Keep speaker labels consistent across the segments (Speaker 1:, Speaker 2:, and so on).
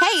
Speaker 1: Hey,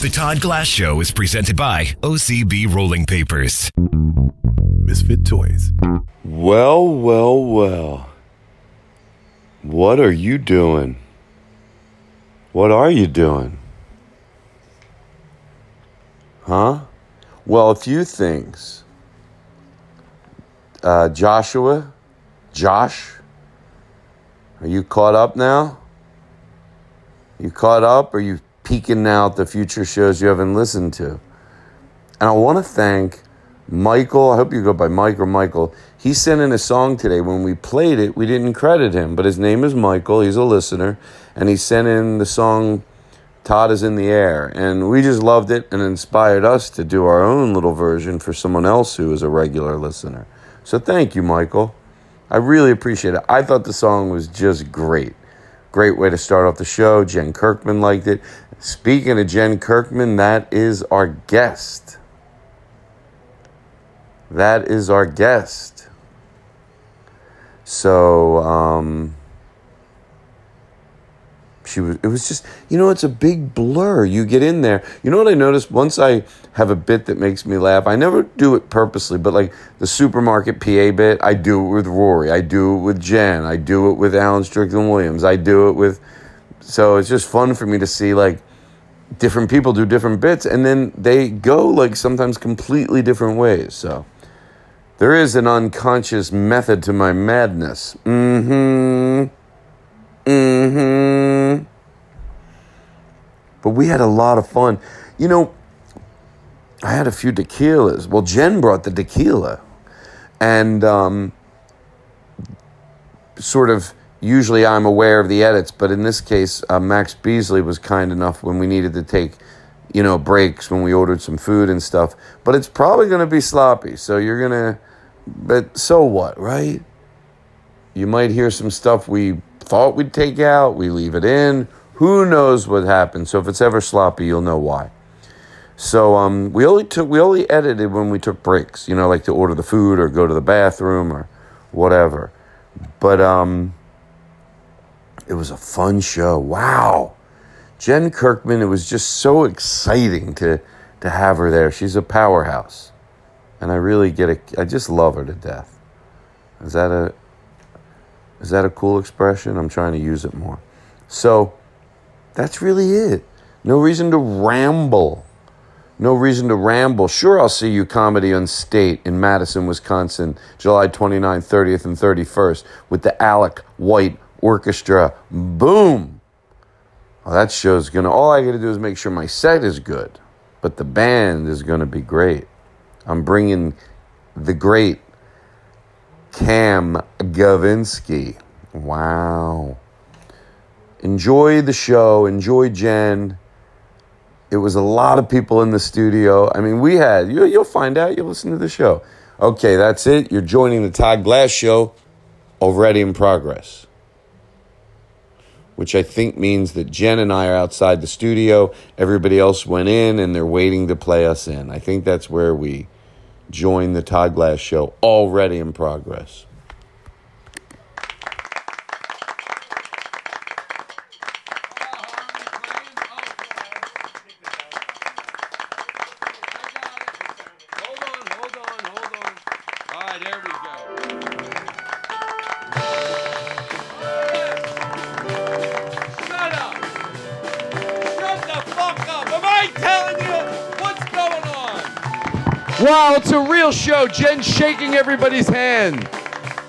Speaker 2: The Todd Glass Show is presented by OCB Rolling Papers.
Speaker 3: Misfit Toys.
Speaker 4: Well, well, well. What are you doing? What are you doing? Huh? Well, a few things. Uh, Joshua, Josh, are you caught up now? You caught up? Are you peeking now at the future shows you haven't listened to? And I want to thank Michael. I hope you go by Mike or Michael. He sent in a song today. When we played it, we didn't credit him, but his name is Michael. He's a listener, and he sent in the song Todd is in the Air. And we just loved it and inspired us to do our own little version for someone else who is a regular listener. So thank you, Michael. I really appreciate it. I thought the song was just great. Great way to start off the show. Jen Kirkman liked it. Speaking of Jen Kirkman, that is our guest. That is our guest. So, um, she was, it was just, you know, it's a big blur. You get in there. You know what I noticed? Once I have a bit that makes me laugh, I never do it purposely, but like the supermarket PA bit, I do it with Rory. I do it with Jen. I do it with Alan Strickland Williams. I do it with, so it's just fun for me to see like different people do different bits and then they go like sometimes completely different ways. So there is an unconscious method to my madness. Mm hmm. Mm hmm. But we had a lot of fun. You know, I had a few tequilas. Well, Jen brought the tequila. And um, sort of usually I'm aware of the edits, but in this case, uh, Max Beasley was kind enough when we needed to take, you know, breaks when we ordered some food and stuff. But it's probably going to be sloppy, so you're going to, but so what, right? You might hear some stuff we thought we'd take out, we leave it in. Who knows what happened? So if it's ever sloppy, you'll know why. So um, we only took we only edited when we took breaks, you know, like to order the food or go to the bathroom or whatever. But um, it was a fun show. Wow. Jen Kirkman, it was just so exciting to to have her there. She's a powerhouse. And I really get a I just love her to death. Is that a is that a cool expression? I'm trying to use it more. So that's really it. No reason to ramble. No reason to ramble. Sure, I'll see you comedy on state in Madison, Wisconsin, July 29th, 30th, and 31st with the Alec White Orchestra. Boom! Oh, that show's gonna. All I gotta do is make sure my set is good, but the band is gonna be great. I'm bringing the great Cam Gavinsky. Wow. Enjoy the show. Enjoy Jen. It was a lot of people in the studio. I mean, we had, you, you'll find out, you'll listen to the show. Okay, that's it. You're joining the Todd Glass Show already in progress, which I think means that Jen and I are outside the studio. Everybody else went in and they're waiting to play us in. I think that's where we join the Todd Glass Show already in progress.
Speaker 5: Hold on, hold on, hold on. All right, there we go. Shut up! Shut the fuck up! Am I telling you?
Speaker 6: Wow, it's a real show. Jen's shaking everybody's hand.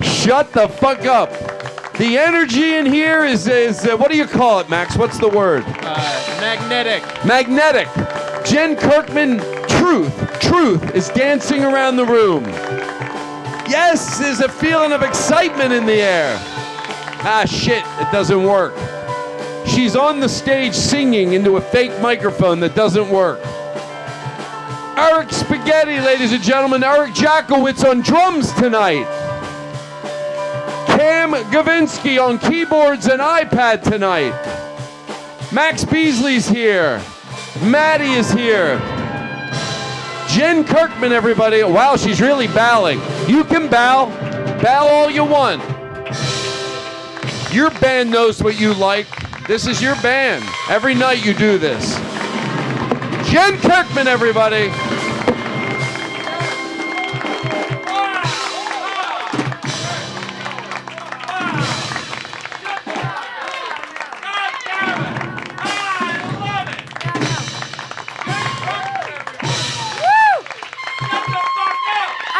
Speaker 6: Shut the fuck up. The energy in here is, is uh, what do you call it, Max? What's the word?
Speaker 7: Magnetic.
Speaker 6: Magnetic. Jen Kirkman, truth, truth is dancing around the room. Yes, there's a feeling of excitement in the air. Ah, shit, it doesn't work. She's on the stage singing into a fake microphone that doesn't work. Eric Spaghetti, ladies and gentlemen, Eric Jackowitz on drums tonight. Cam Gavinsky on keyboards and iPad tonight. Max Beasley's here. Maddie is here. Jen Kirkman, everybody. Wow, she's really bowing. You can bow. Bow all you want. Your band knows what you like. This is your band. Every night you do this. Jen Kirkman, everybody.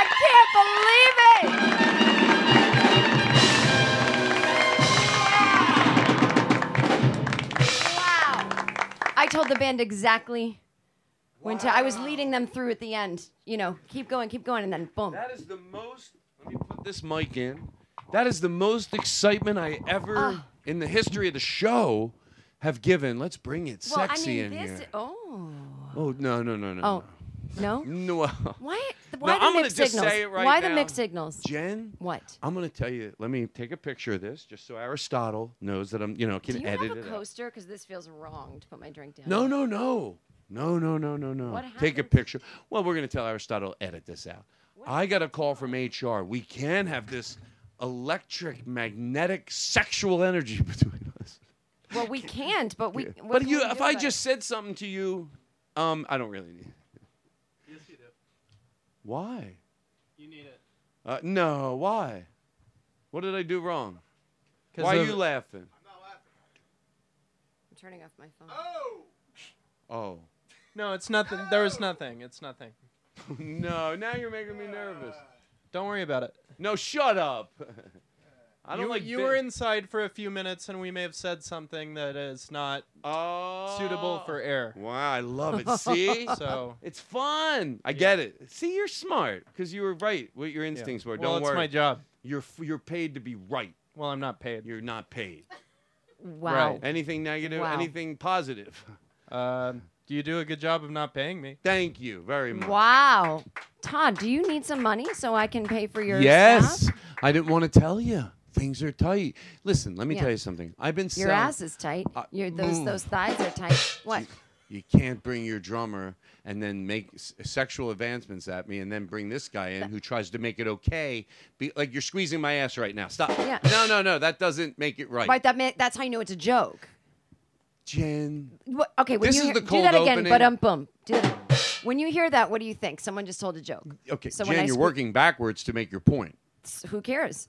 Speaker 8: I can't believe it. I told the band exactly when to. I was leading them through at the end. You know, keep going, keep going, and then boom.
Speaker 6: That is the most. Let me put this mic in. That is the most excitement I ever
Speaker 8: Ah.
Speaker 6: in the history of the show have given. Let's bring it
Speaker 8: well,
Speaker 6: sexy
Speaker 8: I mean,
Speaker 6: in
Speaker 8: this.
Speaker 6: here.
Speaker 8: Oh.
Speaker 6: Oh no no no no.
Speaker 8: Oh. No.
Speaker 6: No. No.
Speaker 8: Why? Why the
Speaker 6: I'm gonna
Speaker 8: mixed
Speaker 6: just
Speaker 8: signals?
Speaker 6: say it right
Speaker 8: Why
Speaker 6: now.
Speaker 8: the mixed signals?
Speaker 6: Jen.
Speaker 8: What?
Speaker 6: I'm gonna tell you. Let me take a picture of this, just so Aristotle knows that I'm, you know, can
Speaker 8: Do you
Speaker 6: edit
Speaker 8: have a
Speaker 6: it. out.
Speaker 8: coaster? Because this feels wrong to put my drink down.
Speaker 6: No, no, no. No, no, no, no, no.
Speaker 8: What
Speaker 6: Take a
Speaker 8: happened?
Speaker 6: picture. Well, we're going to tell Aristotle, edit this out. I got a call from HR. We can have this electric, magnetic, sexual energy between us.
Speaker 8: Well, we can't, but we. what
Speaker 6: but
Speaker 8: can
Speaker 6: you,
Speaker 8: we
Speaker 6: if
Speaker 8: do
Speaker 6: I
Speaker 8: about it?
Speaker 6: just said something to you, um, I don't really need. Yes, you do. Why?
Speaker 7: You need it.
Speaker 6: Uh, no, why? What did I do wrong? Why are you laughing?
Speaker 8: I'm turning off my phone.
Speaker 6: Oh.
Speaker 7: No, it's nothing. There was nothing. It's nothing.
Speaker 6: No, now you're making me nervous.
Speaker 7: Don't worry about it.
Speaker 6: No, shut up. I don't
Speaker 7: you,
Speaker 6: like
Speaker 7: you
Speaker 6: big-
Speaker 7: were inside for a few minutes, and we may have said something that is not
Speaker 6: Oh.
Speaker 7: suitable for air.
Speaker 6: Wow, I love it. See?
Speaker 7: So
Speaker 6: it's fun. I get it. See, you're smart because you were right what your
Speaker 7: yeah.
Speaker 6: instincts were.
Speaker 7: Well,
Speaker 6: Don't
Speaker 7: it's
Speaker 6: worry.
Speaker 7: my job.
Speaker 6: You're f- you're paid to be right.
Speaker 7: Well, I'm not paid.
Speaker 6: You're not paid.
Speaker 8: Wow.
Speaker 6: Anything negative,
Speaker 8: Wow.
Speaker 6: anything positive.
Speaker 7: Um, do you do a good job of not paying me?
Speaker 6: Thank you very much.
Speaker 8: Wow. Todd, do you need some money so I can pay for your
Speaker 6: Yes.
Speaker 8: staff?
Speaker 6: I didn't want to tell you. Things are tight. Listen, let me
Speaker 8: Yeah.
Speaker 6: tell you something. I've been
Speaker 8: Your
Speaker 6: selling-
Speaker 8: ass is tight.
Speaker 6: Uh,
Speaker 8: your those
Speaker 6: mm.
Speaker 8: those thighs are tight. What?
Speaker 6: you can't bring your drummer and then make s- sexual advancements at me and then bring this guy in who tries to make it okay be like you're squeezing my ass right now stop
Speaker 8: Yeah.
Speaker 6: no no no that doesn't make it right,
Speaker 8: Right. That ma- that's how you know it's a joke.
Speaker 6: jen
Speaker 8: What, okay. When
Speaker 6: This
Speaker 8: you
Speaker 6: is
Speaker 8: hear,
Speaker 6: the
Speaker 8: do
Speaker 6: cold
Speaker 8: that again,
Speaker 6: opening.
Speaker 8: but um, boom. Do that. When you hear that, what do you think? Someone just told a joke.
Speaker 6: okay
Speaker 8: So when I
Speaker 6: jen you're
Speaker 8: sque-
Speaker 6: working backwards to make your point
Speaker 8: Who cares?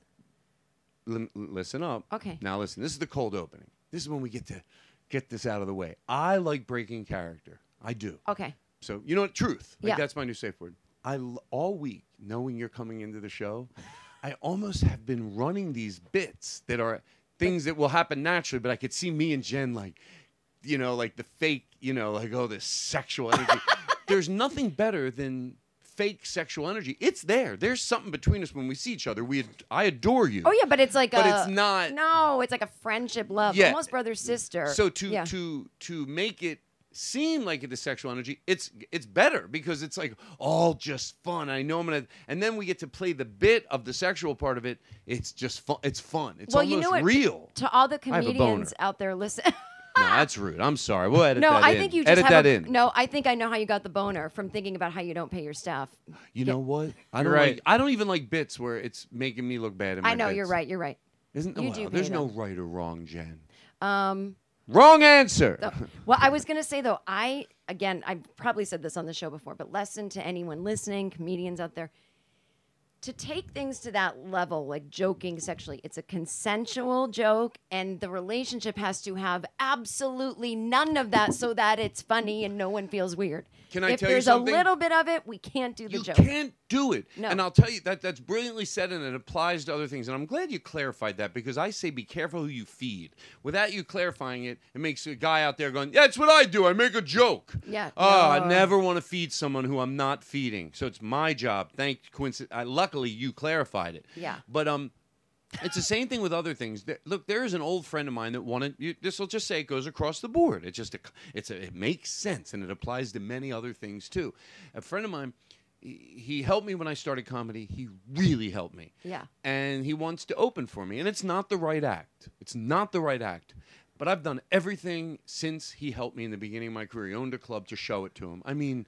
Speaker 6: L- listen up
Speaker 8: Okay.
Speaker 6: now listen this is the cold opening this is when we get to get this out of the way i like breaking character i do
Speaker 8: Okay.
Speaker 6: So you know what? Truth. Like
Speaker 8: Yeah.
Speaker 6: that's my new safe word. I l- all week knowing you're coming into the show, I almost have been running these bits that are things that will happen naturally, but I could see me and Jen like, you know, like the fake, you know, like oh this sexual energy. There's nothing better than fake sexual energy. It's there. There's something between us when we see each other. We ad- I adore you.
Speaker 8: Oh yeah, but it's like
Speaker 6: But
Speaker 8: a.
Speaker 6: it's not-
Speaker 8: No, it's like a friendship love,
Speaker 6: Yeah.
Speaker 8: almost brother sister.
Speaker 6: So to
Speaker 8: yeah.
Speaker 6: to to make it seem like it is sexual energy, it's it's better because it's like all just fun. I know I'm gonna, and then we get to play the bit of the sexual part of it. It's just fun. It's fun. It's
Speaker 8: well,
Speaker 6: almost
Speaker 8: you know what?
Speaker 6: real.
Speaker 8: To all the
Speaker 6: I have a boner.
Speaker 8: comedians out there, listen.
Speaker 6: no, that's rude. I'm sorry. We'll edit
Speaker 8: No,
Speaker 6: that
Speaker 8: I
Speaker 6: in.
Speaker 8: think you just
Speaker 6: edit
Speaker 8: have
Speaker 6: that
Speaker 8: a-
Speaker 6: in.
Speaker 8: No, I think I know how you got the boner from thinking about how you don't pay your staff.
Speaker 6: you know what? I don't
Speaker 7: right.
Speaker 6: like. I don't even like bits where it's making me look bad. In my
Speaker 8: I know you're
Speaker 6: bits.
Speaker 8: right. You're right.
Speaker 6: Isn't
Speaker 8: You
Speaker 6: well,
Speaker 8: do pay
Speaker 6: There's no
Speaker 8: them.
Speaker 6: right or wrong, Jen.
Speaker 8: Um,
Speaker 6: Wrong answer.
Speaker 8: the- well, I was gonna say though, I again, I've probably said this on the show before, but lesson to anyone listening, comedians out there: to take things to that level, like joking sexually, it's a consensual joke, and the relationship has to have absolutely none of that so that it's funny and no one feels weird.
Speaker 6: Can I
Speaker 8: if
Speaker 6: tell you
Speaker 8: there's
Speaker 6: something?
Speaker 8: a little bit of it, we can't do the
Speaker 6: you
Speaker 8: joke.
Speaker 6: can't do it.
Speaker 8: No.
Speaker 6: And I'll tell you that that's brilliantly said and it applies to other things. And I'm glad you clarified that because I say be careful who you feed. Without you clarifying it, it makes a guy out there going, That's what I do. I make a joke.
Speaker 8: Yeah.
Speaker 6: Oh, I
Speaker 8: No.
Speaker 6: never want to feed someone who I'm not feeding. So it's my job. Thank coincidence. I, luckily you clarified it.
Speaker 8: Yeah.
Speaker 6: But um it's the same thing with other things. There- Look, there is an old friend of mine that wanted. You, this will just say it goes across the board. It just it's a, it makes sense and it applies to many other things too. A friend of mine, he, he helped me when I started comedy. He really helped me.
Speaker 8: Yeah.
Speaker 6: And he wants to open for me, and it's not the right act. It's not the right act. But I've done everything since he helped me in the beginning of my career. He owned a club to show it to him. I mean,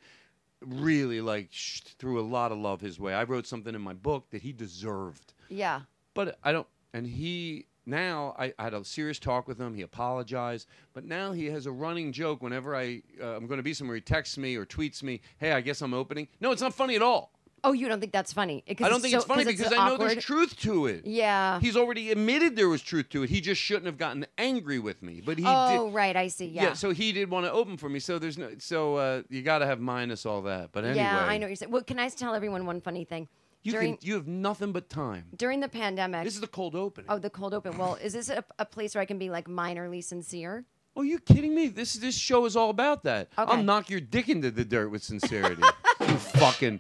Speaker 6: really like sh- threw a lot of love his way. I wrote something in my book that he deserved
Speaker 8: Yeah.
Speaker 6: but I don't. And he now I, I had a serious talk with him. He apologized, but now he has a running joke whenever I uh, I'm going to be somewhere. He texts me or tweets me, "Hey, I guess I'm opening." No, it's not funny at all.
Speaker 8: Oh, you don't think that's funny?
Speaker 6: I don't think it's funny because I know
Speaker 8: awkward.
Speaker 6: there's truth to it.
Speaker 8: Yeah.
Speaker 6: He's already admitted there was truth to it. He just shouldn't have gotten angry with me. But he
Speaker 8: oh,
Speaker 6: did.
Speaker 8: right. I see. Yeah.
Speaker 6: So he did want to open for me. So there's no. So uh, you got to have minus all that. But anyway,
Speaker 8: Yeah, I know what you're saying. Well, can I tell everyone one funny thing?
Speaker 6: You
Speaker 8: during
Speaker 6: can. You have nothing but time.
Speaker 8: during the pandemic.
Speaker 6: This is the cold opening.
Speaker 8: oh, the cold open. Well, is this a, a place where I can be like minorly sincere?
Speaker 6: Are you kidding me? This this show is all about that. I'll
Speaker 8: Okay.
Speaker 6: knock your dick into the dirt with sincerity. you fucking.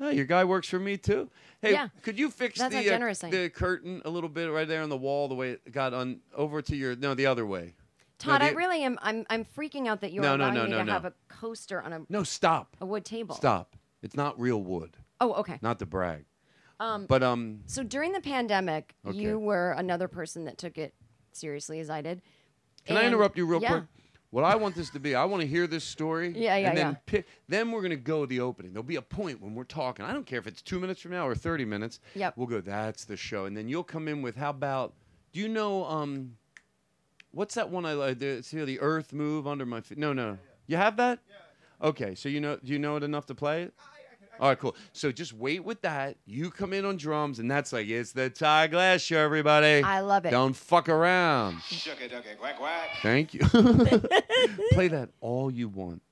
Speaker 6: Oh, your guy works for me too. Hey,
Speaker 8: Yeah.
Speaker 6: could you fix
Speaker 8: That's not
Speaker 6: the uh,
Speaker 8: generous thing.
Speaker 6: the curtain a little bit right there on the wall, the way it got on over to your no, the other way.
Speaker 8: Todd,
Speaker 6: no,
Speaker 8: I
Speaker 6: the-
Speaker 8: really am. I'm I'm freaking out that you're
Speaker 6: No, no,
Speaker 8: allowing
Speaker 6: no,
Speaker 8: me
Speaker 6: no,
Speaker 8: to
Speaker 6: no.
Speaker 8: have a coaster on a,
Speaker 6: No, stop,
Speaker 8: a wood table.
Speaker 6: stop. It's not real wood.
Speaker 8: Oh, okay.
Speaker 6: Not to brag. Um, but um,
Speaker 8: So during the pandemic,
Speaker 6: Okay.
Speaker 8: you were another person that took it seriously as I did.
Speaker 6: Can I
Speaker 8: And-
Speaker 6: interrupt you real
Speaker 8: yeah.
Speaker 6: quick? What I want this to be, I want to hear this story.
Speaker 8: Yeah, yeah,
Speaker 6: and then
Speaker 8: yeah.
Speaker 6: Pick, then we're gonna go the opening. There'll be a point when we're talking. I don't care if it's two minutes from now or thirty minutes.
Speaker 8: Yep.
Speaker 6: We'll go. That's the show, and then you'll come in with how about? Do you know um, what's that one I like? the- It's here. The Earth move under my feet. No, no. You have that? Yeah. Okay, so you know, do you know it enough to play it? All right, cool. So just wait with that. You come in on drums, and that's like it's the Ty Glass show, everybody.
Speaker 8: I love it.
Speaker 6: Don't fuck around. Um, Thank you. play that all you want.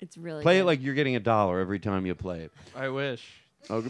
Speaker 8: It's really
Speaker 6: Play it
Speaker 8: good.
Speaker 6: like you're getting a dollar every time you play it.
Speaker 7: I wish.
Speaker 6: Okay.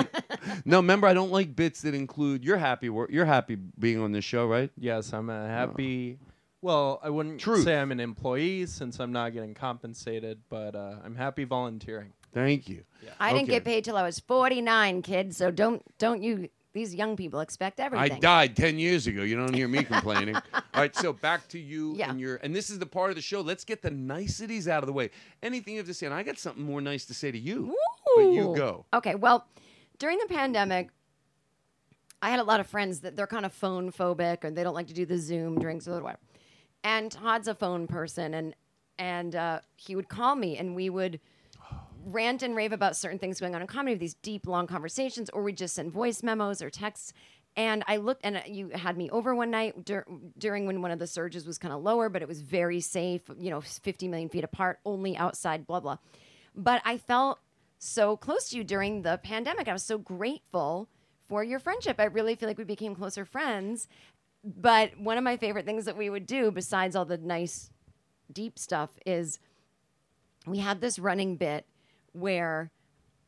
Speaker 6: no, remember, I don't like bits that include. You're happy. wor- You're happy being on this show, right? Oh.
Speaker 7: Yes, I'm a happy. Well, I wouldn't
Speaker 6: Truth.
Speaker 7: say I'm an employee since I'm not getting compensated, but uh, I'm happy volunteering.
Speaker 6: Thank you.
Speaker 8: I didn't
Speaker 6: okay.
Speaker 8: get paid till I was 49, kids. So don't don't you these young people expect
Speaker 6: I
Speaker 8: everything.
Speaker 6: died ten years ago. You don't hear me complaining. All right, so back to you
Speaker 8: Yeah.
Speaker 6: and your. And this is the part of the show. Let's get the niceties out of the way. Anything you have to say, and I got something more nice to say to you. But you
Speaker 8: Ooh.
Speaker 6: go.
Speaker 8: Okay. Well, during the pandemic, I had a lot of friends that they're kind of phone phobic or they don't like to do the Zoom drinks or whatever. And Todd's a phone person, and and uh, he would call me, and we would rant and rave about certain things going on in comedy, these deep, long conversations, or we just send voice memos or texts. And I looked, and uh, you had me over one night dur- during when one of the surges was kind of lower, but it was very safe, you know, 50 million feet apart, only outside, blah, blah. But I felt so close to you during the pandemic. I was so grateful for your friendship. I really feel like we became closer friends. But one of my favorite things that we would do, besides all the nice, deep stuff, is we had this running bit where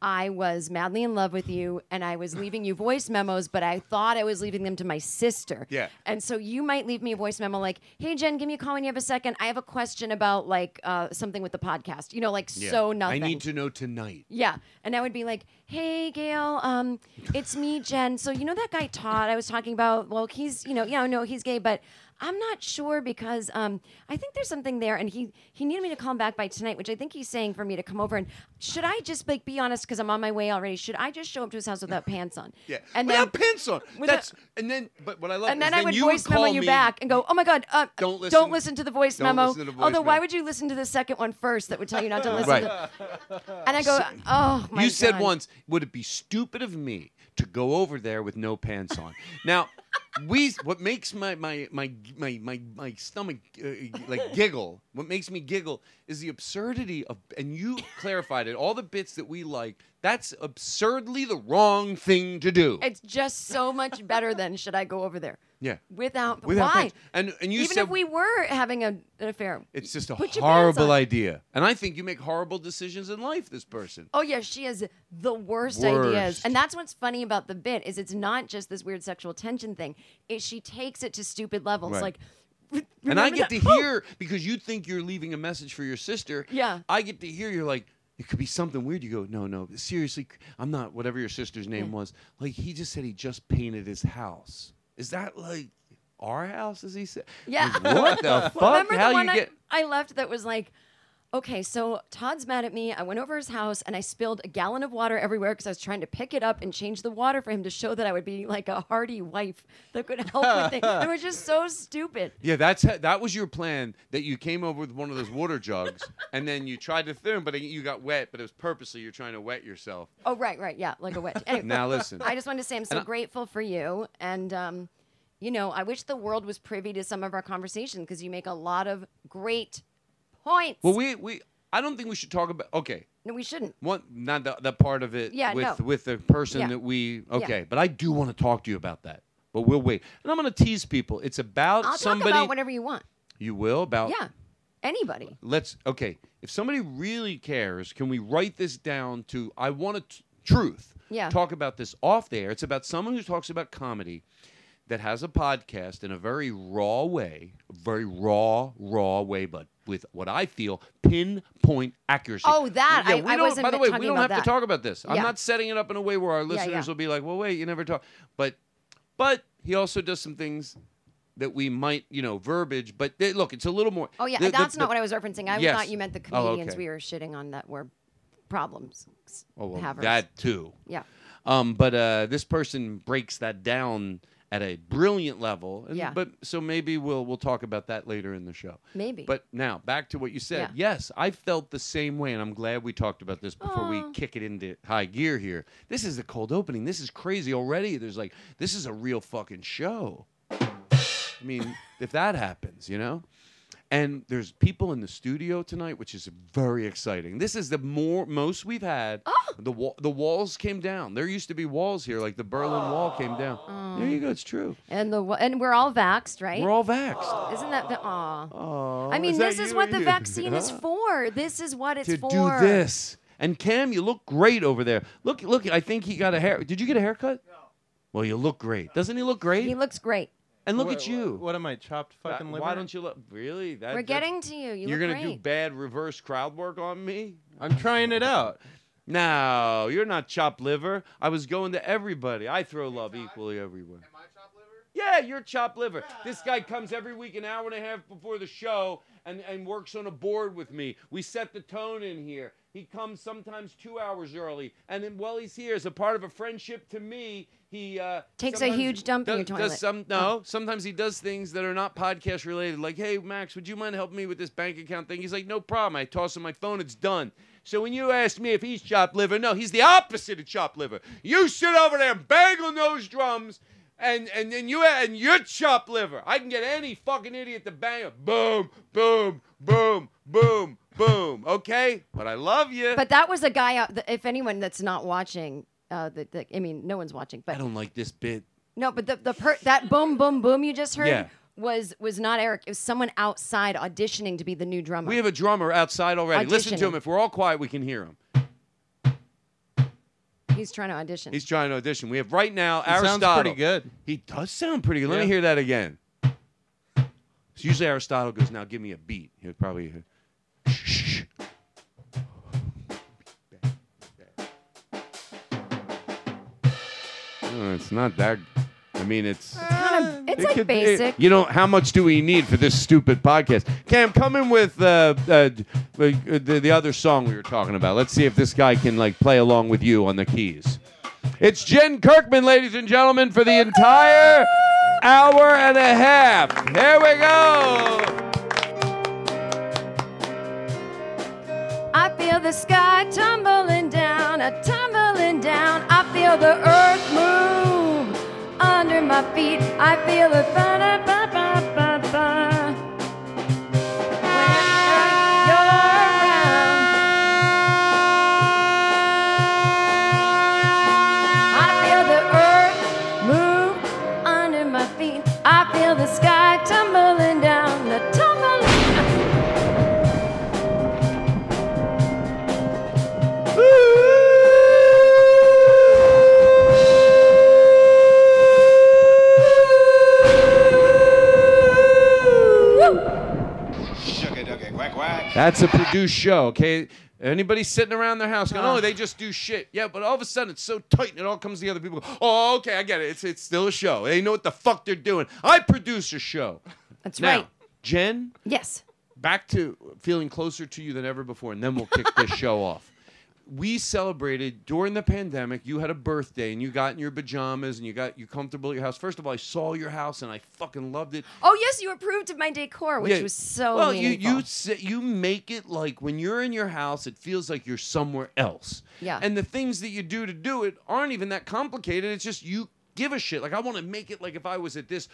Speaker 8: I was madly in love with you and I was leaving you voice memos, but I thought I was leaving them to my sister.
Speaker 6: Yeah.
Speaker 8: And so you might leave me a voice memo like, hey, Jen, give me a call when you have a second. I have a question about like uh, something with the podcast, you know, like
Speaker 6: Yeah.
Speaker 8: so nothing.
Speaker 6: I need to know tonight.
Speaker 8: Yeah. And I would be like, hey, Gail, um, it's me, Jen. So, you know, that guy Todd I was talking about, well, he's, you know, yeah, no, he's gay, but I'm not sure because um, I think there's something there. And he, he needed me to call him back by tonight, which I think he's saying for me to come over. And should I just, like, be honest, because I'm on my way already, should I just show up to his house without pants on?
Speaker 6: Yeah.
Speaker 8: And
Speaker 6: without
Speaker 8: then,
Speaker 6: pants on.
Speaker 8: without-
Speaker 6: That's and then but what I love
Speaker 8: and
Speaker 6: is
Speaker 8: then I would
Speaker 6: you
Speaker 8: voice memo
Speaker 6: call
Speaker 8: you
Speaker 6: me-
Speaker 8: back and go, "Oh my God, uh,
Speaker 6: Don't listen-
Speaker 8: don't listen to the voice
Speaker 6: don't
Speaker 8: memo."
Speaker 6: listen to the voice
Speaker 8: Although, why
Speaker 6: memo.
Speaker 8: would you listen to the second one first? That would tell you not to listen.
Speaker 6: Right.
Speaker 8: to And I go, "Oh my
Speaker 6: you said
Speaker 8: God."
Speaker 6: once, would it be stupid of me to go over there with no pants on? now, we what makes my my my my my, my stomach uh, like giggle. What makes me giggle is the absurdity of and you clarified it. All the bits that we like That's absurdly the wrong thing to do.
Speaker 8: It's just so much better than should I go over there
Speaker 6: Yeah.
Speaker 8: without,
Speaker 6: Without
Speaker 8: why?
Speaker 6: pants. And and you
Speaker 8: Even
Speaker 6: said
Speaker 8: if we were having a, an affair,
Speaker 6: it's just a
Speaker 8: put your pants
Speaker 6: horrible
Speaker 8: on.
Speaker 6: idea. And I think you make horrible decisions in life, this person.
Speaker 8: Oh yeah, she has the worst, ideas,
Speaker 6: Worst.
Speaker 8: and that's what's funny about the bit is it's not just this weird sexual tension thing. It she takes it to stupid levels,
Speaker 6: Right.
Speaker 8: Oh, like.
Speaker 6: And I
Speaker 8: remember Oh,
Speaker 6: get to
Speaker 8: that-
Speaker 6: hear because you think you're leaving a message for your sister.
Speaker 8: Yeah.
Speaker 6: I get to hear you're like, it could be something weird. You go, no, no, seriously, I'm not whatever your sister's name was. Like he just said he just painted his house. Is that like our house? As he said,
Speaker 8: Yeah.
Speaker 6: Like, what the fuck?
Speaker 8: Remember
Speaker 6: How
Speaker 8: the
Speaker 6: you
Speaker 8: one I,
Speaker 6: get?
Speaker 8: I left that was like, okay, so Todd's mad at me. I went over his house and I spilled a gallon of water everywhere because I was trying to pick it up and change the water for him to show that I would be like a hardy wife that could help with things. They were just so stupid.
Speaker 6: Yeah, that's how, that was your plan. That you came over with one of those water jugs, and then you tried to thin, but you got wet. But it was purposely you're trying to wet yourself.
Speaker 8: Oh right, right, yeah, like a witch. Anyway,
Speaker 6: Now listen.
Speaker 8: I just wanted to say I'm so
Speaker 6: And I-
Speaker 8: grateful for you, and um, you know, I wish the world was privy to some of our conversations because you make a lot of great points.
Speaker 6: Well, we we I don't think we should talk about. Okay,
Speaker 8: no, we shouldn't.
Speaker 6: One, not the, the part of it
Speaker 8: Yeah,
Speaker 6: with
Speaker 8: no.
Speaker 6: with the person
Speaker 8: Yeah.
Speaker 6: that we okay, but I do want to talk to you about that. But we'll wait, and I'm going to tease people. It's about
Speaker 8: I'll
Speaker 6: somebody
Speaker 8: talk about whatever you want.
Speaker 6: you will about.
Speaker 8: Yeah, anybody.
Speaker 6: Let's okay. If somebody really cares, can we write this down to I want a t- truth.
Speaker 8: Yeah.
Speaker 6: Talk about this off the air. It's about someone who talks about comedy that has a podcast in a very raw way, a very raw, raw way, but with what I feel pinpoint accuracy.
Speaker 8: Oh, that.
Speaker 6: Yeah,
Speaker 8: I-
Speaker 6: we
Speaker 8: I
Speaker 6: don't-
Speaker 8: wasn't
Speaker 6: By the way, we
Speaker 8: talking
Speaker 6: don't have
Speaker 8: about
Speaker 6: to
Speaker 8: that.
Speaker 6: talk about this. I'm
Speaker 8: Yeah.
Speaker 6: not setting it up in a way where our
Speaker 8: Yeah,
Speaker 6: listeners
Speaker 8: yeah.
Speaker 6: will be like, "Well, wait, you never talk." But, but he also does some things that we might, you know, verbiage. But they, look, it's a little more.
Speaker 8: Oh yeah,
Speaker 6: the- the-
Speaker 8: that's not
Speaker 6: the-
Speaker 8: what I was referencing. I
Speaker 6: Yes.
Speaker 8: thought you meant the
Speaker 6: Oh,
Speaker 8: comedians
Speaker 6: okay.
Speaker 8: we were shitting on that were problems.
Speaker 6: Oh, well,
Speaker 8: havers.
Speaker 6: that too.
Speaker 8: Yeah.
Speaker 6: Um, but uh, this person breaks that down at a brilliant level. And-
Speaker 8: Yeah.
Speaker 6: But so maybe we'll we'll talk about that later in the show.
Speaker 8: Maybe.
Speaker 6: But now back to what you said.
Speaker 8: Yeah.
Speaker 6: Yes, I felt the same way, and I'm glad we talked about this before we kick it into high gear here. This is the cold opening. This is crazy already. There's like this is a real fucking show. I mean, if that happens, you know? And there's people in the studio tonight, which is very exciting. This is the more most we've had.
Speaker 8: Oh.
Speaker 6: The wa- the walls came down. There used to be walls here, like the Berlin Wall came down.
Speaker 8: Oh.
Speaker 6: There you go. It's true.
Speaker 8: And the and we're all vaxxed, right?
Speaker 6: We're all vaxxed.
Speaker 8: Isn't that the aw?
Speaker 6: Oh,
Speaker 8: I mean,
Speaker 6: that
Speaker 8: this is
Speaker 6: you?
Speaker 8: what the
Speaker 6: You-
Speaker 8: vaccine is
Speaker 6: Huh?
Speaker 8: for. This is what it's
Speaker 6: to
Speaker 8: for.
Speaker 6: do this. And Cam, you look great over there. Look, look. I think he got a hair. Did you get a haircut? No. Well, you look great. Doesn't he look great?
Speaker 8: He looks great.
Speaker 6: and look
Speaker 7: Wha-
Speaker 6: at you.
Speaker 7: What am I chopped fucking
Speaker 6: Uh,
Speaker 7: liver?
Speaker 6: Why don't you look really? That,
Speaker 8: We're
Speaker 6: that's-
Speaker 8: getting to you. You
Speaker 6: You're
Speaker 8: look
Speaker 6: gonna do
Speaker 8: great.
Speaker 6: bad reverse crowd work on me?
Speaker 7: I'm trying it out.
Speaker 6: No, you're not chopped liver. I was going to everybody. I throw love equally everywhere. Am I chopped liver? Yeah, you're chopped liver. This guy comes every week an hour and a half before the show and, and works on a board with me. We set the tone in here. He comes sometimes two hours early, and then while he's here, as a part of a friendship to me, he uh,
Speaker 8: Takes a
Speaker 6: sometimes
Speaker 8: huge dump in
Speaker 6: does,
Speaker 8: your
Speaker 6: Does
Speaker 8: toilet. Oh.
Speaker 6: some no. Sometimes he does things that are not podcast related. Like, hey Max, would you mind helping me with this bank account thing? He's like, no problem. I toss him my phone. It's done. So when you ask me if he's chopped liver, no, he's the opposite of chopped liver. You sit over there and bang on those drums. And and then you and you're chopped liver. I can get any fucking idiot to bang. it. Boom, boom, boom, boom, boom. Okay, but I love you.
Speaker 8: But that was a guy. Out th- if anyone that's not watching, uh, the, the, I mean, no one's watching.
Speaker 6: I
Speaker 8: But
Speaker 6: don't like this bit.
Speaker 8: no, but the the per- that boom boom boom you just heard
Speaker 6: Yeah.
Speaker 8: was was not Eric. It was someone outside auditioning to be the new drummer.
Speaker 6: We have a drummer outside already. Listen to
Speaker 8: Auditioning.
Speaker 6: him. If we're all quiet, we can hear him.
Speaker 8: He's trying to audition.
Speaker 6: He's trying to audition. We have right now
Speaker 7: It
Speaker 6: Aristotle.
Speaker 7: sounds pretty good.
Speaker 6: He does sound pretty good. Let me
Speaker 7: Yeah.
Speaker 6: hear that again. So usually Aristotle goes, now give me a beat. He'll probably shh. it's not that. I mean, it's.
Speaker 8: Kinda- it's
Speaker 6: It
Speaker 8: like
Speaker 6: could be-
Speaker 8: basic.
Speaker 6: you know, how much do we need for this stupid podcast? Cam, come in with uh, uh, d- like, uh, the, the other song we were talking about. Let's see if this guy can like play along with you on the keys. It's Jen Kirkman, ladies and gentlemen, for the entire hour and a half. Here we go.
Speaker 8: I feel the sky tumbling down, a tumbling down. I feel the earth move under my feet. I feel the thunder, ba ba ba ba. When you're around.
Speaker 6: That's a produced show, okay? Anybody sitting around their house
Speaker 5: Uh-huh.
Speaker 6: going, "Oh, they just do shit." Yeah, but all of a sudden it's so tight and it all comes together. People go, "Oh, okay, I get it. It's it's still a show. They know what the fuck they're doing." I produce a show.
Speaker 8: That's
Speaker 6: Now,
Speaker 8: right.
Speaker 6: Jen,
Speaker 8: Yes.
Speaker 6: back to feeling closer to you than ever before, and then we'll kick this show off. We celebrated during the pandemic. You had a birthday, and you got in your pajamas, and you got you comfortable at your house. First of all, I saw your house, and I fucking loved it.
Speaker 8: Oh yes, you approved of my decor, which
Speaker 6: Yeah.
Speaker 8: was so
Speaker 6: well.
Speaker 8: meaningful.
Speaker 6: You you sa- you make it like when you're in your house, it feels like you're somewhere else.
Speaker 8: Yeah.
Speaker 6: And the things that you do to do it aren't even that complicated. It's just you give a shit. Like I want to make it like if I was at this,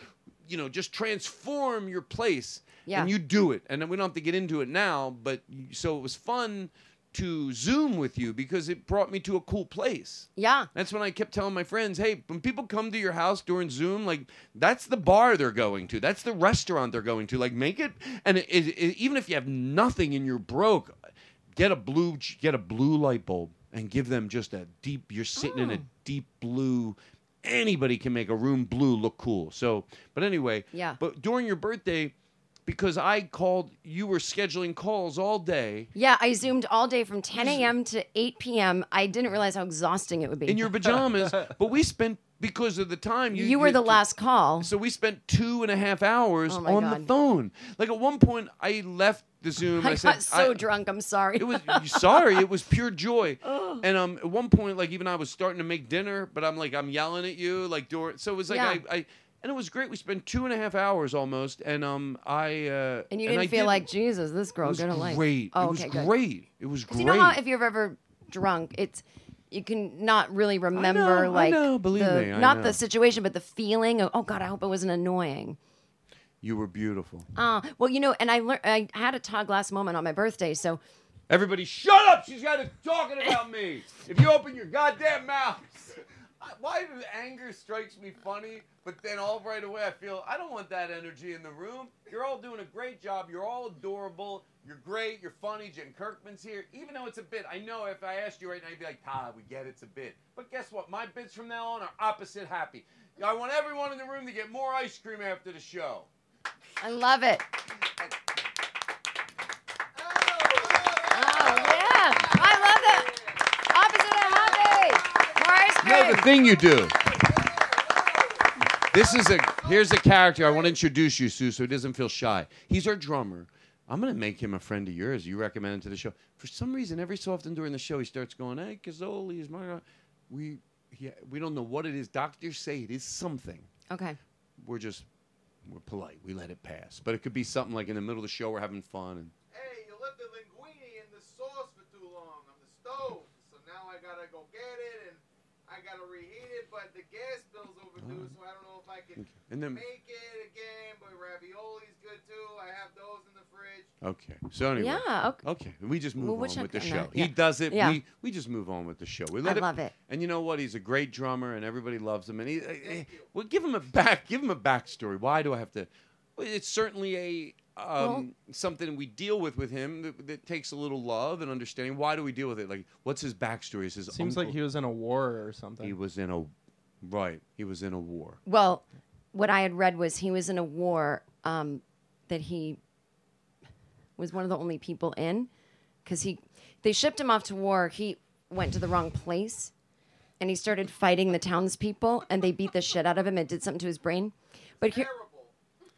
Speaker 6: you know, just transform your place.
Speaker 8: Yeah.
Speaker 6: And you do it, and we don't have to get into it now. But you- so it was fun to Zoom with you because it brought me to a cool place.
Speaker 8: yeah.
Speaker 6: That's when I kept telling my friends, hey, when people come to your house during Zoom, like that's the bar they're going to, that's the restaurant they're going to. Like make it, and it, it, it- even if you have nothing and you're broke, get a blue ch- get a blue light bulb and give them just a deep. You're sitting in a
Speaker 8: Oh.
Speaker 6: deep blue. Anybody can make a room blue look cool. So, but anyway,
Speaker 8: Yeah.
Speaker 6: But during your birthday, because I called, you were scheduling calls all day.
Speaker 8: Yeah, I zoomed all day from 10 a.m. to 8 p.m. I didn't realize how exhausting it would be.
Speaker 6: in your pajamas. but we spent because of the time you
Speaker 8: you, were the
Speaker 6: t-
Speaker 8: last call.
Speaker 6: So we spent two and a half hours
Speaker 8: Oh my
Speaker 6: on the
Speaker 8: God.
Speaker 6: phone. Like at one point, I left the Zoom.
Speaker 8: I,
Speaker 6: I, said,
Speaker 8: got so
Speaker 6: I-
Speaker 8: drunk. I'm sorry.
Speaker 6: It was sorry. It was pure joy.
Speaker 8: Oh.
Speaker 6: and um, at one point, like even I was starting to make dinner, but I'm like I'm yelling at you, like door. So it was like
Speaker 8: Yeah.
Speaker 6: I, I, and it was great. We spent two and a half hours almost, and um, I uh,
Speaker 8: and you didn't
Speaker 6: I
Speaker 8: feel
Speaker 6: did-
Speaker 8: like Jesus. This
Speaker 6: it
Speaker 8: girl
Speaker 6: was
Speaker 8: gonna like.
Speaker 6: great.
Speaker 8: Oh,
Speaker 6: it was
Speaker 8: okay, good.
Speaker 6: great. It was
Speaker 8: 'Cause you
Speaker 6: great.
Speaker 8: know how if you're ever drunk, it's you can not really remember
Speaker 6: know, I
Speaker 8: like
Speaker 6: know, believe
Speaker 8: the,
Speaker 6: me, I
Speaker 8: not
Speaker 6: know.
Speaker 8: the situation, but the feeling of oh god, I hope it wasn't annoying.
Speaker 6: You were beautiful.
Speaker 8: Ah, well, you know, and I learned I had a Todd Glass moment on my birthday, so.
Speaker 6: Everybody, shut up! She's got to talking about me. If you open your goddamn mouth, I- why do anger strikes me funny? But then all right away, I feel I don't want that energy in the room. You're all doing a great job. You're all adorable. You're great. You're funny. Jen Kirkman's here. Even though it's a bit, I know if I asked you right now, you'd be like, Todd, we get it's a bit. But guess what? My bits from now on are opposite happy. I want everyone in the room to get more ice cream after the show.
Speaker 8: I love it. Oh, yeah. I love that. Opposite of happy. More ice
Speaker 6: No,
Speaker 8: cream.
Speaker 6: the thing you do. This is a here's a character I want to introduce you to, so he doesn't feel shy. He's our drummer. I'm gonna make him a friend of yours. You recommend him to the show. For some reason, every so often during the show, he starts going, "Hey, Cazoli is my we he, we don't know what it is. Doctors say it is something.
Speaker 8: okay.
Speaker 6: We're just we're polite. We let it pass. But it could be something like in the middle of the show, we're having fun and
Speaker 9: Hey, you left the linguine in the sauce for too long on the stove, so now I gotta go get it and I gotta reheat it. But the gas bill's overdue, so I don't know if I can
Speaker 6: Mm. and then
Speaker 9: make it again. But ravioli's good too. I have those in the fridge.
Speaker 6: okay. So anyway,
Speaker 8: Yeah. Okay.
Speaker 6: Okay, we just move
Speaker 8: Well,
Speaker 6: on
Speaker 8: which
Speaker 6: with the
Speaker 8: okay,
Speaker 6: show.
Speaker 8: no,
Speaker 6: He
Speaker 8: yeah.
Speaker 6: does it.
Speaker 8: Yeah.
Speaker 6: We we just move on with the show. We
Speaker 8: I love it.
Speaker 6: And you know what? He's a great drummer, and everybody loves him. And he, eh, eh, well, give him a back, give him a backstory. Why do I have to? well, It's certainly a um,
Speaker 8: Well-
Speaker 6: something we deal with with him that, that takes a little love and understanding. Why do we deal with it? Like, what's his backstory? Is his
Speaker 10: Seems like
Speaker 6: uncle-
Speaker 10: he was in a war or something.
Speaker 6: he was in a right. He was in a war.
Speaker 8: Well, what I had read was he was in a war um, that he was one of the only people in because he they shipped him off to war. He went to the wrong place and he started fighting the townspeople and they beat the shit out of him. It did something to his brain. But here,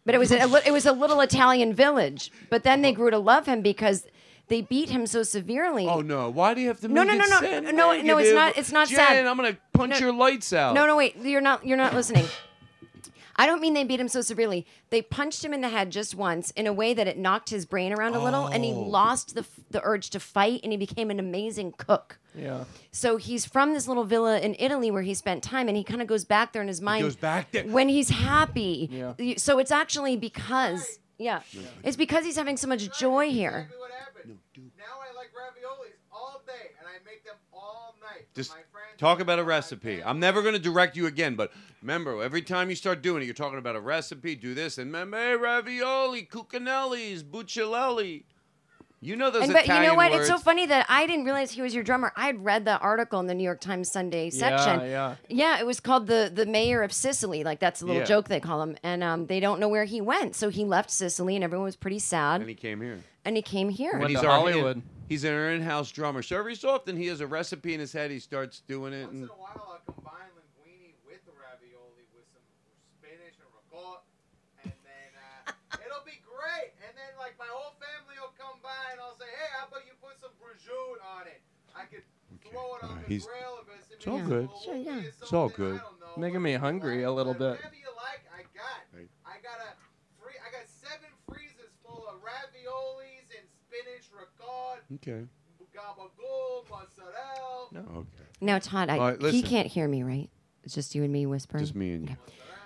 Speaker 8: but it was a, li- it was a little Italian village. But then they grew to love him because they beat him so severely.
Speaker 6: Oh no! Why do you have to?
Speaker 8: No,
Speaker 6: make
Speaker 8: no,
Speaker 6: it
Speaker 8: no, no,
Speaker 6: sad?
Speaker 8: no, no, it's
Speaker 6: Negative.
Speaker 8: not- it's not
Speaker 6: Jen,
Speaker 8: sad.
Speaker 6: I'm gonna punch
Speaker 8: No.
Speaker 6: your lights out.
Speaker 8: No, no, wait. You're not. You're not listening. I don't mean they beat him so severely. They punched him in the head just once in a way that it knocked his brain around a little, and he
Speaker 6: Oh.
Speaker 8: lost the f- the urge to fight, and he became an amazing cook.
Speaker 10: yeah.
Speaker 8: So he's from this little villa in Italy where he spent time, and he kind of goes back there in his mind.
Speaker 6: goes back there.
Speaker 8: when he's happy.
Speaker 10: Yeah.
Speaker 8: Y- So it's actually because yeah, it's because he's having so much joy here.
Speaker 9: Exactly what happened. Now I like raviolis all day, and I make them all night. for
Speaker 6: Just
Speaker 9: my friends
Speaker 6: talk
Speaker 9: and
Speaker 6: about a
Speaker 9: my
Speaker 6: recipe.
Speaker 9: family.
Speaker 6: I'm never going to direct you again, but remember, every time you start doing it, you're talking about a recipe. Do this and remember hey, ravioli, cucinellis, bucciarelli. You know those
Speaker 8: And but
Speaker 6: Italian
Speaker 8: you know what? It's
Speaker 6: words.
Speaker 8: so funny that I didn't realize he was your drummer. I had read the article in the New York Times Sunday section.
Speaker 6: yeah.
Speaker 8: Yeah, it was called the the mayor of Sicily. Like that's a little
Speaker 6: Yeah.
Speaker 8: joke they call him, and um, they don't know where he went. So he left Sicily, and everyone was pretty sad.
Speaker 6: And he came here.
Speaker 8: And he came here.
Speaker 6: And he's our- He's an in-house drummer. So every so often he has a recipe in his head. He starts doing it. and-
Speaker 9: uh, It'll be great. And then like my whole family will come by and I'll say, hey, how about you put some prosciutto on it? I could throw it on the
Speaker 7: He's-
Speaker 9: grill. If it's,
Speaker 7: It's all good.
Speaker 8: Sure, yeah.
Speaker 7: It's all good. Making me hungry a little bit.
Speaker 9: I got a free. I got seven freezers full of raviolis and spinach ricard,
Speaker 6: Okay.
Speaker 9: gabagool, mozzarella.
Speaker 6: Okay.
Speaker 8: Now, Todd, I,
Speaker 6: All right,
Speaker 8: he
Speaker 6: listen.
Speaker 8: can't hear me, right? It's just you and me whispering.
Speaker 6: Just me and you.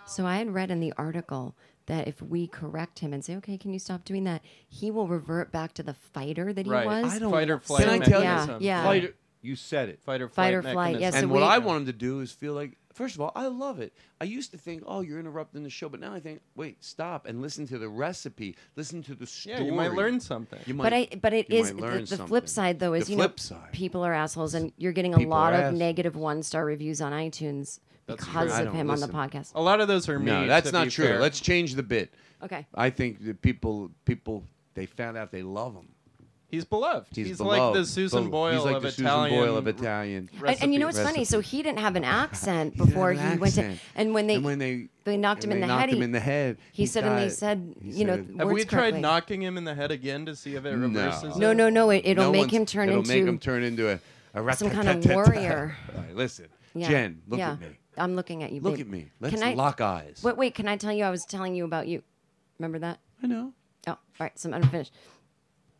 Speaker 8: So I had read in the article that if we correct him and say, "Okay, can you stop doing that?" he will revert back to the fighter that he
Speaker 6: Right.
Speaker 8: was.
Speaker 6: I don't- Fight or flight
Speaker 8: Can I tell
Speaker 6: mechanism.
Speaker 8: you? Yeah.
Speaker 6: Fight or- You said it.
Speaker 7: Fight or
Speaker 8: Fight flight or flight, mechanism. yeah, so
Speaker 6: and what
Speaker 8: we-
Speaker 6: I want him to do is feel like, first of all, I love it. I used to think, oh, you're interrupting the show, but now I think, wait, stop and listen to the recipe. Listen to the story.
Speaker 7: Yeah, you might learn something.
Speaker 6: You
Speaker 8: but I,
Speaker 6: might-
Speaker 8: but it
Speaker 6: you
Speaker 8: is
Speaker 6: might
Speaker 8: the,
Speaker 6: learn
Speaker 8: the
Speaker 6: something.
Speaker 8: flip side though is
Speaker 6: The
Speaker 8: you know
Speaker 6: flip side.
Speaker 8: people are assholes and you're getting a
Speaker 6: People
Speaker 8: lot
Speaker 6: are
Speaker 8: of
Speaker 6: ass-
Speaker 8: negative one star reviews on iTunes
Speaker 7: That's true.
Speaker 8: because
Speaker 6: I
Speaker 8: of
Speaker 6: don't
Speaker 8: him on
Speaker 6: listen.
Speaker 8: the podcast.
Speaker 7: A lot of those are me.
Speaker 6: No, that's
Speaker 7: to
Speaker 6: not
Speaker 7: be
Speaker 6: true.
Speaker 7: fair.
Speaker 6: Let's change the bit.
Speaker 8: Okay.
Speaker 6: I think that people, people, they found out they love him.
Speaker 7: He's beloved.
Speaker 6: He's,
Speaker 7: He's, like the
Speaker 6: beloved.
Speaker 7: Susan
Speaker 6: Beloved.
Speaker 7: Boyle
Speaker 6: He's like
Speaker 7: of
Speaker 6: the
Speaker 7: Italian.
Speaker 6: Susan Boyle of Italian.
Speaker 8: And, and you know what's funny? So he didn't have an accent before he,
Speaker 6: an
Speaker 8: went to,
Speaker 6: accent.
Speaker 8: and when they
Speaker 6: And when they-
Speaker 8: knocked him
Speaker 6: and
Speaker 8: in
Speaker 6: they
Speaker 8: the
Speaker 6: knocked
Speaker 8: head,
Speaker 6: him
Speaker 8: he-
Speaker 6: in the head,
Speaker 8: he,
Speaker 6: he
Speaker 8: suddenly
Speaker 6: died.
Speaker 8: said,
Speaker 6: He
Speaker 8: you know,
Speaker 6: said-
Speaker 7: Have
Speaker 8: words
Speaker 7: we tried
Speaker 8: correctly.
Speaker 7: knocking him in the head again to see if it reverses?
Speaker 8: No,
Speaker 7: it?
Speaker 8: no, no. It, it'll
Speaker 6: No
Speaker 8: make
Speaker 6: one's-
Speaker 8: him turn
Speaker 6: it'll
Speaker 8: into
Speaker 6: make him turn into a, a
Speaker 8: some kind of
Speaker 6: rat-tat-tat-tat.
Speaker 8: warrior.
Speaker 6: All right, listen,
Speaker 8: Yeah.
Speaker 6: Jen, look
Speaker 8: yeah.
Speaker 6: at me.
Speaker 8: I'm looking at you.
Speaker 6: Look
Speaker 8: babe.
Speaker 6: at me. Let's
Speaker 8: Can I-
Speaker 6: lock eyes.
Speaker 8: Wait, wait. Can I tell you? I was telling you about you. Remember that?
Speaker 6: I know.
Speaker 8: Oh, all right. So I'm unfinished.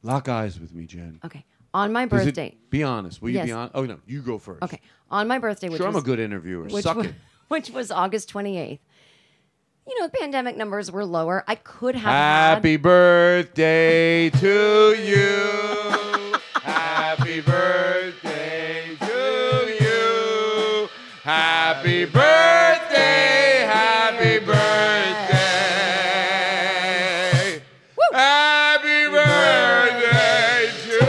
Speaker 6: Lock eyes with me, Jen.
Speaker 8: Okay. On my
Speaker 6: Is it-
Speaker 8: birthday.
Speaker 6: be honest. Will you be
Speaker 8: Yes.
Speaker 6: honest? Oh no, you go first.
Speaker 8: Okay. On my birthday, which
Speaker 6: Sure, I'm
Speaker 8: was,
Speaker 6: a good interviewer.
Speaker 8: Which
Speaker 6: Suck
Speaker 8: wa-
Speaker 6: it.
Speaker 8: Which was August 28th. You know, pandemic numbers were lower. I could have had-
Speaker 6: Happy birthday to you. Happy birthday to you. Happy birthday. Happy birthday. Happy birthday to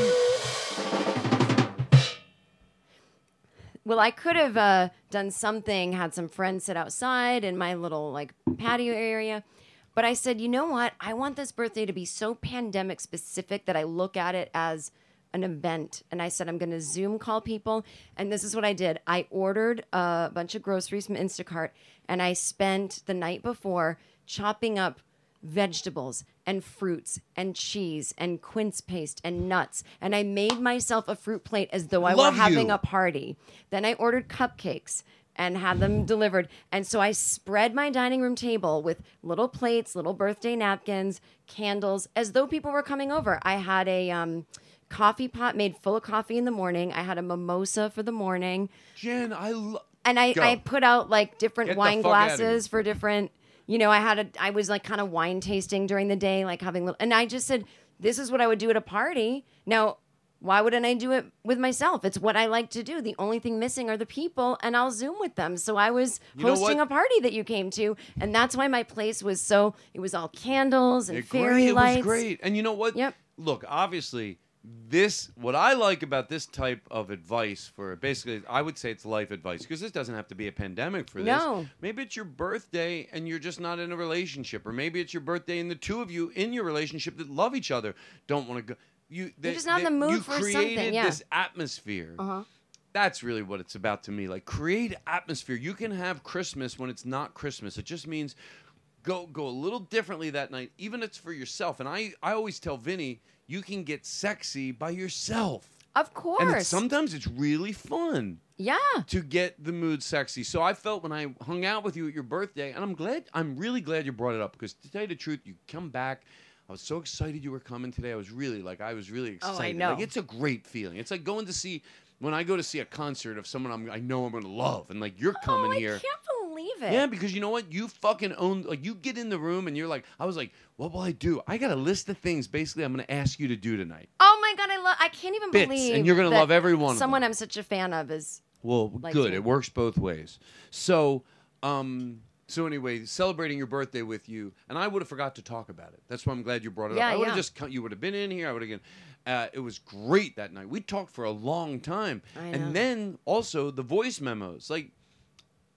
Speaker 6: Jen.
Speaker 8: Well, I could have uh, done something, had some friends sit outside in my little like patio area. But I said, you know what? I want this birthday to be so pandemic specific that I look at it as an event. And I said, I'm going to Zoom call people. And this is what I did I ordered a bunch of groceries from Instacart and I spent the night before chopping up vegetables and fruits and cheese and quince paste and nuts. And I made myself a fruit plate as though I
Speaker 11: Love
Speaker 8: were
Speaker 11: you.
Speaker 8: having a party. Then I ordered cupcakes and had them delivered. And so I spread my dining room table with little plates, little birthday napkins, candles, as though people were coming over. I had a um, coffee pot made full of coffee in the morning. I had a mimosa for the morning.
Speaker 6: Jen, I love.
Speaker 8: And I,
Speaker 6: Go.
Speaker 8: I put out like different
Speaker 6: Get the
Speaker 8: wine
Speaker 6: fuck outta here.
Speaker 8: glasses for different. You know, I had a. I was like kind of wine tasting during the day, like having little. And I just said, "This is what I would do at a party." Now, why wouldn't I do it with myself? It's what I like to do. The only thing missing are the people, and I'll Zoom with them. So I was
Speaker 6: You know
Speaker 8: hosting
Speaker 6: what?
Speaker 8: a party that you came to, and that's why my place was so. It was all candles and
Speaker 6: They're
Speaker 8: fairy
Speaker 6: great.
Speaker 8: lights.
Speaker 6: It was great. And you know what? Yep. Look, obviously, this what I like about this type of advice for basically, I would say it's life advice because this doesn't have to be a pandemic for this.
Speaker 8: No.
Speaker 6: Maybe it's your birthday and you're just not in a relationship, or maybe it's your birthday and the two of you in your relationship that love each other don't want to go. You, they,
Speaker 8: just not in
Speaker 6: they-
Speaker 8: the mood
Speaker 6: you
Speaker 8: for something,
Speaker 6: created
Speaker 8: yeah.
Speaker 6: this atmosphere.
Speaker 8: Uh-huh.
Speaker 6: That's really what it's about to me. Like create atmosphere. You can have Christmas when it's not Christmas. It just means go go a little differently that night, even if it's for yourself. And I I always tell Vinny, you can get sexy by yourself.
Speaker 8: Of course.
Speaker 6: And it's, sometimes it's really fun.
Speaker 8: Yeah.
Speaker 6: To get the mood sexy. So I felt when I hung out with you at your birthday, and I'm glad, I'm really glad you brought it up because to tell you the truth, you come back. I was so excited you were coming today. I was really like, I was really
Speaker 8: Oh, I
Speaker 6: excited. Like,
Speaker 8: know.
Speaker 6: it's a great feeling. It's like going to see, when I go to see a concert of someone I'm, I know I'm going to love, and like you're coming
Speaker 8: Oh, I
Speaker 6: here.
Speaker 8: can't believe it.
Speaker 6: Yeah, because you know what? You fucking own. Like, you get in the room and you're like, I was like, what will I do? I got a list of things basically I'm going to ask you to do tonight.
Speaker 8: Oh my god, I love. I can't even
Speaker 6: Bits, and
Speaker 8: believe.
Speaker 6: you're gonna
Speaker 8: that
Speaker 6: love every one of them.
Speaker 8: Someone I'm such a fan of is
Speaker 6: Well,
Speaker 8: Like
Speaker 6: good.
Speaker 8: you.
Speaker 6: It works both ways. So, um, So anyway, celebrating your birthday with you, and I would have forgot to talk about it. That's why I'm glad you brought it
Speaker 8: Yeah,
Speaker 6: up. I would have
Speaker 8: yeah.
Speaker 6: just come, you would have been in here. I would have been. Uh, it was great that night. We talked for a long time,
Speaker 8: I know.
Speaker 6: and then also the voice memos. Like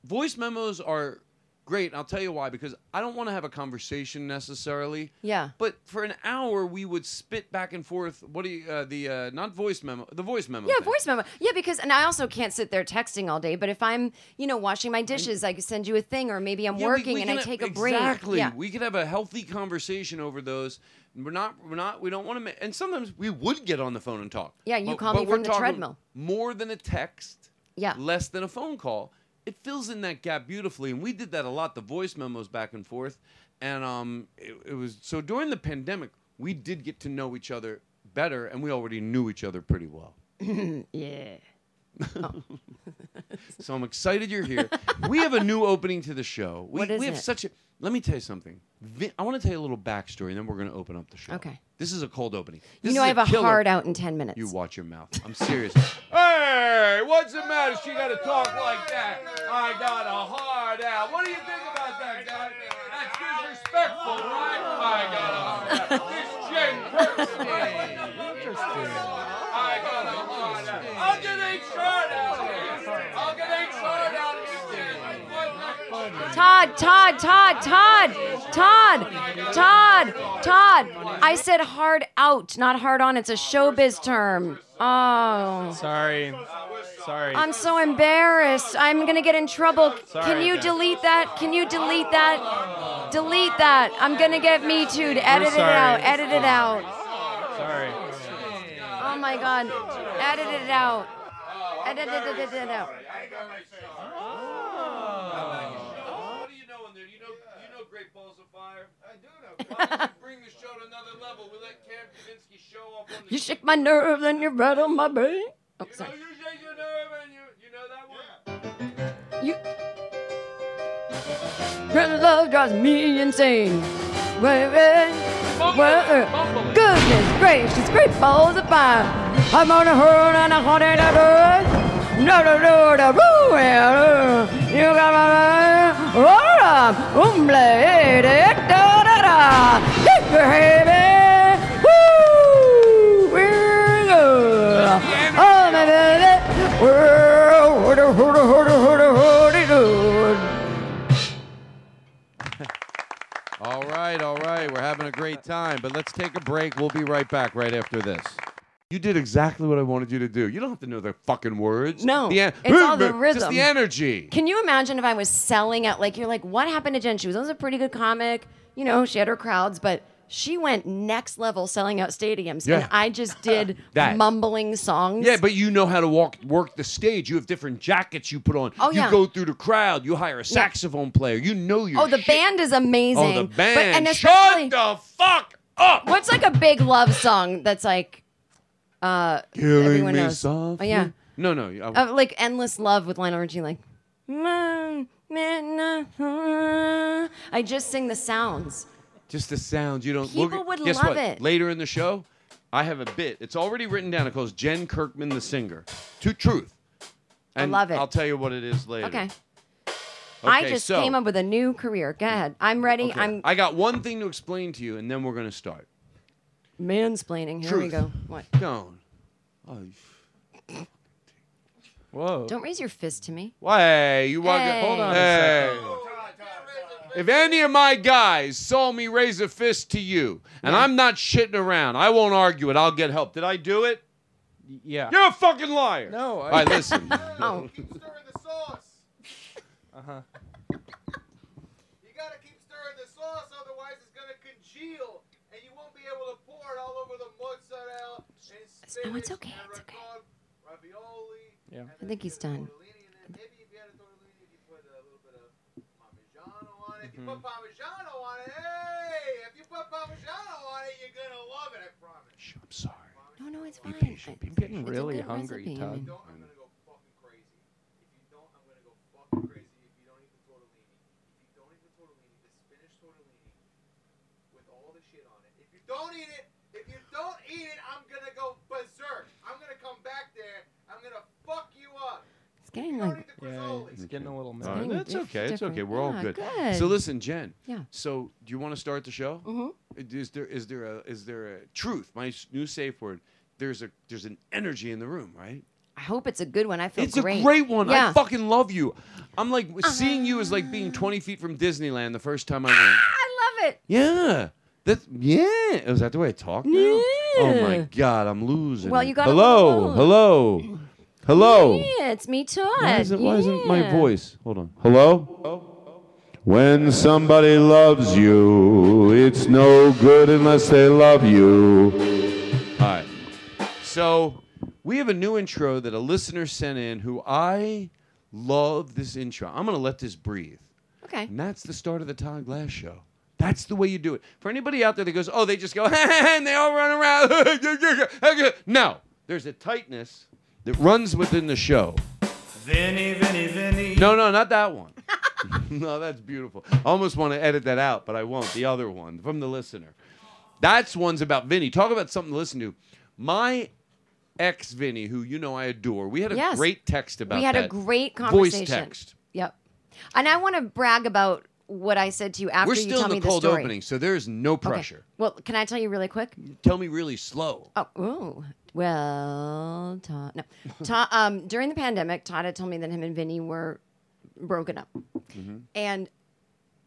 Speaker 6: voice memos are great. And I'll tell you why because I don't want to have a conversation necessarily.
Speaker 8: Yeah.
Speaker 6: But for an hour, we would spit back and forth. What do you, uh, the, uh, not voice memo, the voice memo.
Speaker 8: Yeah,
Speaker 6: thing.
Speaker 8: voice memo. Yeah, because and I also can't sit there texting all day. But if I'm, you know, washing my dishes, I could send you a thing, or maybe I'm
Speaker 6: Yeah, we-
Speaker 8: working
Speaker 6: we
Speaker 8: and
Speaker 6: can
Speaker 8: I
Speaker 6: ha-
Speaker 8: take a break.
Speaker 6: Exactly.
Speaker 8: Yeah.
Speaker 6: We could have a healthy conversation over those. We're not, we're not, we don't want to, ma- and sometimes we would get on the phone and talk.
Speaker 8: Yeah, you
Speaker 6: But-
Speaker 8: call
Speaker 6: but
Speaker 8: me
Speaker 6: we're
Speaker 8: from the
Speaker 6: talking
Speaker 8: treadmill.
Speaker 6: More than a text.
Speaker 8: Yeah.
Speaker 6: Less than a phone call. It fills in that gap beautifully, and we did that a lot. The voice memos back and forth, and um, it, it was so during the pandemic we did get to know each other better, and we already knew each other pretty well.
Speaker 8: yeah. Oh.
Speaker 6: So I'm excited you're here. we have a new opening to the show. We,
Speaker 8: What is
Speaker 6: we have
Speaker 8: it?
Speaker 6: such a. Let me tell you something. Vin, I want to tell you a little backstory, and then we're going to open up the show.
Speaker 8: Okay.
Speaker 6: This is a cold opening.
Speaker 8: You
Speaker 6: This
Speaker 8: know
Speaker 6: is
Speaker 8: I have a
Speaker 6: killer-
Speaker 8: hard out in ten minutes.
Speaker 6: You watch your mouth. I'm serious. hey, what's the matter? She got to talk like that. I got a hard out. What do you think about that, guy? That's disrespectful, right? I got a hard out. This Jen Kirsten. I got a hard out. I'll get HR down here. I'll get HR down here.
Speaker 8: Todd, Todd, Todd, Todd, Todd, Todd, Todd. I said hard out, not hard on. It's a showbiz term. Oh.
Speaker 7: Sorry. Sorry. Uh-huh.
Speaker 8: I'm so embarrassed. I'm gonna get in trouble. Can
Speaker 7: Sorry,
Speaker 8: you
Speaker 7: guys.
Speaker 8: delete that? Can you delete that? Delete that. I'm gonna get me too. Edit it
Speaker 7: sorry.
Speaker 8: out. Edit it out.
Speaker 7: Sorry.
Speaker 8: Oh my God. Edit it out.
Speaker 6: Oh,
Speaker 8: Edit it it out.
Speaker 6: What do you know in there? You know, you know Great Balls of Fire? I do know. Why don't you bring the show to another level? We let Cam Kavinsky show off on the
Speaker 8: You shake my nerves and you rattle my brain. Oh,
Speaker 6: You know,
Speaker 8: sorry.
Speaker 6: you shake your nerve and you, you know that one?
Speaker 8: You. Your love drives me insane. Wait, wait, wait. Goodness gracious, great balls of fire. I'm on a hurl and a haunted earth. No, no, no, no, no, no. You got my Hold up. Um, blade, da, da, da. Hit your heavy. Woo! We're good. Oh, my baby. Well, hoody, hoody, hoody, hoody, hoody, hoody.
Speaker 6: All right, all right. We're having a great time, but let's take a break. We'll be right back right after this. You did exactly what I wanted you to do. You don't have to know the fucking words.
Speaker 8: No,
Speaker 6: The
Speaker 8: it's all the
Speaker 6: Just
Speaker 8: rhythm.
Speaker 6: the energy.
Speaker 8: Can you imagine if I was selling out? Like, you're like, what happened to Jen? She was always a pretty good comic. You know, she had her crowds, but she went next level selling out stadiums.
Speaker 6: Yeah.
Speaker 8: And I just did
Speaker 6: That.
Speaker 8: mumbling songs.
Speaker 6: Yeah, but you know how to walk, work the stage. You have different jackets you put on.
Speaker 8: Oh,
Speaker 6: you
Speaker 8: yeah.
Speaker 6: go through the crowd. You hire a saxophone player. You know your
Speaker 8: oh, the
Speaker 6: shit.
Speaker 8: band is amazing.
Speaker 6: Oh, the
Speaker 8: But-
Speaker 6: band.
Speaker 8: and especially,
Speaker 6: Shut the fuck up.
Speaker 8: what's like a big love song that's like, uh,
Speaker 6: Killing
Speaker 8: everyone
Speaker 6: me
Speaker 8: knows.
Speaker 6: softly.
Speaker 8: Oh, yeah.
Speaker 6: No, no. I-
Speaker 8: Uh, like endless love with Lionel Richie, like. "Mm, mm, mm." I just sing the sounds.
Speaker 6: Just the sound. You don't.
Speaker 8: People would
Speaker 6: guess
Speaker 8: love
Speaker 6: what?
Speaker 8: it.
Speaker 6: Later in the show, I have a bit. It's already written down. It calls Jen Kirkman the singer. To truth. And
Speaker 8: love it.
Speaker 6: I'll tell you what it is later.
Speaker 8: Okay. I
Speaker 6: Okay,
Speaker 8: just
Speaker 6: so-
Speaker 8: came up with a new career. Go ahead. I'm ready.
Speaker 6: Okay.
Speaker 8: I'm
Speaker 6: I got one thing to explain to you, and then we're gonna start.
Speaker 8: mansplaining. Here we
Speaker 6: Truth.
Speaker 8: go. What?
Speaker 6: Don't. Oh, you Whoa.
Speaker 8: Don't raise your fist to me.
Speaker 6: Why you walk?
Speaker 8: Hey. Hold on a
Speaker 6: Hey. Oh, If any of my guys saw me raise a fist to you, and I'm not shitting around, I won't argue it. I'll get help. Did I do it?
Speaker 7: Yeah.
Speaker 6: You're a fucking liar.
Speaker 7: No, I-
Speaker 6: All right, listen.
Speaker 8: Oh,
Speaker 7: Uh-huh.
Speaker 9: You gotta keep stirring the sauce, otherwise it's gonna congeal, and you won't be able to pour it all over the mozzarella and spinach
Speaker 8: no, it's okay.
Speaker 9: and
Speaker 8: It's okay.
Speaker 9: ricotta, ravioli.
Speaker 7: Yeah.
Speaker 8: I think he's done.
Speaker 9: tortellini, and then maybe if you had a tortellini, if you put a little bit of parmigiano on it. If you put parmigiano on it, hey! If you put parmigiano on it, you're gonna love it. I promise.
Speaker 6: Shh, I'm sorry.
Speaker 8: No, no, it's fine. I-
Speaker 7: I'm getting
Speaker 8: it's a
Speaker 7: really
Speaker 8: good
Speaker 7: hungry,
Speaker 8: recipe. I
Speaker 7: Todd.
Speaker 8: mean,
Speaker 9: Don't, I'm gonna go fucking crazy. If you don't, I'm gonna go fucking crazy. If you don't eat the tortellini, if you don't eat the tortellini, the spinach tortellini with all the shit on it. If you don't eat it, if you don't eat it, I'm gonna go berserk. I'm gonna come back there. I'm gonna fuck you up.
Speaker 8: It's getting like
Speaker 9: Frizzoli.
Speaker 7: it's Getting a little
Speaker 6: All right,
Speaker 7: mad.
Speaker 6: That's okay. It's okay. We're all
Speaker 8: Ah,
Speaker 7: Yeah,
Speaker 6: good.
Speaker 7: good.
Speaker 6: So listen, Jen.
Speaker 7: Yeah.
Speaker 6: So do you want to start the show? Mm-hmm. Is there is there a is there a truth? My s- new safe word. There's a there's an energy in the room, right?
Speaker 8: I hope it's a good one. I feel
Speaker 6: It's
Speaker 8: Oh, great.
Speaker 6: a great one.
Speaker 8: Yeah. Uh-huh.
Speaker 6: I fucking love you. I'm like seeing you is like being 20 feet from Disneyland the first time I went.
Speaker 8: I love it.
Speaker 6: Yeah. That's yeah. Is that the way I talk now? Oh my
Speaker 8: Yeah.
Speaker 6: god, I'm losing.
Speaker 8: Well,
Speaker 6: it.
Speaker 8: you gotta
Speaker 6: hello,
Speaker 8: learn.
Speaker 6: hello, hello.
Speaker 8: Yeah, it's me too.
Speaker 6: Why isn't, why isn't my
Speaker 8: Yeah.
Speaker 6: voice? Hold on. Hello? When somebody loves you, it's no good unless they love you. All right. So, we have a new intro that a listener sent in who I love this intro. I'm going to let this breathe.
Speaker 8: Okay.
Speaker 6: And that's the start of the Todd Glass show. That's the way you do it. For anybody out there that goes, oh, they just go, and they all run around. no, there's a tightness that runs within the show.
Speaker 9: Vinny, Vinny, Vinny.
Speaker 6: No, no, not that one. no, that's beautiful. I almost want to edit that out, but I won't. The other one from the listener. That's one's about Vinny. Talk about something to listen to. My ex Vinny, who you know I adore, we had a
Speaker 8: Yes.
Speaker 6: great text about
Speaker 8: we had a
Speaker 6: that.
Speaker 8: great conversation.
Speaker 6: Voice text.
Speaker 8: Yep. And I want to brag about what I said to you after
Speaker 6: We're
Speaker 8: you
Speaker 6: still
Speaker 8: tell
Speaker 6: in
Speaker 8: me
Speaker 6: the
Speaker 8: the
Speaker 6: cold
Speaker 8: story.
Speaker 6: opening, so there is no
Speaker 8: Okay.
Speaker 6: pressure.
Speaker 8: Well, can I tell you really quick?
Speaker 6: Tell me really slow.
Speaker 8: Oh, ooh. well, Todd. No, Todd. Um, during the pandemic, Todd had told me that him and Vinny were broken up,
Speaker 6: Mm-hmm.
Speaker 8: and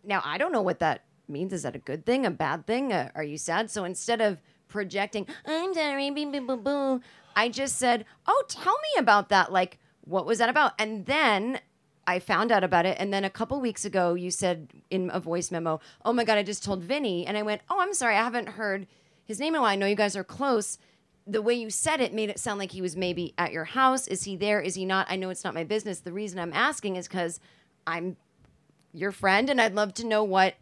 Speaker 8: now I don't know what that means. Is that a good thing? A bad thing? Uh, are you sad? So instead of projecting, I'm sorry, boo, boo, boo, boo, I just said, "Oh, tell me about that. Like, what was that about?" And then. I found out about it, and then a couple weeks ago, you said in a voice memo, "Oh my God, I just told Vinny," and I went, "Oh, I'm sorry, I haven't heard his name in a while. I know you guys are close. The way you said it made it sound like he was maybe at your house. Is he there? Is he not? I know it's not my business. The reason I'm asking is because I'm your friend and I'd love to know what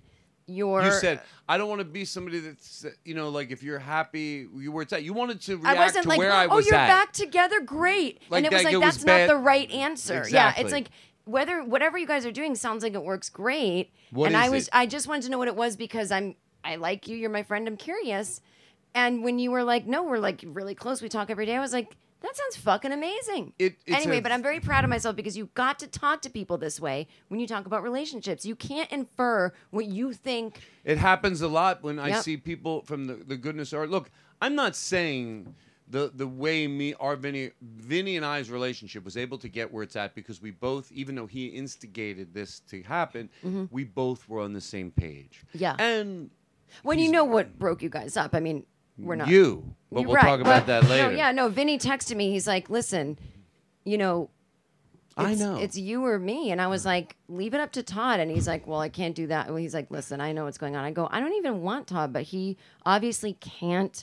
Speaker 8: your.
Speaker 6: You said I don't want to be somebody that's you know like if you're happy you were at you wanted to
Speaker 8: I
Speaker 6: react
Speaker 8: wasn't
Speaker 6: to
Speaker 8: like,
Speaker 6: where I
Speaker 8: oh,
Speaker 6: was
Speaker 8: you're
Speaker 6: at.
Speaker 8: back together, great.
Speaker 6: Like
Speaker 8: and it was
Speaker 6: that-
Speaker 8: like,
Speaker 6: it was
Speaker 8: that's
Speaker 6: bad-
Speaker 8: not the right answer. Yeah,
Speaker 6: Exactly.
Speaker 8: it's like whether whatever you guys are doing sounds like it works great.
Speaker 6: What
Speaker 8: and
Speaker 6: is
Speaker 8: I was,
Speaker 6: it?
Speaker 8: I just wanted to know what it was because I'm, I like you, you're my friend, I'm curious. And when you were like, no, we're like really close, we talk every day. I was like, that sounds fucking amazing.
Speaker 6: It- it's
Speaker 8: anyway,
Speaker 6: a-
Speaker 8: but I'm very proud of myself because you got to talk to people this way when you talk about relationships. You can't infer what you think.
Speaker 6: It happens a lot when I
Speaker 8: Yep.
Speaker 6: see people from the, the goodness of art. Look, I'm not saying the the way me our Vinny Vinny and I's relationship was able to get where it's at because we both, even though he instigated this to happen,
Speaker 8: Mhm.
Speaker 6: we both were on the same page.
Speaker 8: Yeah.
Speaker 6: And
Speaker 8: when you know what broke you guys up, I mean, we're not
Speaker 6: You, but
Speaker 8: You're
Speaker 6: we'll
Speaker 8: right,
Speaker 6: talk
Speaker 8: but-
Speaker 6: about that later.
Speaker 8: No, yeah, no. Vinny texted me. He's like, "Listen, you know,
Speaker 6: I
Speaker 8: it's-
Speaker 6: know.
Speaker 8: it's you or me." And I was like, "Leave it up to Todd." And he's like, "Well, I can't do that." Well, he's like, "Listen, I know what's going on." I go, "I don't even want Todd, but he obviously can't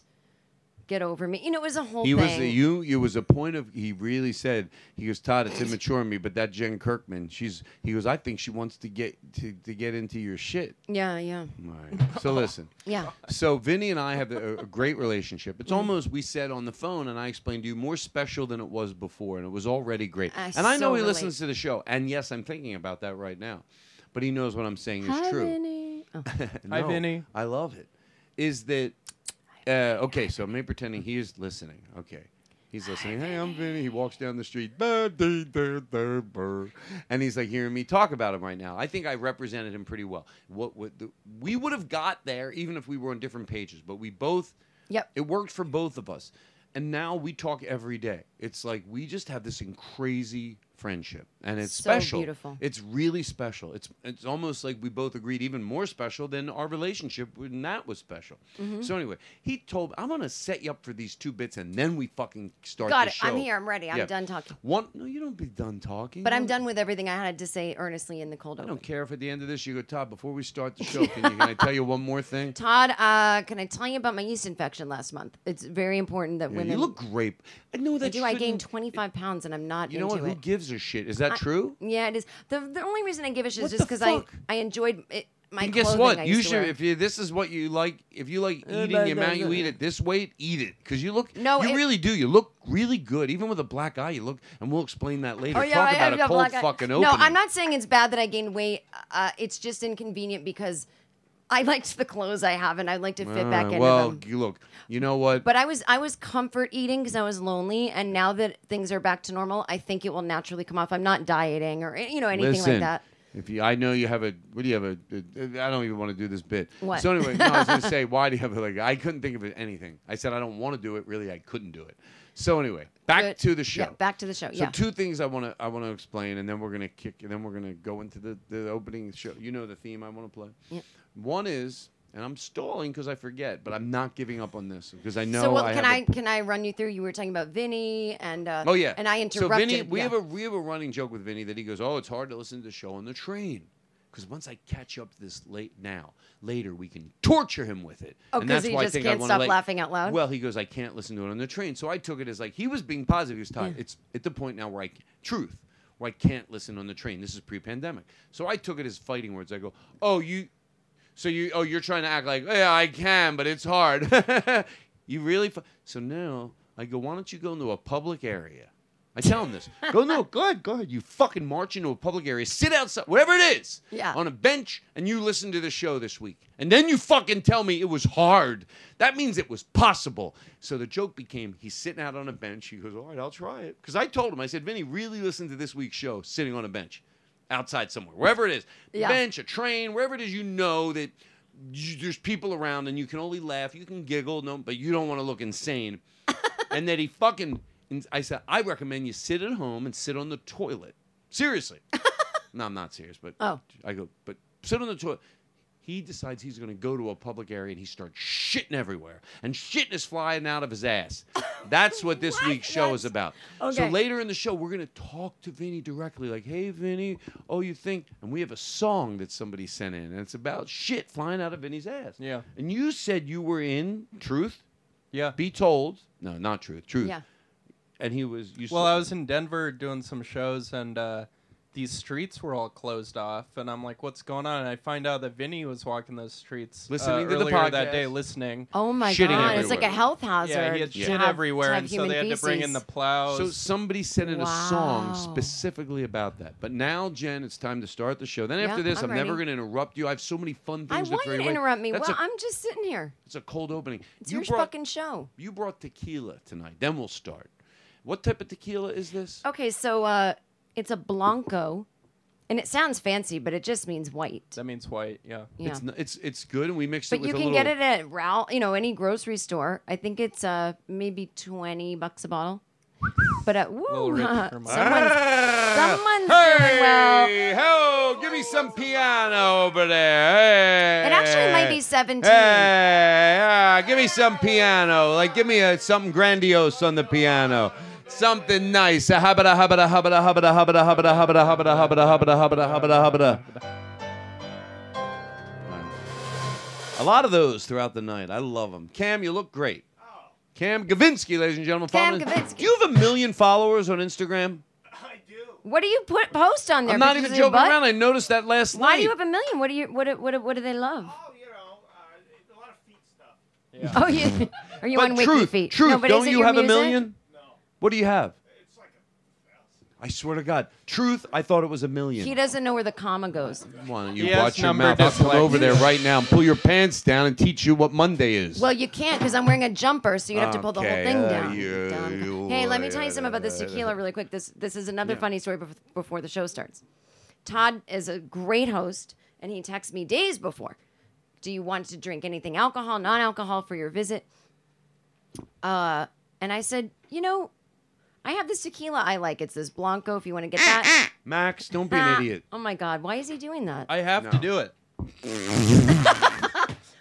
Speaker 8: get over me." You know, it was a whole
Speaker 6: He
Speaker 8: thing.
Speaker 6: was a, you. It was a point of. He really said he goes, Todd. It's immature of me, but that Jen Kirkman. She's. He goes. I think she wants to get to, to get into your shit.
Speaker 8: Yeah, yeah,
Speaker 6: All right. So listen.
Speaker 8: yeah.
Speaker 6: So Vinny and I have a, a great relationship.
Speaker 8: Mm-hmm.
Speaker 6: It's almost we said on the phone, and I explained to you more special than it was before, and it was already great.
Speaker 8: I
Speaker 6: and I know
Speaker 8: so
Speaker 6: he
Speaker 8: relate.
Speaker 6: listens to the show, and yes, I'm thinking about that right now, but he knows what I'm saying is
Speaker 8: Hi,
Speaker 6: true.
Speaker 8: Vinny. Oh.
Speaker 7: Hi,
Speaker 6: No,
Speaker 7: Vinny.
Speaker 6: I love it. Is that uh, okay? So I'm pretending he is listening. Okay, he's listening. Hey, I'm Vinny. He walks down the street, "Bah, dee, dah, dah, brr," and he's like hearing me talk about him right now. I think I represented him pretty well. What would the, we would have got there even if we were on different pages, but we both.
Speaker 8: Yep.
Speaker 6: It worked for both of us, and now we talk every day. It's like we just have this in- crazy friendship, and it's
Speaker 8: So
Speaker 6: special.
Speaker 8: beautiful.
Speaker 6: It's really special. It's it's almost like we both agreed even more special than our relationship when that was special.
Speaker 8: Mhm.
Speaker 6: So anyway, he told I'm gonna set you up for these two bits and then we fucking start.
Speaker 8: Got
Speaker 6: the
Speaker 8: it. I'm
Speaker 6: show."
Speaker 8: here. I'm ready. I'm
Speaker 6: Yeah.
Speaker 8: done talking.
Speaker 6: One no, you don't be done talking.
Speaker 8: But I'm
Speaker 6: No.
Speaker 8: done with everything I had to say earnestly in the cold
Speaker 6: I
Speaker 8: open.
Speaker 6: don't care if at the end of this you go, Todd, before we start the show, can, you, can I tell you one more thing?
Speaker 8: Todd, uh, can I tell you about my yeast infection last month? It's very important that
Speaker 6: Yeah,
Speaker 8: women.
Speaker 6: you look great. I know
Speaker 8: I
Speaker 6: that
Speaker 8: do. I gained
Speaker 6: shouldn't-
Speaker 8: 25 pounds and I'm not
Speaker 6: You know
Speaker 8: into
Speaker 6: what? Who
Speaker 8: it.
Speaker 6: gives a shit? Is that
Speaker 8: I-
Speaker 6: true?
Speaker 8: Yeah, it is. The, the only reason I give a shit
Speaker 6: What
Speaker 8: is just
Speaker 6: the
Speaker 8: because I,
Speaker 6: fuck?
Speaker 8: I enjoyed it, my
Speaker 6: and guess
Speaker 8: clothing
Speaker 6: what?
Speaker 8: I
Speaker 6: You
Speaker 8: used to
Speaker 6: should.
Speaker 8: wear.
Speaker 6: If you, this is what you like, if you like
Speaker 8: Uh,
Speaker 6: eating
Speaker 8: no,
Speaker 6: the
Speaker 8: no,
Speaker 6: amount
Speaker 8: no.
Speaker 6: you eat at this weight, eat it because you look.
Speaker 8: No,
Speaker 6: you
Speaker 8: it-
Speaker 6: really do. You look really good, even with a black eye. You look, and we'll explain that later.
Speaker 8: Oh, yeah,
Speaker 6: Talk
Speaker 8: I- I
Speaker 6: about a
Speaker 8: got
Speaker 6: cold
Speaker 8: black eye.
Speaker 6: fucking
Speaker 8: No,
Speaker 6: opening.
Speaker 8: I'm not saying it's bad that I gained weight. Uh, it's just inconvenient because I liked the clothes I have, and I like to fit back
Speaker 6: Uh,
Speaker 8: into
Speaker 6: well,
Speaker 8: them.
Speaker 6: you look, you know what?
Speaker 8: But I was I was comfort eating because I was lonely, and now that things are back to normal, I think it will naturally come off. I'm not dieting or you know anything
Speaker 6: Listen,
Speaker 8: like that.
Speaker 6: If you, I know you have a, what do you have a? a- I don't even want to do this bit.
Speaker 8: What?
Speaker 6: So anyway, no, I was going to say, why do you have a, like? I couldn't think of it- anything. I said I don't want to do it. Really, I couldn't do it. So anyway, back
Speaker 8: Good.
Speaker 6: to the show.
Speaker 8: Yeah, back to the show.
Speaker 6: So
Speaker 8: yeah.
Speaker 6: two things I want to I want to explain, and then we're gonna kick, and then we're gonna go into the the opening show. You know the theme I want to play. One is, and I'm stalling because I forget, but I'm not giving up on this because I know.
Speaker 8: so well,
Speaker 6: I
Speaker 8: can
Speaker 6: have a-
Speaker 8: I can I run you through? You were talking about Vinny and uh,
Speaker 6: oh yeah.
Speaker 8: and I
Speaker 6: So
Speaker 8: interrupted.
Speaker 6: Vinny, we
Speaker 8: yeah.
Speaker 6: have a we have a running joke with Vinny that he goes, "Oh, it's hard to listen to the show on the train." Because once I catch up this late now, later we can torture him with it.
Speaker 8: Oh,
Speaker 6: And
Speaker 8: 'cause
Speaker 6: that's
Speaker 8: he
Speaker 6: why I
Speaker 8: just
Speaker 6: think I
Speaker 8: can't
Speaker 6: wanna,
Speaker 8: stop
Speaker 6: like-
Speaker 8: laughing out loud?
Speaker 6: Well, he goes, I can't listen to it on the train. So I took it as like he was being positive. He was tired. It's at the point now where I c- truth where I can't listen on the train. This is pre-pandemic. So I took it as fighting words. I go, oh you, so you oh you're trying to act like yeah I can, but it's hard. you really f-. so now I go, why don't you go into a public area? I tell him this. Go no, go ahead, go ahead. You fucking march into a public area, sit outside, whatever it is,
Speaker 8: Yeah.
Speaker 6: on a bench, and you listen to the show this week, and then you fucking tell me it was hard. That means it was possible. So the joke became he's sitting out on a bench. He goes, all right, I'll try it, because I told him I said, Vinny, really listen to this week's show sitting on a bench, outside somewhere, wherever it is,
Speaker 8: Yeah.
Speaker 6: bench, a train, wherever it is. You know that you, there's people around, and you can only laugh, you can giggle, no, but you don't want to look insane and that he fucking. And I said, I recommend you sit at home and sit on the toilet. Seriously. no, I'm not serious, but
Speaker 8: Oh.
Speaker 6: I go, but sit on the toilet. He decides he's going to go to a public area and he starts shitting everywhere, and shitting is flying out of his ass. That's what this week's show is about. So
Speaker 8: Okay.
Speaker 6: later in the show, we're going to talk to Vinny directly, like, "Hey, Vinny, oh, you think?" And we have a song that somebody sent in, and it's about shit flying out of Vinny's ass.
Speaker 7: Yeah.
Speaker 6: And you said you were in truth.
Speaker 7: Yeah.
Speaker 6: Be told. No, not truth. Truth.
Speaker 8: Yeah.
Speaker 6: And he was. You
Speaker 7: Well,
Speaker 6: said-
Speaker 7: I was in Denver doing some shows, and uh, these streets were all closed off, and I'm like, "What's going on?" And I find out that Vinny was walking those streets, uh,
Speaker 6: Listening to the
Speaker 7: earlier that
Speaker 6: podcast.
Speaker 7: day, listening.
Speaker 8: Oh my
Speaker 6: Shitting
Speaker 8: god! It's like a
Speaker 6: everywhere.
Speaker 8: health hazard.
Speaker 7: Yeah, he had
Speaker 8: to
Speaker 7: shit
Speaker 8: have-
Speaker 7: everywhere,
Speaker 8: to have
Speaker 7: and so
Speaker 8: human
Speaker 7: they had to bring in
Speaker 8: feces.
Speaker 7: the plows.
Speaker 6: So somebody sent in a song
Speaker 8: Wow.
Speaker 6: specifically about that. But now, Jen, it's time to start the show. Then
Speaker 8: Yeah,
Speaker 6: after this, I'm,
Speaker 8: I'm
Speaker 6: never
Speaker 8: ready.
Speaker 6: going to interrupt you. I have so many fun
Speaker 8: I
Speaker 6: things to
Speaker 8: want
Speaker 6: throw
Speaker 8: you to
Speaker 6: your way.
Speaker 8: interrupt me.
Speaker 6: That's
Speaker 8: Well,
Speaker 6: a,
Speaker 8: I'm just sitting here.
Speaker 6: It's a cold opening.
Speaker 8: It's
Speaker 6: you
Speaker 8: your
Speaker 6: brought
Speaker 8: fucking show.
Speaker 6: you brought tequila tonight. Then we'll start. What type of tequila is this?
Speaker 8: Okay, so uh, it's a blanco, and it sounds fancy, but it just means white.
Speaker 7: that means white. Yeah.
Speaker 8: Yeah.
Speaker 6: It's n- it's it's good, and we mixed it
Speaker 8: But
Speaker 6: with
Speaker 8: you
Speaker 6: a
Speaker 8: can
Speaker 6: little.
Speaker 8: get it at Ral, you know, any grocery store. I think it's uh maybe twenty bucks a bottle. But uh,
Speaker 7: Little
Speaker 8: woo,
Speaker 7: rich
Speaker 8: someone's,
Speaker 7: for my-
Speaker 8: someone's doing well. It
Speaker 6: Hey, ho! Give me some piano over there. Hey.
Speaker 8: actually might be seventeen.
Speaker 6: Hey, ah, give me some piano. Like, give me a, something grandiose on the piano. Something nice. A habada, habada, habada, habada, habada, habada, habada, habada, habada, habada, habada, habada, habada. A lot of those throughout the night. I love them. Cam, you look great. Cam Gavinsky, ladies and gentlemen.
Speaker 8: Cam
Speaker 6: follow me.
Speaker 8: Gavinsky.
Speaker 6: Do you have a million followers on Instagram?
Speaker 8: What do you put post on there?
Speaker 6: I'm not
Speaker 8: Pictures
Speaker 6: even
Speaker 8: of your
Speaker 6: joking
Speaker 8: butt?
Speaker 6: around. I noticed that last night.
Speaker 8: Why do you have a million? What do you what do- what do- what do they love? Oh, you are you
Speaker 6: But
Speaker 8: on
Speaker 6: truth,
Speaker 8: WikiFeet?
Speaker 6: Truth,
Speaker 8: no, but
Speaker 6: don't
Speaker 8: is it
Speaker 6: you
Speaker 8: your
Speaker 6: have
Speaker 8: music?
Speaker 6: a million? No. What do you have? I swear to God, truth. I thought it was a million.
Speaker 8: He doesn't know where the comma goes.
Speaker 6: Why don't you
Speaker 7: He has
Speaker 6: watch your
Speaker 7: number
Speaker 6: mouth? I'll come
Speaker 7: dyslexia.
Speaker 6: over there right now and pull your pants down and teach you what Monday is.
Speaker 8: Well, you can't because I'm wearing a jumper, so you'd have to pull the whole
Speaker 6: Okay,
Speaker 8: thing
Speaker 6: uh,
Speaker 8: down.
Speaker 6: you-
Speaker 8: Dumb.
Speaker 6: you-
Speaker 8: hey, let me tell you something about this tequila really quick. This this is another funny story bef- before the show starts. Todd is a great host, and he texts me days before. Do you want to drink anything alcohol, non-alcohol for your visit? Uh, and I said, you know, I have this tequila I like. It's this Blanco. If you want to get that.
Speaker 6: Max, don't be an
Speaker 8: Ah.
Speaker 6: idiot.
Speaker 8: Oh my God, why is he doing that?
Speaker 7: I have to do it.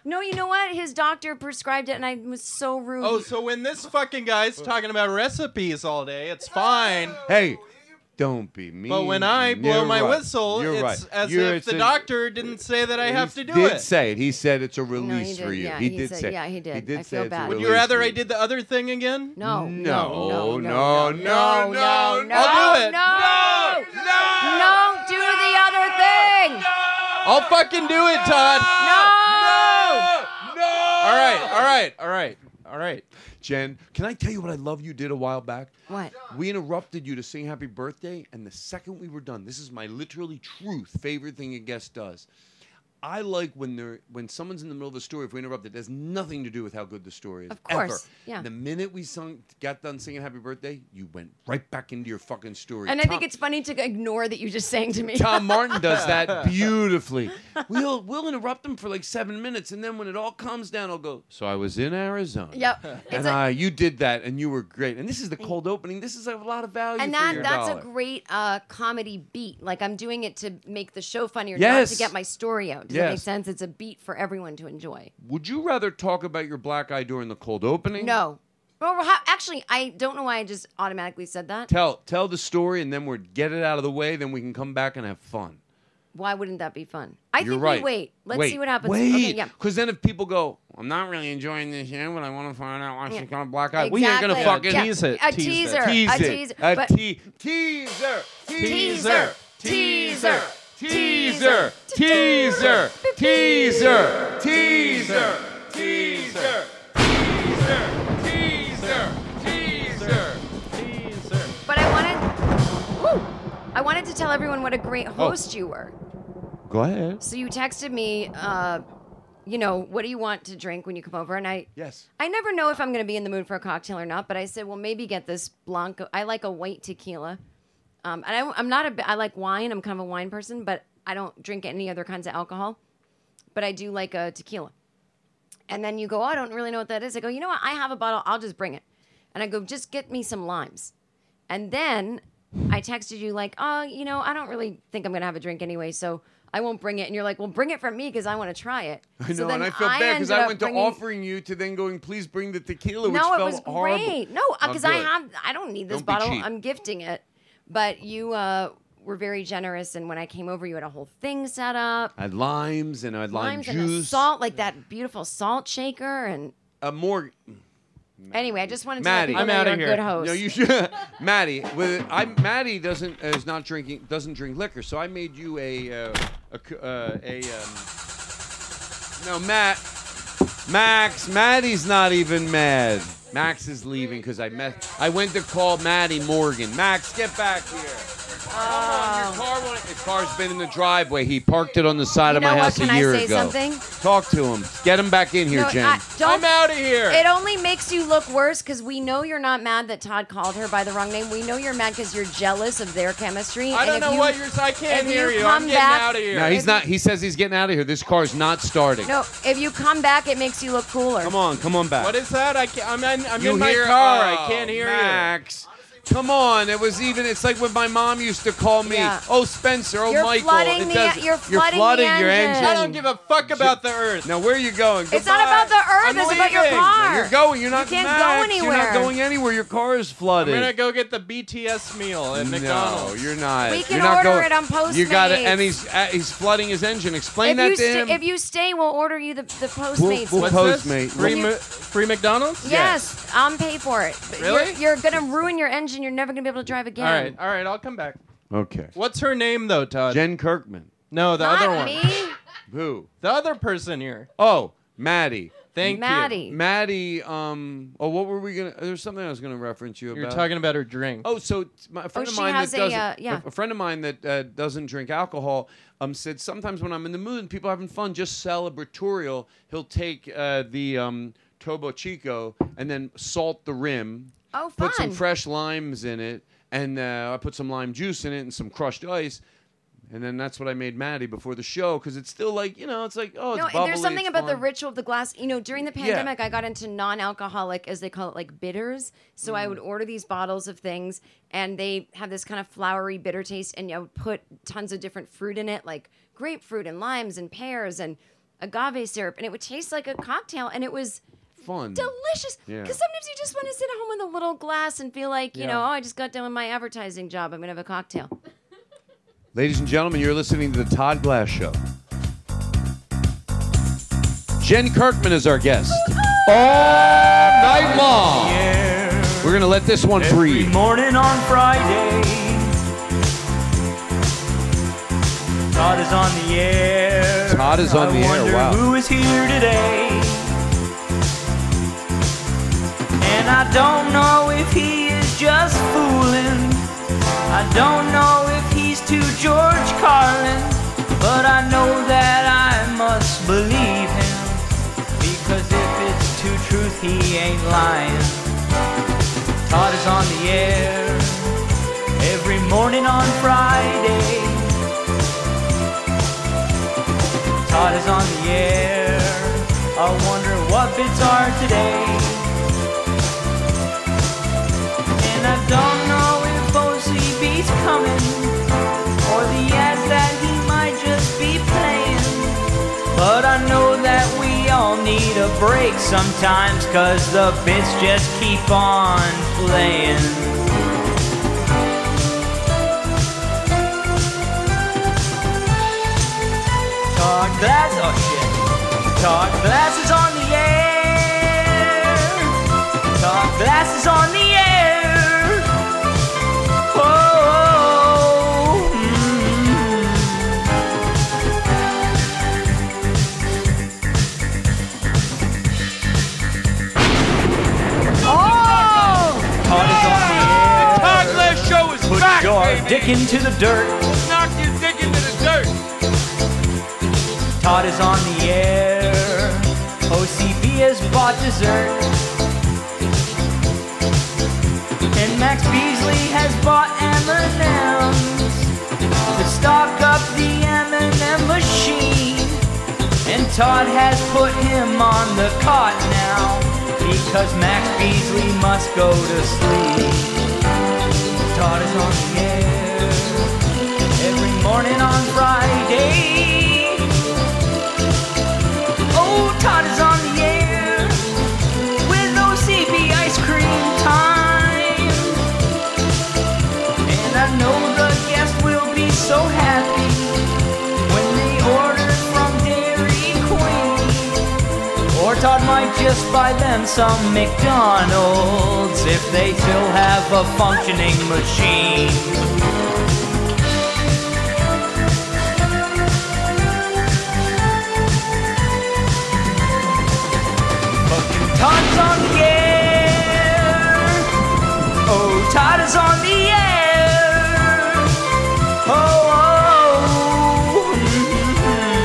Speaker 8: no, you know what? His doctor prescribed it, and I was so rude.
Speaker 7: Oh, so when this fucking guy's talking about recipes all day, it's fine.
Speaker 6: Oh. Hey, don't be mean.
Speaker 7: But when I blow
Speaker 6: You're
Speaker 7: my
Speaker 6: right.
Speaker 7: whistle,
Speaker 6: You're
Speaker 7: it's
Speaker 6: right.
Speaker 7: as
Speaker 6: You're-
Speaker 7: if
Speaker 6: it's
Speaker 7: the
Speaker 6: a-
Speaker 7: doctor didn't say that I
Speaker 6: He
Speaker 7: have to do
Speaker 6: did
Speaker 7: it.
Speaker 6: say it. He said it's a release for
Speaker 8: didn't.
Speaker 6: you.
Speaker 8: Yeah,
Speaker 6: he
Speaker 8: he
Speaker 6: did
Speaker 8: said-
Speaker 6: say.
Speaker 8: yeah, he did.
Speaker 6: He did
Speaker 8: I
Speaker 6: say
Speaker 8: feel
Speaker 6: it's a
Speaker 8: bad.
Speaker 7: Would
Speaker 6: release
Speaker 7: you rather
Speaker 6: for
Speaker 7: I
Speaker 6: you.
Speaker 7: did the other thing again?
Speaker 8: No, no,
Speaker 6: No, no,
Speaker 8: no,
Speaker 6: no, no, no.
Speaker 7: I'll do it.
Speaker 8: No,
Speaker 6: No, no,
Speaker 8: no, do the other thing.
Speaker 7: I'll fucking do it, Todd.
Speaker 8: No.
Speaker 6: No.
Speaker 7: All right, all right, all right, all right.
Speaker 6: Jen, can I tell you what I love you did a while back?
Speaker 8: What?
Speaker 6: We interrupted you to sing happy birthday, and the second we were done, this is my literally truth favorite thing a guest does. I like when they're when someone's in the middle of a story. If we interrupt, it has nothing to do with how good the story is.
Speaker 8: Of course,
Speaker 6: ever.
Speaker 8: yeah.
Speaker 6: The minute we sung, got done singing "Happy Birthday," you went right back into your fucking story.
Speaker 8: And I think
Speaker 6: Tom-
Speaker 8: it's funny to ignore that you just sang to me.
Speaker 6: Tom Martin does that beautifully. We'll we'll interrupt him for like seven minutes, and then when it all comes down, I'll go. So I was in Arizona.
Speaker 8: Yep.
Speaker 6: And
Speaker 8: It's a-
Speaker 6: I, you did that, and you were great. And this is the cold opening. This is a lot of value.
Speaker 8: and
Speaker 6: for
Speaker 8: that
Speaker 6: your
Speaker 8: that's
Speaker 6: dollar.
Speaker 8: a great uh, comedy beat. Like I'm doing it to make the show funnier, not
Speaker 6: Yes.
Speaker 8: to get my story out. Does that make
Speaker 6: Yes.
Speaker 8: sense? It's a beat for everyone to enjoy.
Speaker 6: Would you rather talk about your black eye during the cold opening?
Speaker 8: No. Well, we're ha- actually, I don't know why I just automatically said that.
Speaker 6: Tell tell the story, and then we're get it out of the way. Then we can come back and have fun.
Speaker 8: Why wouldn't that be fun? I
Speaker 6: You're
Speaker 8: think
Speaker 6: right.
Speaker 8: we wait. Let's
Speaker 6: Wait.
Speaker 8: see what happens.
Speaker 6: Wait,
Speaker 8: Okay, yeah.
Speaker 6: Because then if people go, I'm not really enjoying this show, but I want to find out why
Speaker 8: Yeah.
Speaker 6: she got a black eye. We ain't gonna
Speaker 8: Exactly.
Speaker 6: fucking
Speaker 8: Yeah. Tease it, A tease it. teaser,
Speaker 6: Tease
Speaker 8: a
Speaker 6: it.
Speaker 8: teaser,
Speaker 6: A
Speaker 8: but-
Speaker 6: te- teaser.
Speaker 8: Teaser,
Speaker 6: Teaser.
Speaker 8: teaser,
Speaker 6: Teaser. Teaser. Teaser. Teaser. Teaser. Teaser. Teaser.
Speaker 8: But I wanted, woo, I wanted to tell everyone what a great
Speaker 6: Oh.
Speaker 8: host you were.
Speaker 6: Go ahead.
Speaker 8: So you texted me, uh, you know, what do you want to drink when you come over? And I,
Speaker 6: Yes.
Speaker 8: I never know if I'm going to be in the mood for a cocktail or not. But I said, well, maybe get this blanco. I like a white tequila, um, and I, I'm not a. bi- I like wine. I'm kind of a wine person, but I don't drink any other kinds of alcohol. But I do like a tequila. And then you go, oh, I don't really know what that is. I go, you know what? I have a bottle. I'll just bring it. And I go, just get me some limes. And then I texted you like, oh, you know, I don't really think I'm gonna have a drink anyway, so I won't bring it. And you're like, well, bring it for me because I want to try it.
Speaker 6: I know, and I feel bad because I went to offering you to then going, please bring the tequila, which
Speaker 8: No, it
Speaker 6: felt
Speaker 8: was
Speaker 6: horrible.
Speaker 8: great. No,
Speaker 6: Oh,
Speaker 8: because I
Speaker 6: good.
Speaker 8: have. I don't need this
Speaker 6: Don't be
Speaker 8: bottle.
Speaker 6: cheap.
Speaker 8: I'm gifting it. But you uh, were very generous, and when I came over, you had a whole thing set up.
Speaker 6: I had limes and I had lime
Speaker 8: limes and a
Speaker 6: juice.
Speaker 8: salt, like that beautiful salt shaker, and
Speaker 6: A more
Speaker 8: anyway, I just wanted to
Speaker 6: Maddie,
Speaker 8: let people know you're a good host.
Speaker 6: No, you should. Maddie, with I Maddie doesn't is not drinking doesn't drink liquor, so I made you a uh, a c- uh, a um, no Matt Max Maddie's not even mad. Max is leaving because I mess. I went to call Maddie Morgan. Max, get back here. Come on, your car won't- His car's been in the driveway. He parked it on the side
Speaker 8: You
Speaker 6: of my
Speaker 8: know what?
Speaker 6: house
Speaker 8: Can
Speaker 6: a
Speaker 8: I
Speaker 6: year
Speaker 8: say
Speaker 6: ago.
Speaker 8: something?
Speaker 6: Talk to him. Get him back in here,
Speaker 8: No,
Speaker 6: Jen.
Speaker 8: I- don't-
Speaker 6: I'm out of here.
Speaker 8: It only makes you look worse because we know you're not mad that Todd called her by the wrong name. We know you're mad because you're jealous of their chemistry.
Speaker 7: I
Speaker 8: And
Speaker 7: don't
Speaker 8: if
Speaker 7: know
Speaker 8: you-
Speaker 7: what you're. I can't
Speaker 8: if
Speaker 7: hear you.
Speaker 8: come
Speaker 7: I'm getting
Speaker 8: back-
Speaker 7: out of here.
Speaker 6: No, he's not. He says he's getting out of here. This car's not starting.
Speaker 8: No, if you come back, it makes you look cooler.
Speaker 6: Come on, come on back.
Speaker 7: What is that? I can't, I'm in, I'm
Speaker 6: you
Speaker 7: in my
Speaker 6: hear-
Speaker 7: car.
Speaker 6: Oh,
Speaker 7: I can't hear
Speaker 6: Max. Come on, it was even. It's like when my mom used to call me,
Speaker 7: Yeah.
Speaker 6: "Oh Spencer, oh
Speaker 7: You're
Speaker 6: Michael."
Speaker 7: flooding
Speaker 6: It
Speaker 7: the-
Speaker 6: doesn't-
Speaker 7: you're flooding the
Speaker 6: your
Speaker 7: engine.
Speaker 6: engine.
Speaker 7: I don't give a fuck about the earth.
Speaker 6: Now where are you going?
Speaker 7: It's not about the earth,
Speaker 6: I'm
Speaker 7: it's about your
Speaker 6: leaving.
Speaker 7: car.
Speaker 6: You're going. You're
Speaker 7: You
Speaker 6: not.
Speaker 7: can't go
Speaker 6: Max, You're
Speaker 7: anywhere.
Speaker 6: not going anywhere. Your car is
Speaker 7: you. I'm
Speaker 6: flooded.
Speaker 7: gonna go get the BTS meal at
Speaker 6: no,
Speaker 7: McDonald's.
Speaker 6: you're not.
Speaker 8: We can
Speaker 6: you're not
Speaker 8: order
Speaker 6: going.
Speaker 8: it on
Speaker 6: You got
Speaker 8: Postmates.
Speaker 6: it. And he's uh, he's flooding his engine. Explain
Speaker 8: if
Speaker 6: that
Speaker 8: you
Speaker 6: to
Speaker 8: sta-
Speaker 6: him.
Speaker 8: If you stay, we'll order you the, the
Speaker 6: we'll
Speaker 8: Postmates.
Speaker 6: we'll
Speaker 8: What's this?
Speaker 6: Postmate.
Speaker 7: Free,
Speaker 6: We'll-
Speaker 7: Mc- free McDonald's?
Speaker 8: Yes, I'm pay for it. But
Speaker 7: Really?
Speaker 8: You're, you're gonna ruin your engine. You're never gonna be able to drive again.
Speaker 7: All right, all right. I'll come back.
Speaker 6: Okay.
Speaker 7: What's her name though, Todd?
Speaker 6: Jen Kirkman.
Speaker 7: No, the
Speaker 8: Not
Speaker 7: other one.
Speaker 8: me.
Speaker 6: Who?
Speaker 7: The other person here.
Speaker 6: Oh, Maddie.
Speaker 7: Thank you.
Speaker 8: Maddie.
Speaker 6: Maddie. Um. Oh, what were we gonna? There's something I was gonna reference you about.
Speaker 7: You're talking about her drink.
Speaker 6: Oh, so t- my, a friend
Speaker 8: she
Speaker 6: of mine
Speaker 8: has
Speaker 6: that
Speaker 8: a,
Speaker 6: doesn't,
Speaker 8: uh, yeah.
Speaker 6: a- a friend of mine that uh, doesn't drink alcohol, um, said sometimes when I'm in the mood and people are having fun, just celebratorial, he'll take uh, the um, Tobo Chico and then salt the rim.
Speaker 8: Oh,
Speaker 6: Put some
Speaker 8: fun.
Speaker 6: fresh limes in it, and uh, I put some lime juice in it and some crushed ice. And then that's what I made Maddie before the show because it's still like you know it's like oh it's
Speaker 8: No,
Speaker 6: bubbly,
Speaker 8: there's something
Speaker 6: it's
Speaker 8: about the
Speaker 6: fun.
Speaker 8: ritual of the glass. You know, during the pandemic, I got into non-alcoholic, as they call it, like bitters. So I would order these bottles of things, and they have this kind of flowery bitter taste, and I would put tons of different fruit in it, like grapefruit and limes and pears and agave syrup, and it would taste like a cocktail, and it was
Speaker 6: fun.
Speaker 8: delicious. Because
Speaker 6: Yeah.
Speaker 8: sometimes you just want to sit at home with a little glass and feel like, you
Speaker 6: Yeah.
Speaker 8: know, oh, I just got done with my advertising job. I'm gonna have a cocktail.
Speaker 6: Ladies and gentlemen, you're listening to the Todd Glass Show. Jen Kirkman is our guest. All night long. We're going to let this one breathe.
Speaker 11: Morning on Fridays. Todd is on the air.
Speaker 6: Todd is on
Speaker 11: I
Speaker 6: the air,
Speaker 11: wonder
Speaker 6: wow.
Speaker 11: Who is here today? And I don't know if he is just fooling. I don't know if he's too George Carlin. But I know that I'm if he ain't lying. Todd is on the air every morning on Friday. Todd is on the air. I wonder what bids are today. And I don't know if OCB's coming or the ads that he might just be playing. But I know that we all need a break sometimes, cause the bits just keep on playing. Todd Glass, oh shit. Todd Glass is on the air. Todd Glass is on the air. Oh, oh, oh, mm.
Speaker 5: The Todd Glass Show is
Speaker 11: Put
Speaker 5: back,
Speaker 11: your
Speaker 5: baby.
Speaker 11: dick into the dirt.
Speaker 5: Knock your dick into the dirt.
Speaker 11: Todd is on the air. OCB has bought dessert. And Max Beasley has bought M&M's to stock up the M&M machine. And Todd has put him on the cot now because Max Beasley must go to sleep. Todd is on the air every morning on Friday. Oh, Todd is on the air with OCB ice cream time. And I know the guest will be so happy when they order from Dairy Queen. Or Todd might just buy them some McDonald's if they still have a functioning machine. Todd is on the air. Oh, Todd is on the air. Oh, oh.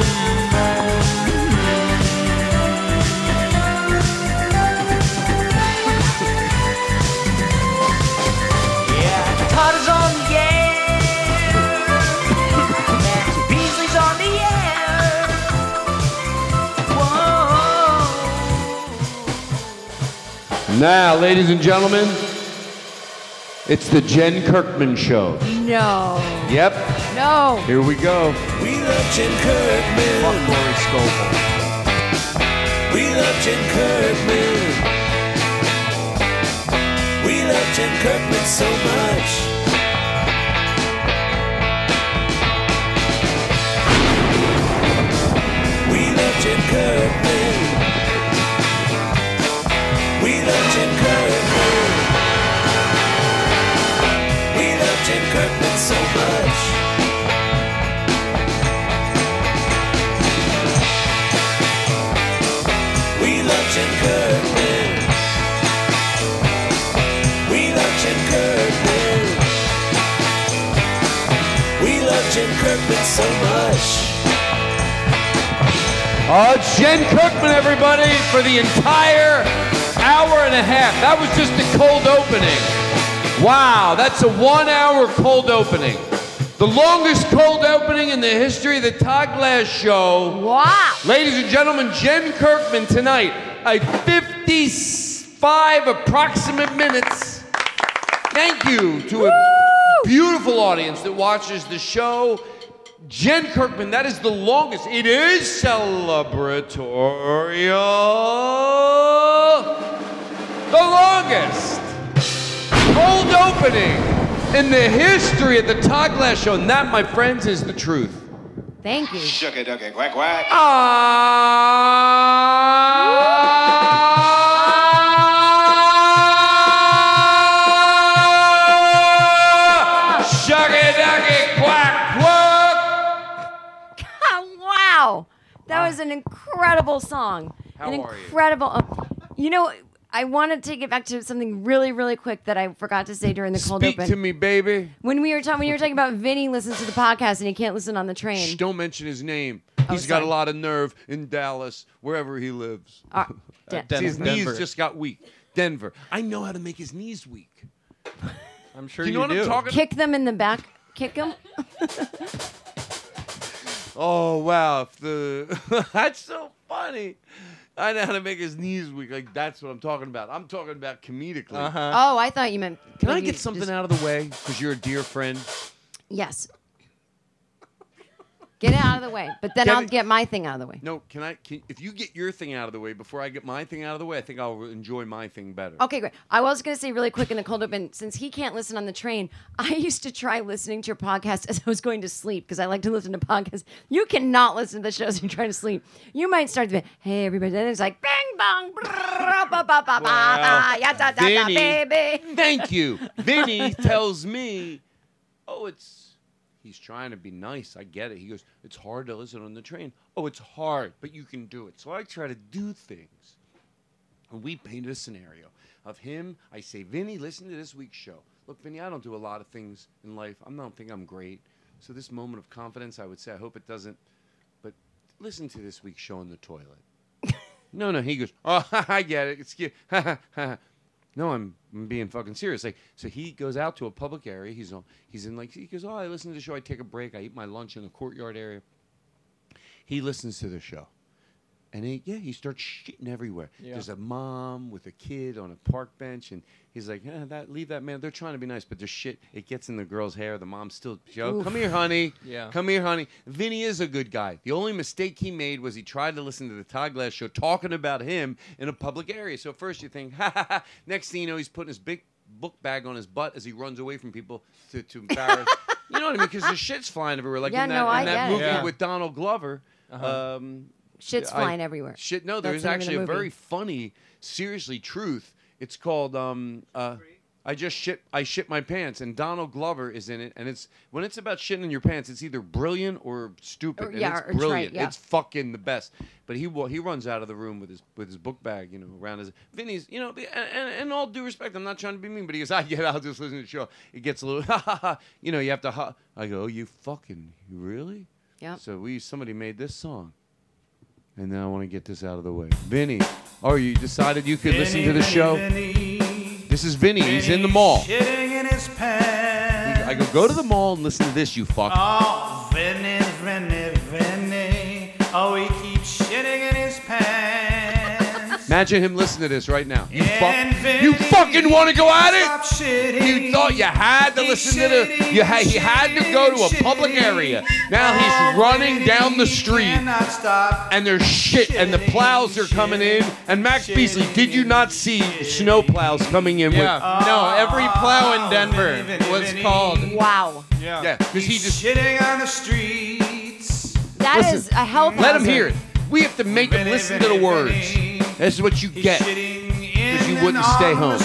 Speaker 11: mm. Yeah, Todd is on the air. Max Beasley's on the air. Whoa.
Speaker 5: Now, ladies and gentlemen, it's the Jen Kirkman Show.
Speaker 8: No.
Speaker 5: Yep.
Speaker 8: No.
Speaker 5: Here we go.
Speaker 12: We love Jen Kirkman. Fuck Lori We love Jen Kirkman. We love Jen Kirkman so much. We love Jen Kirkman. We love Jen Kirkman. We love Jen Kirkman so much. We love Jen Kirkman. We love Jen Kirkman. We love Jen Kirkman so much.
Speaker 5: Oh, it's Jen Kirkman, everybody, for the entire hour and a half. That was just a cold opening. Wow, that's a one hour cold opening. The longest cold opening in the history of the Todd Glass Show.
Speaker 8: Wow.
Speaker 5: Ladies and gentlemen, Jen Kirkman tonight, a 55 approximate minutes. Thank you to a beautiful audience that watches the show. Jen Kirkman, that is the longest. It is celebratory. The longest cold opening in the history of the Todd Glass Show. And that, my friends, is the truth.
Speaker 8: Thank you.
Speaker 12: Shucka ducka quack
Speaker 6: Ah!
Speaker 12: quack.
Speaker 5: Shucky ducky quack quack.
Speaker 8: wow. That
Speaker 6: Ah.
Speaker 8: was an incredible song.
Speaker 5: How
Speaker 8: an
Speaker 5: are you?
Speaker 8: incredible. um, You? know, I want to take it back to something really, really quick that I forgot to say during the cold
Speaker 6: Speak
Speaker 8: open.
Speaker 6: to me, baby.
Speaker 8: When we were talking, when you were talking about Vinny listens to the podcast and he can't listen on the train.
Speaker 6: Shh, don't mention his name. He's got a lot of nerve in Dallas, wherever he lives.
Speaker 8: Ah,
Speaker 6: Uh,
Speaker 8: Den-
Speaker 6: his
Speaker 8: Denver.
Speaker 6: knees just got weak. Denver. I know how to make his knees weak.
Speaker 7: I'm sure
Speaker 6: you know what I'm talking
Speaker 8: Kick them in the back. Kick them.
Speaker 6: Oh wow, if the that's so funny. I know how to make his knees weak. Like that's what I'm talking about. I'm talking about comedically.
Speaker 7: Uh-huh.
Speaker 8: Oh, I thought you meant.
Speaker 6: Can
Speaker 8: like
Speaker 6: I
Speaker 8: you
Speaker 6: get something
Speaker 8: just-
Speaker 6: out of the way? Because you're a dear friend.
Speaker 8: Yes. Get it out of the way, but then
Speaker 6: Get
Speaker 8: I'll
Speaker 6: it-
Speaker 8: get my thing out of the way.
Speaker 6: No, can I? Can, if you get your thing out of the way before I get my thing out of the way, I think I'll enjoy my thing better.
Speaker 8: Okay, great. I was going to say really quick in the cold open, since he can't listen on the train, I used to try listening to your podcast as I was going to sleep because I like to listen to podcasts. You cannot listen to the shows when you're trying to sleep. You might start to be, hey, everybody. Then it's like, bing, bong, brrrr, ba, ba, ba, ba, ba,
Speaker 6: Well,
Speaker 8: Ah, ya, da, da, da,
Speaker 6: Vinny,
Speaker 8: baby.
Speaker 6: Thank you. Vinny tells me, oh, it's, he's trying to be nice. I get it. He goes, it's hard to listen on the train. Oh, it's hard, but you can do it. So I try to do things. And we painted a scenario of him. I say, Vinny, listen to this week's show. Look, Vinny, I don't do a lot of things in life. I don't think I'm great. So this moment of confidence, I would say, I hope it doesn't. But listen to this week's show in the toilet. No, no. He goes, oh, I get it. Excuse. no, I'm, I'm being fucking serious. Like, so he goes out to a public area. He's on. He's in like. He goes, oh, I listen to the show. I take a break. I eat my lunch in the courtyard area. He listens to the show, and he yeah, he starts shitting everywhere.
Speaker 10: Yeah.
Speaker 6: There's a mom with a kid on a park bench, and he's like, eh, that leave that man. They're trying to be nice, but their shit it gets in the girl's hair. The mom's still, yo,
Speaker 10: Oof.
Speaker 6: come here, honey.
Speaker 10: Yeah.
Speaker 6: Come here, honey. Vinny is a good guy. The only mistake he made was he tried to listen to the Todd Glass show talking about him in a public area. So first you think, ha ha ha. Next thing you know, he's putting his big book bag on his butt as he runs away from people to, to embarrass. you know what I mean? Because the shit's flying everywhere. Like
Speaker 8: Yeah,
Speaker 6: in that,
Speaker 8: no,
Speaker 6: in
Speaker 8: I
Speaker 6: that
Speaker 8: get it.
Speaker 6: movie
Speaker 8: Yeah.
Speaker 6: with Donald Glover. Um,
Speaker 8: Shit's
Speaker 6: I-
Speaker 8: flying everywhere.
Speaker 6: Shit, no,
Speaker 8: That's
Speaker 6: there's
Speaker 8: the name of the
Speaker 6: actually a
Speaker 8: movie.
Speaker 6: very funny, seriously truth. It's called um uh I just shit I shit my pants and Donald Glover is in it and it's when it's about shitting in your pants it's either brilliant or stupid
Speaker 8: Or-
Speaker 6: and
Speaker 8: Oh, yeah,
Speaker 6: it's
Speaker 8: or it's right,
Speaker 6: brilliant
Speaker 8: yeah.
Speaker 6: it's fucking the best but he wa- he runs out of the room with his with his book bag you know around his Vinny's you know and, and, and all due respect I'm not trying to be mean but he goes I get I'll just listen to the show it gets a little you know you have to ha-. I go oh, you fucking really
Speaker 8: Yep.
Speaker 6: so we somebody made this song and then I want to get this out of the way. Vinny, oh, you decided you could listen to the show? This is Vinny. He's in the
Speaker 13: Oh.
Speaker 6: mall.
Speaker 10: Shitting in his pants.
Speaker 6: I go, go to the mall and listen to this, you fuck.
Speaker 10: Oh, Vinny, Vinny, Vinny. Oh, he keeps shitting in his pants.
Speaker 6: Imagine him listening to this right now. You
Speaker 10: And
Speaker 6: fuck.
Speaker 10: Vinny,
Speaker 6: You fucking want to go at
Speaker 10: stop
Speaker 6: it?
Speaker 10: shitting.
Speaker 6: You thought you had to
Speaker 10: He's
Speaker 6: listen to the. You ha- he had to go to a public area. Now he's running down the street.
Speaker 10: Cannot stop.
Speaker 6: And there's shit, and the plows are coming in. And Max Beasley, did you not see snow plows coming in?
Speaker 7: Yeah.
Speaker 6: With,
Speaker 7: no, every plow in Denver was called.
Speaker 8: Wow.
Speaker 7: Yeah.
Speaker 6: Yeah, because he just
Speaker 10: Shitting on the streets.
Speaker 8: That is
Speaker 6: Listen,
Speaker 8: a health
Speaker 6: Let him
Speaker 8: hazard.
Speaker 6: hear it. We have to make him listen to the words. This is what you get because you wouldn't stay home.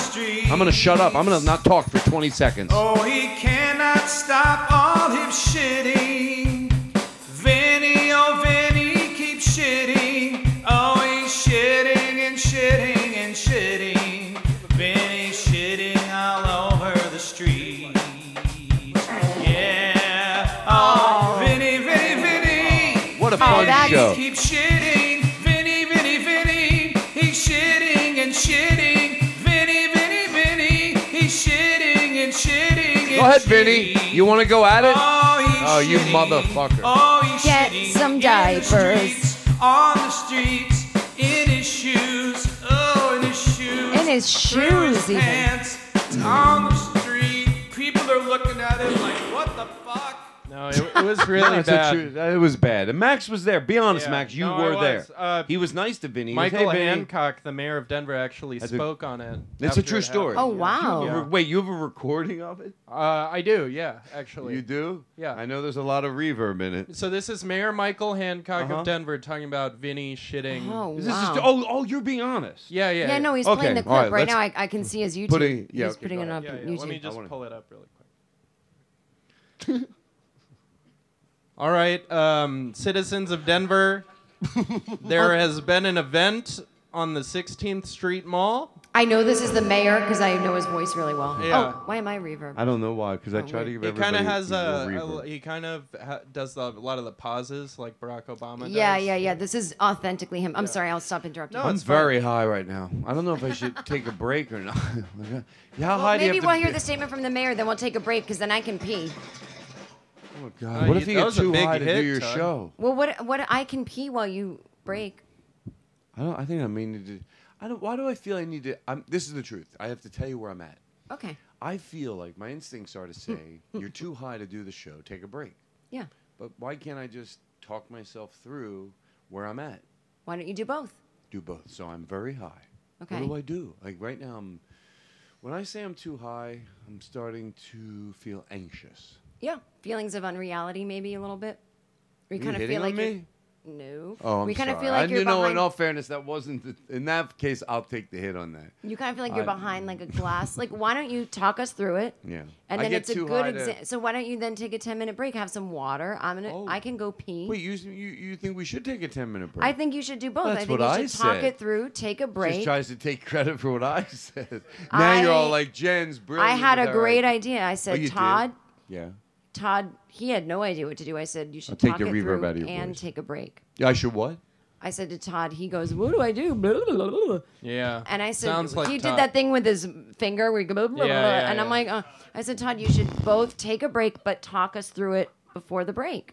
Speaker 6: I'm gonna shut up. I'm gonna not talk for 20 seconds.
Speaker 10: Oh, he cannot stop all his shitting. Vinny, oh, Vinny keeps shitting. Oh, he's shitting and shitting and shitting. Vinny shitting all over the street. Yeah. Oh, Vinny, Vinny, Vinny.
Speaker 6: What a fun show.
Speaker 10: He keeps shitting. Vinny, Vinny, Vinny. He's shitting and shitting. Vinny, Vinny, Vinny. He's shitting and shitting and
Speaker 6: Go ahead,
Speaker 10: shitting.
Speaker 6: Vinny. You wanna go at it? Oh, you motherfucker.
Speaker 10: Oh, he's
Speaker 8: Get
Speaker 10: shitting
Speaker 8: some
Speaker 10: in
Speaker 8: diapers.
Speaker 10: The streets, on the streets, in his shoes. Oh, in his shoes.
Speaker 8: In his
Speaker 10: through his
Speaker 8: shoes, even.
Speaker 10: pants. On the street. People are looking at him like, what the fuck?
Speaker 7: No, it, Oh, it was really
Speaker 6: No, it's a
Speaker 7: bad.
Speaker 6: true- that- it was bad. And Max was there. Be honest,
Speaker 7: Yeah.
Speaker 6: Max. You
Speaker 7: No, I
Speaker 6: were there.
Speaker 7: was. Uh,
Speaker 6: he was nice to Vinny. He was,
Speaker 7: Michael
Speaker 6: "Hey, Vinny."
Speaker 7: Hancock, the mayor of Denver, actually
Speaker 6: That's a-
Speaker 7: spoke on it.
Speaker 6: It's
Speaker 7: after
Speaker 6: a
Speaker 7: it
Speaker 6: true story.
Speaker 7: happened.
Speaker 8: Oh, wow.
Speaker 6: You have a- Wait, you have a recording of it?
Speaker 7: Uh, I do, yeah, actually.
Speaker 6: You do?
Speaker 7: Yeah.
Speaker 6: I know there's a lot of reverb in it.
Speaker 7: So this is Mayor Michael Hancock
Speaker 6: Uh-huh.
Speaker 7: of Denver talking about Vinny shitting.
Speaker 8: Oh,
Speaker 6: This is
Speaker 8: wow.
Speaker 6: oh, oh, you're being honest.
Speaker 7: Yeah, yeah.
Speaker 8: Yeah, no, he's
Speaker 6: Okay,
Speaker 8: playing the
Speaker 6: all
Speaker 8: clip right,
Speaker 6: let's-
Speaker 8: now. I, I can see his YouTube.
Speaker 6: Putting- yeah,
Speaker 8: he's
Speaker 6: okay,
Speaker 8: putting
Speaker 6: go
Speaker 8: it up
Speaker 7: Yeah,
Speaker 8: on
Speaker 7: yeah,
Speaker 8: YouTube.
Speaker 7: Let me just
Speaker 6: wanna-
Speaker 7: pull it up really quick. All right, um, citizens of Denver, there has been an event on the 16th Street Mall
Speaker 8: I know this is the mayor because I know his voice really well.
Speaker 7: Yeah.
Speaker 8: Oh, why am I reverb?
Speaker 6: I don't know why, because I
Speaker 8: Oh,
Speaker 6: try to give
Speaker 7: He kind
Speaker 6: everybody.
Speaker 7: of has a,
Speaker 6: reverb.
Speaker 7: a- he kind of ha- does the, a lot of the pauses like Barack Obama.
Speaker 8: Yeah,
Speaker 7: does.
Speaker 8: yeah, yeah. This is authentically him. I'm sorry, I'll stop interrupting.
Speaker 6: I'm very high right now. I don't know if I should take a break or not. Yeah, How high do you
Speaker 8: Maybe
Speaker 6: have to
Speaker 8: we'll
Speaker 6: be?
Speaker 8: hear the statement from the mayor, then we'll take a break because then I can pee.
Speaker 6: Oh,
Speaker 7: Oh,
Speaker 6: God. What
Speaker 7: you-
Speaker 6: if you
Speaker 7: that
Speaker 6: get
Speaker 7: was a
Speaker 6: too
Speaker 7: big
Speaker 6: high to do
Speaker 7: hit,
Speaker 6: your
Speaker 7: Todd.
Speaker 6: show?
Speaker 8: Well, what? What? I can pee while you break.
Speaker 6: I don't. I think I may need to. I don't. Why do I feel I need to? I'm, this is the truth. I have to tell you where I'm at.
Speaker 8: Okay.
Speaker 6: I feel like my instincts are to say you're too high to do the show. Take a break.
Speaker 8: Yeah.
Speaker 6: But why can't I just talk myself through where I'm at?
Speaker 8: Why don't you do both?
Speaker 6: Do both. So I'm very high.
Speaker 8: Okay.
Speaker 6: What do I do? Like right now, I'm. When I say I'm too high, I'm starting to feel anxious.
Speaker 8: Yeah. Feelings of unreality, maybe a little bit. Or
Speaker 6: Are you
Speaker 8: kinda
Speaker 6: hitting on
Speaker 8: you're-
Speaker 6: me?
Speaker 8: No.
Speaker 6: Oh, I'm
Speaker 8: we kind of
Speaker 6: sorry.
Speaker 8: feel like
Speaker 6: I,
Speaker 8: you're
Speaker 6: you know,
Speaker 8: behind.
Speaker 6: in all fairness, that wasn't. The, in that case, I'll take the hit on that.
Speaker 8: you kind of feel like you're
Speaker 6: I-
Speaker 8: behind like a glass. Like, why don't you talk us through it?
Speaker 6: Yeah.
Speaker 8: And
Speaker 6: I
Speaker 8: then
Speaker 6: get
Speaker 8: it's a
Speaker 6: too
Speaker 8: good
Speaker 6: high to-
Speaker 8: example. So why don't you then take a ten minute break, have some water? I'm gonna. I can go pee.
Speaker 6: Oh. Wait, you, you you think we should take a ten minute break?
Speaker 8: I think you should do both. I
Speaker 6: That's
Speaker 8: think
Speaker 6: what
Speaker 8: you
Speaker 6: I
Speaker 8: should talk
Speaker 6: said.
Speaker 8: it through, take a
Speaker 6: Just
Speaker 8: break.
Speaker 6: tries to take credit for what I said. Now you're all
Speaker 8: I-
Speaker 6: like, Jen's brilliant.
Speaker 8: I had
Speaker 6: with
Speaker 8: a
Speaker 6: that
Speaker 8: great
Speaker 6: idea."
Speaker 8: idea. I
Speaker 6: Oh,
Speaker 8: said,
Speaker 6: you did?
Speaker 8: Todd,
Speaker 6: Yeah.
Speaker 8: Todd, he had no idea what to do. I said, you should
Speaker 6: I'll take
Speaker 8: talk
Speaker 6: the
Speaker 8: it
Speaker 6: reverb
Speaker 8: through
Speaker 6: out of your
Speaker 8: and
Speaker 6: voice.
Speaker 8: take a break.
Speaker 6: Yeah, I should what?
Speaker 8: I said to Todd, he goes, what do I do? Blah, blah, blah, blah.
Speaker 7: Yeah.
Speaker 8: And I said,
Speaker 7: Sounds like
Speaker 8: he
Speaker 7: Todd.
Speaker 8: did that thing with his finger where he go, blah, blah,
Speaker 7: Yeah,
Speaker 8: blah.
Speaker 7: yeah,
Speaker 8: and I'm
Speaker 7: yeah.
Speaker 8: like, uh, I said, Todd, you should both take a break, but talk us through it before the break.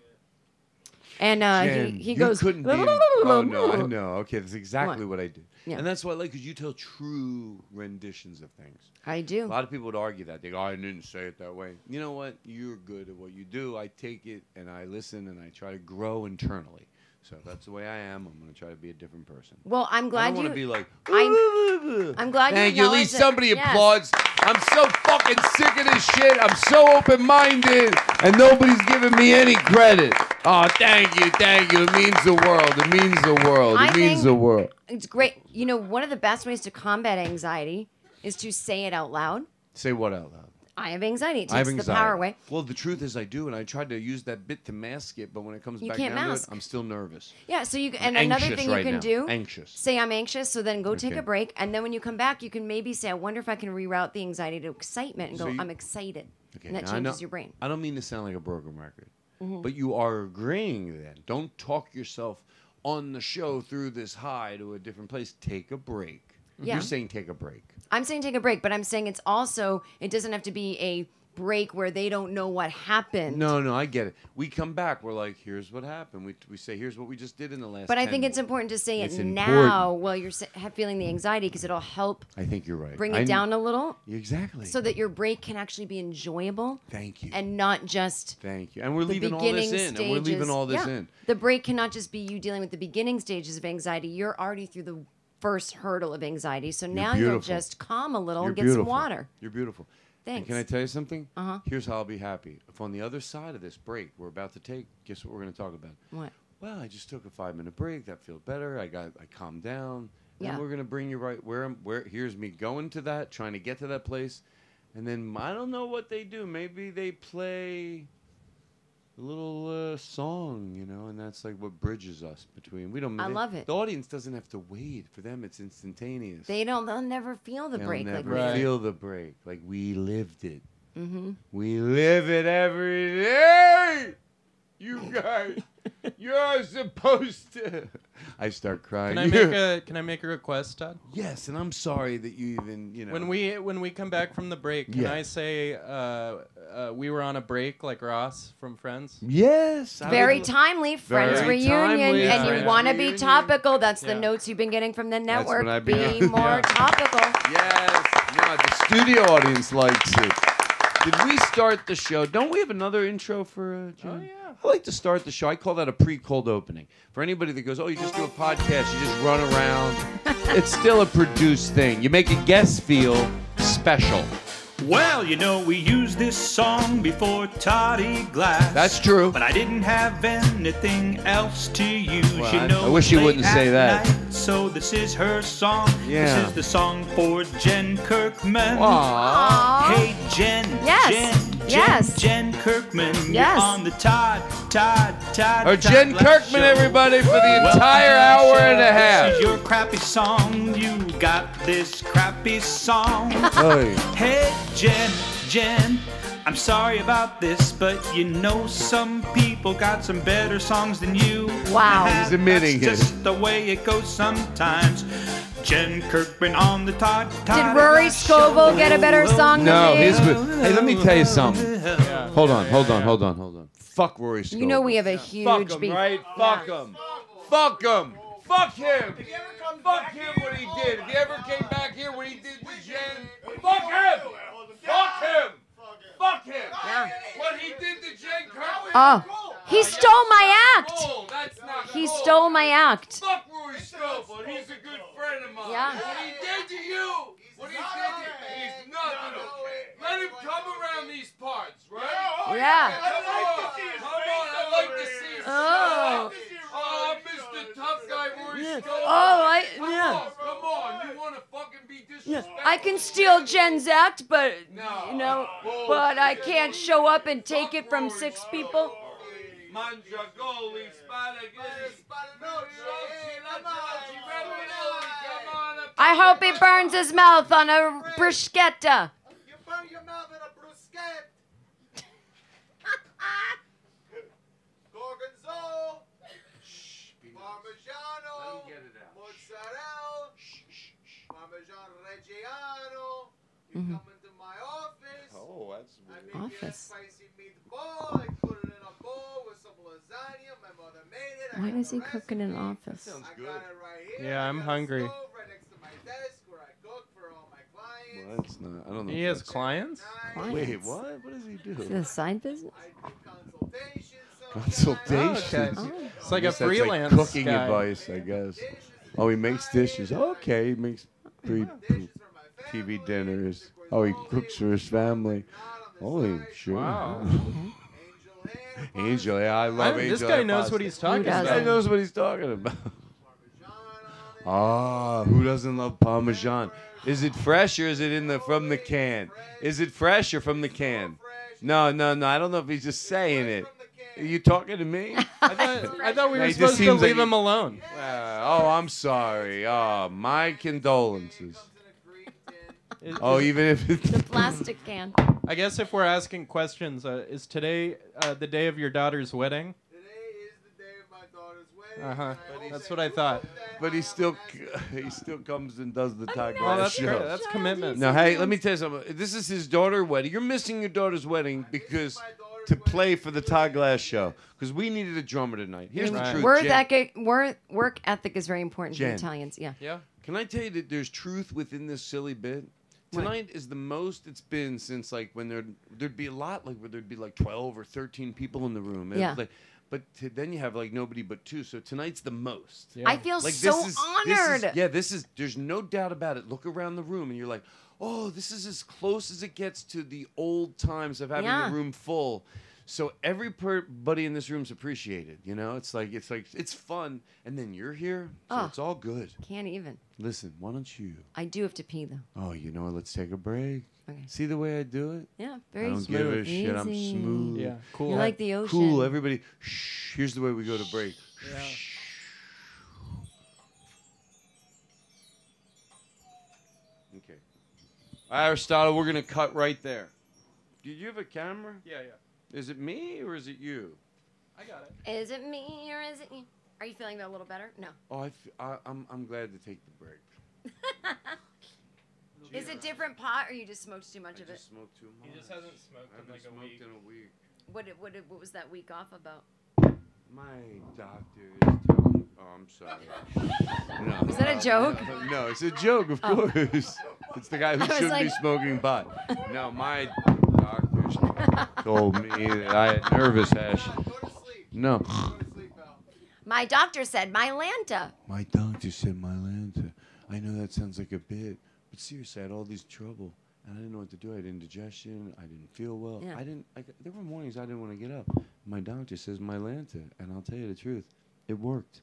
Speaker 8: And uh,
Speaker 6: Jen,
Speaker 8: he, he
Speaker 6: you
Speaker 8: goes,
Speaker 6: couldn't be.
Speaker 8: blah, blah, blah, blah,
Speaker 6: Oh no, I
Speaker 8: blah.
Speaker 6: know. Okay, that's exactly what, I did.
Speaker 8: Yeah.
Speaker 6: And that's why I like because you tell true renditions of things.
Speaker 8: I
Speaker 6: A
Speaker 8: do.
Speaker 6: lot of people would argue that they go, "I didn't say it that way." You know what? You're good at what you do. I take it and I listen and I try to grow internally. So that's the way I am. I'm going to try to be a different person.
Speaker 8: Well, I'm glad
Speaker 6: I don't
Speaker 8: you.
Speaker 6: want to be like.
Speaker 8: I'm, I'm glad
Speaker 6: Thank
Speaker 8: you.
Speaker 6: you. At
Speaker 8: acknowledged
Speaker 6: least
Speaker 8: it.
Speaker 6: somebody
Speaker 8: Yes.
Speaker 6: applauds. I'm so fucking sick of this shit. I'm so open minded, and nobody's giving me any credit. Oh, thank you, thank you. It means the world. It means Oh, the world.
Speaker 8: I
Speaker 6: It means
Speaker 8: think-
Speaker 6: the world.
Speaker 8: It's great. You know, one of the best ways to combat anxiety is to say it out loud.
Speaker 6: Say what out loud?
Speaker 8: I have anxiety. It takes
Speaker 6: I have
Speaker 8: the
Speaker 6: anxiety.
Speaker 8: power away.
Speaker 6: Well, the truth is, I do, and I tried to use that bit to mask it, but when it comes
Speaker 8: You
Speaker 6: back
Speaker 8: can't
Speaker 6: down
Speaker 8: mask.
Speaker 6: to it, I'm still nervous.
Speaker 8: Yeah. So you and
Speaker 6: I'm
Speaker 8: another
Speaker 6: anxious
Speaker 8: thing
Speaker 6: right
Speaker 8: you can
Speaker 6: now.
Speaker 8: do.
Speaker 6: Anxious.
Speaker 8: Say I'm anxious. So then go take
Speaker 6: Okay.
Speaker 8: a break, and then when you come back, you can maybe say, "I wonder if I can reroute the anxiety to excitement," and
Speaker 6: So
Speaker 8: go,
Speaker 6: you-
Speaker 8: "I'm excited,"
Speaker 6: Okay,
Speaker 8: and that
Speaker 6: now I know-
Speaker 8: changes your brain.
Speaker 6: I don't mean to sound like a broken record,
Speaker 8: Mhm.
Speaker 6: but you are agreeing then. Don't talk yourself on the show through this high to a different place. Take a break.
Speaker 8: Yeah.
Speaker 6: You're saying take a break.
Speaker 8: I'm saying take a break, but I'm saying it's also it doesn't have to be a break where they don't know what happened.
Speaker 6: No, no, I get it. We come back. We're like, here's what happened. We, we say, here's what we just did in the last.
Speaker 8: But I
Speaker 6: 10
Speaker 8: think it's important to say it
Speaker 6: It's
Speaker 8: now while you're se- ha- feeling the anxiety because it'll help
Speaker 6: I think you're right.
Speaker 8: bring it
Speaker 6: I-
Speaker 8: down a little
Speaker 6: Exactly.
Speaker 8: so that your break can actually be enjoyable
Speaker 6: Thank you.
Speaker 8: and not just
Speaker 6: Thank you. And we're
Speaker 8: the
Speaker 6: leaving all
Speaker 8: beginning
Speaker 6: this in.
Speaker 8: stages.
Speaker 6: And we're leaving all this
Speaker 8: Yeah.
Speaker 6: in.
Speaker 8: The break cannot just be you dealing with the beginning stages of anxiety. You're already through the first hurdle of anxiety. So now you'll
Speaker 6: beautiful.
Speaker 8: just calm a little
Speaker 6: You're
Speaker 8: and get
Speaker 6: beautiful.
Speaker 8: some water.
Speaker 6: You're beautiful. And
Speaker 8: Thanks.
Speaker 6: can I tell you something?
Speaker 8: Uh-huh.
Speaker 6: Here's how I'll be happy. If on the other side of this break we're about to take, guess what we're going to talk about?
Speaker 8: What?
Speaker 6: Well, I just took a five minute break. That feels better. I got I calmed down. And
Speaker 8: Yeah.
Speaker 6: we're going to bring you right where I'm. Where here's me going to that, trying to get to that place, and then I don't know what they do. Maybe they play a little uh, song, you know, and that's like what bridges us between. We don't.
Speaker 8: I
Speaker 6: they-
Speaker 8: love it.
Speaker 6: The audience doesn't have to wait for them. It's instantaneous.
Speaker 8: They don't. They'll never feel the
Speaker 6: They'll
Speaker 8: break.
Speaker 6: Never
Speaker 8: like we do.
Speaker 6: feel the break. Like we lived it.
Speaker 8: Mhm.
Speaker 6: We live it every day. You guys, you're supposed to. I start crying.
Speaker 7: Can I make a Can I make a request, Todd?
Speaker 6: yes, and I'm sorry that you even you know.
Speaker 7: When we when we come back from the break, can
Speaker 6: Yeah.
Speaker 7: I say uh, uh, we were on a break like Ross from Friends?
Speaker 6: yes, I
Speaker 8: Very
Speaker 6: would-
Speaker 8: timely Friends
Speaker 7: Very
Speaker 8: reunion,
Speaker 7: timely
Speaker 8: and
Speaker 7: Friends
Speaker 8: you want to be
Speaker 6: reunion.
Speaker 8: topical. That's the
Speaker 6: Yeah.
Speaker 8: notes you've been getting from the
Speaker 6: That's
Speaker 8: network.
Speaker 6: what I've
Speaker 8: be
Speaker 6: been-
Speaker 8: more
Speaker 6: Yeah.
Speaker 8: topical.
Speaker 6: Yes, no, the studio audience likes it. Did we start the show? Don't we have another intro for uh, John? Oh, yeah. I like to start the show. I call that a pre cold opening. For anybody that goes, oh, you just do a podcast, you just run around. it's still a produced thing. You make a guest feel special.
Speaker 13: Well, you know, we used this song before Toddy Glass.
Speaker 6: That's true.
Speaker 13: But I didn't have anything else to use.
Speaker 6: Well,
Speaker 13: you
Speaker 6: I-
Speaker 13: know,
Speaker 6: I wish you
Speaker 13: late
Speaker 6: wouldn't
Speaker 13: at
Speaker 6: say that.
Speaker 13: night, so this is her song.
Speaker 6: Yeah.
Speaker 13: This is the song for Jen Kirkman.
Speaker 6: Aw.
Speaker 13: Hey, Jen.
Speaker 8: Yes.
Speaker 13: Jen.
Speaker 8: Yes.
Speaker 13: Jen, Jen Kirkman. you're
Speaker 8: Yes.
Speaker 13: on the Todd, Todd, Todd.
Speaker 5: Or
Speaker 13: Todd
Speaker 5: Jen
Speaker 13: Glass
Speaker 5: Kirkman,
Speaker 13: Show.
Speaker 5: everybody, for the
Speaker 13: Welcome
Speaker 5: entire
Speaker 13: to the
Speaker 5: hour
Speaker 13: show.
Speaker 5: and a half.
Speaker 13: This is your crappy song. You got this crappy song.
Speaker 5: Oy.
Speaker 13: hey, Jen, Jen. I'm sorry about this, but you know some people got some better songs than you.
Speaker 8: Wow.
Speaker 6: He's admitting
Speaker 13: That's
Speaker 6: it.
Speaker 13: just the way it goes sometimes. Jen Kirkman on the Todd, Todd
Speaker 8: Did Rory Scovel get a better song
Speaker 5: No,
Speaker 8: than you?
Speaker 5: his. Hey, let me tell you something. Hold on, hold on, hold on, hold on. Fuck Rory Scovel.
Speaker 8: You know we have a huge
Speaker 5: Fuck him,
Speaker 8: beef.
Speaker 5: right? Fuck him. Fuck him. Fuck him. Fuck him what he did. If he ever came back here, what he did to Jen. Fuck him. Fuck him. Fuck him. What he did to Jen Kirkland.
Speaker 8: Oh, he stole my act.
Speaker 5: Oh, That's not
Speaker 8: He
Speaker 5: cool.
Speaker 8: stole my act.
Speaker 5: Fuck Rory Scovel. He's a good friend of mine.
Speaker 8: Yeah.
Speaker 5: What he did to you. What he did to you. He's nothing. Let him come around these parts, right?
Speaker 8: Yeah.
Speaker 5: Come on. Come on. I like to see his
Speaker 8: Oh.
Speaker 5: Oh, Mr. Tough Guy Rory
Speaker 8: Yeah.
Speaker 5: Scovel.
Speaker 8: Oh, I-
Speaker 5: Come
Speaker 8: yeah.
Speaker 5: on, come on. You want to fucking be disrespectful?
Speaker 8: I can steal Jen's act, but you know, but I can't show up and take it from six people.
Speaker 5: Mandragoli, Spadagoli, Spadagoli, Lamangi, Ravioli, come on up.
Speaker 8: I hope he burns his mouth on a bruschetta.
Speaker 9: Gorgonzola. Parmigiano. Mozzarella. Parmesan Reggiano. You
Speaker 8: Mhm.
Speaker 9: come into my office.
Speaker 6: Oh, that's
Speaker 9: I make you a
Speaker 8: Office.
Speaker 9: spicy meatball. I put it in a bowl with some lasagna. My mother made it. I
Speaker 8: Why
Speaker 9: got
Speaker 8: is
Speaker 9: the
Speaker 8: he cooking in an office?
Speaker 9: I got it right here.
Speaker 7: Yeah, I'm hungry.
Speaker 9: Stove right next to my desk where I cook for all my clients.
Speaker 6: Well, that's not. I don't know.
Speaker 7: He
Speaker 6: if
Speaker 7: has
Speaker 6: that's-
Speaker 7: clients?
Speaker 6: Wait,
Speaker 8: Clients.
Speaker 6: what? What does he do?
Speaker 8: Is it a side business?
Speaker 6: Consultations.
Speaker 8: Oh, okay.
Speaker 7: It's like
Speaker 6: I
Speaker 7: a
Speaker 6: guess that's
Speaker 7: freelance
Speaker 6: cooking
Speaker 7: guy.
Speaker 6: advice, I guess. Oh, he makes dishes. Okay, he makes pre pre- TV dinners. Oh, he cooks for his family. Holy sure.
Speaker 7: Wow.
Speaker 6: Angel, yeah, I love
Speaker 7: I-
Speaker 6: Angel.
Speaker 7: this guy
Speaker 6: hair
Speaker 7: knows
Speaker 6: pasta.
Speaker 7: what he's talking
Speaker 6: This guy
Speaker 7: about.
Speaker 6: knows what he's talking about. Ah, who doesn't love Parmesan? Is it fresh or is it in the from the can? Is it fresh or from the can? No, no, no. I don't know if he's just saying it. Are you talking to me?
Speaker 7: I thought, I thought we were
Speaker 6: Now, he just
Speaker 7: supposed to
Speaker 6: seems
Speaker 7: leave
Speaker 6: like he-
Speaker 7: him alone.
Speaker 6: Uh, oh, I'm sorry. Oh, my condolences. Oh, even if
Speaker 8: The plastic can.
Speaker 7: I guess if we're asking questions, uh, is today uh, the day of your daughter's wedding? Uh huh. That's what I thought.
Speaker 6: But he still he still comes and does the tag.
Speaker 7: Well, that's great. That's commitment.
Speaker 6: Now, hey, let me tell you something. This is his daughter's wedding. You're missing your daughter's wedding because to play for the Todd Glass show because we needed a drummer tonight. Here's the truth.
Speaker 8: Work
Speaker 6: Jen.
Speaker 8: ethic, work, work ethic is very important to
Speaker 6: Jen.
Speaker 8: Italians. Yeah.
Speaker 7: Yeah.
Speaker 6: Can I tell you that there's truth within this silly bit?
Speaker 8: What?
Speaker 6: Tonight is the most it's been since like when there there'd be a lot like where there'd be like twelve or thirteen people in the room. It
Speaker 8: Yeah.
Speaker 6: was like- but to, then you have like nobody but two. So tonight's the most.
Speaker 8: I feel
Speaker 6: like,
Speaker 8: so
Speaker 6: this is, This
Speaker 8: honored.
Speaker 6: is, yeah, this is. There's no doubt about it. Look around the room, and you're like, oh, this is as close as it gets to the old times of having
Speaker 8: Yeah.
Speaker 6: the room full. So everybody in this room's appreciated. You know, it's like it's like it's fun, and then you're here, so
Speaker 8: Oh.
Speaker 6: it's all good.
Speaker 8: Can't even.
Speaker 6: Listen, why don't you?
Speaker 8: I do have to pee though.
Speaker 6: Oh, you know what? Let's take a break.
Speaker 8: Okay.
Speaker 6: See the way I do it?
Speaker 8: Yeah, very
Speaker 6: I don't
Speaker 8: smooth.
Speaker 6: give a shit. I'm
Speaker 8: Easy.
Speaker 6: smooth.
Speaker 8: Yeah, cool. You're like the
Speaker 6: Cool.
Speaker 8: ocean.
Speaker 6: Everybody, shh. Here's the way we go to break. Okay. Aristotle, we're gonna cut right there. Did you have a camera?
Speaker 7: Yeah, yeah.
Speaker 6: Is it me or is it you?
Speaker 7: I got it.
Speaker 8: Is it me or is it you? Are you feeling a little better? No.
Speaker 6: Oh, I f- I, I'm I'm glad to take the break.
Speaker 8: Is it different pot or you just smoked too much of it?
Speaker 6: Smoked too much.
Speaker 7: He just hasn't smoked
Speaker 6: I
Speaker 7: in
Speaker 6: haven't
Speaker 7: like a
Speaker 6: smoked
Speaker 7: week.
Speaker 6: in a week.
Speaker 8: What, did- what, did- what was that week off about?
Speaker 6: My doctor is telling. Oh, I'm sorry. No.
Speaker 8: Was that a
Speaker 6: no,
Speaker 8: joke?
Speaker 6: No, no, it's a joke, of
Speaker 8: Oh.
Speaker 6: course. It's the guy
Speaker 8: I
Speaker 6: who
Speaker 8: was
Speaker 6: shouldn't be
Speaker 8: like-
Speaker 6: smoking pot. No, my doctor told me that I had nervous hash. No.
Speaker 8: My doctor said my Lanta.
Speaker 6: My doctor said my Lanta. I know that sounds like a bit, but seriously, I had all this trouble. And I didn't know what to do. I had indigestion. I didn't feel well.
Speaker 8: Yeah.
Speaker 6: I didn't. I, there were mornings I didn't want to get up. My doctor says my Lanta, and I'll tell you the truth, it worked.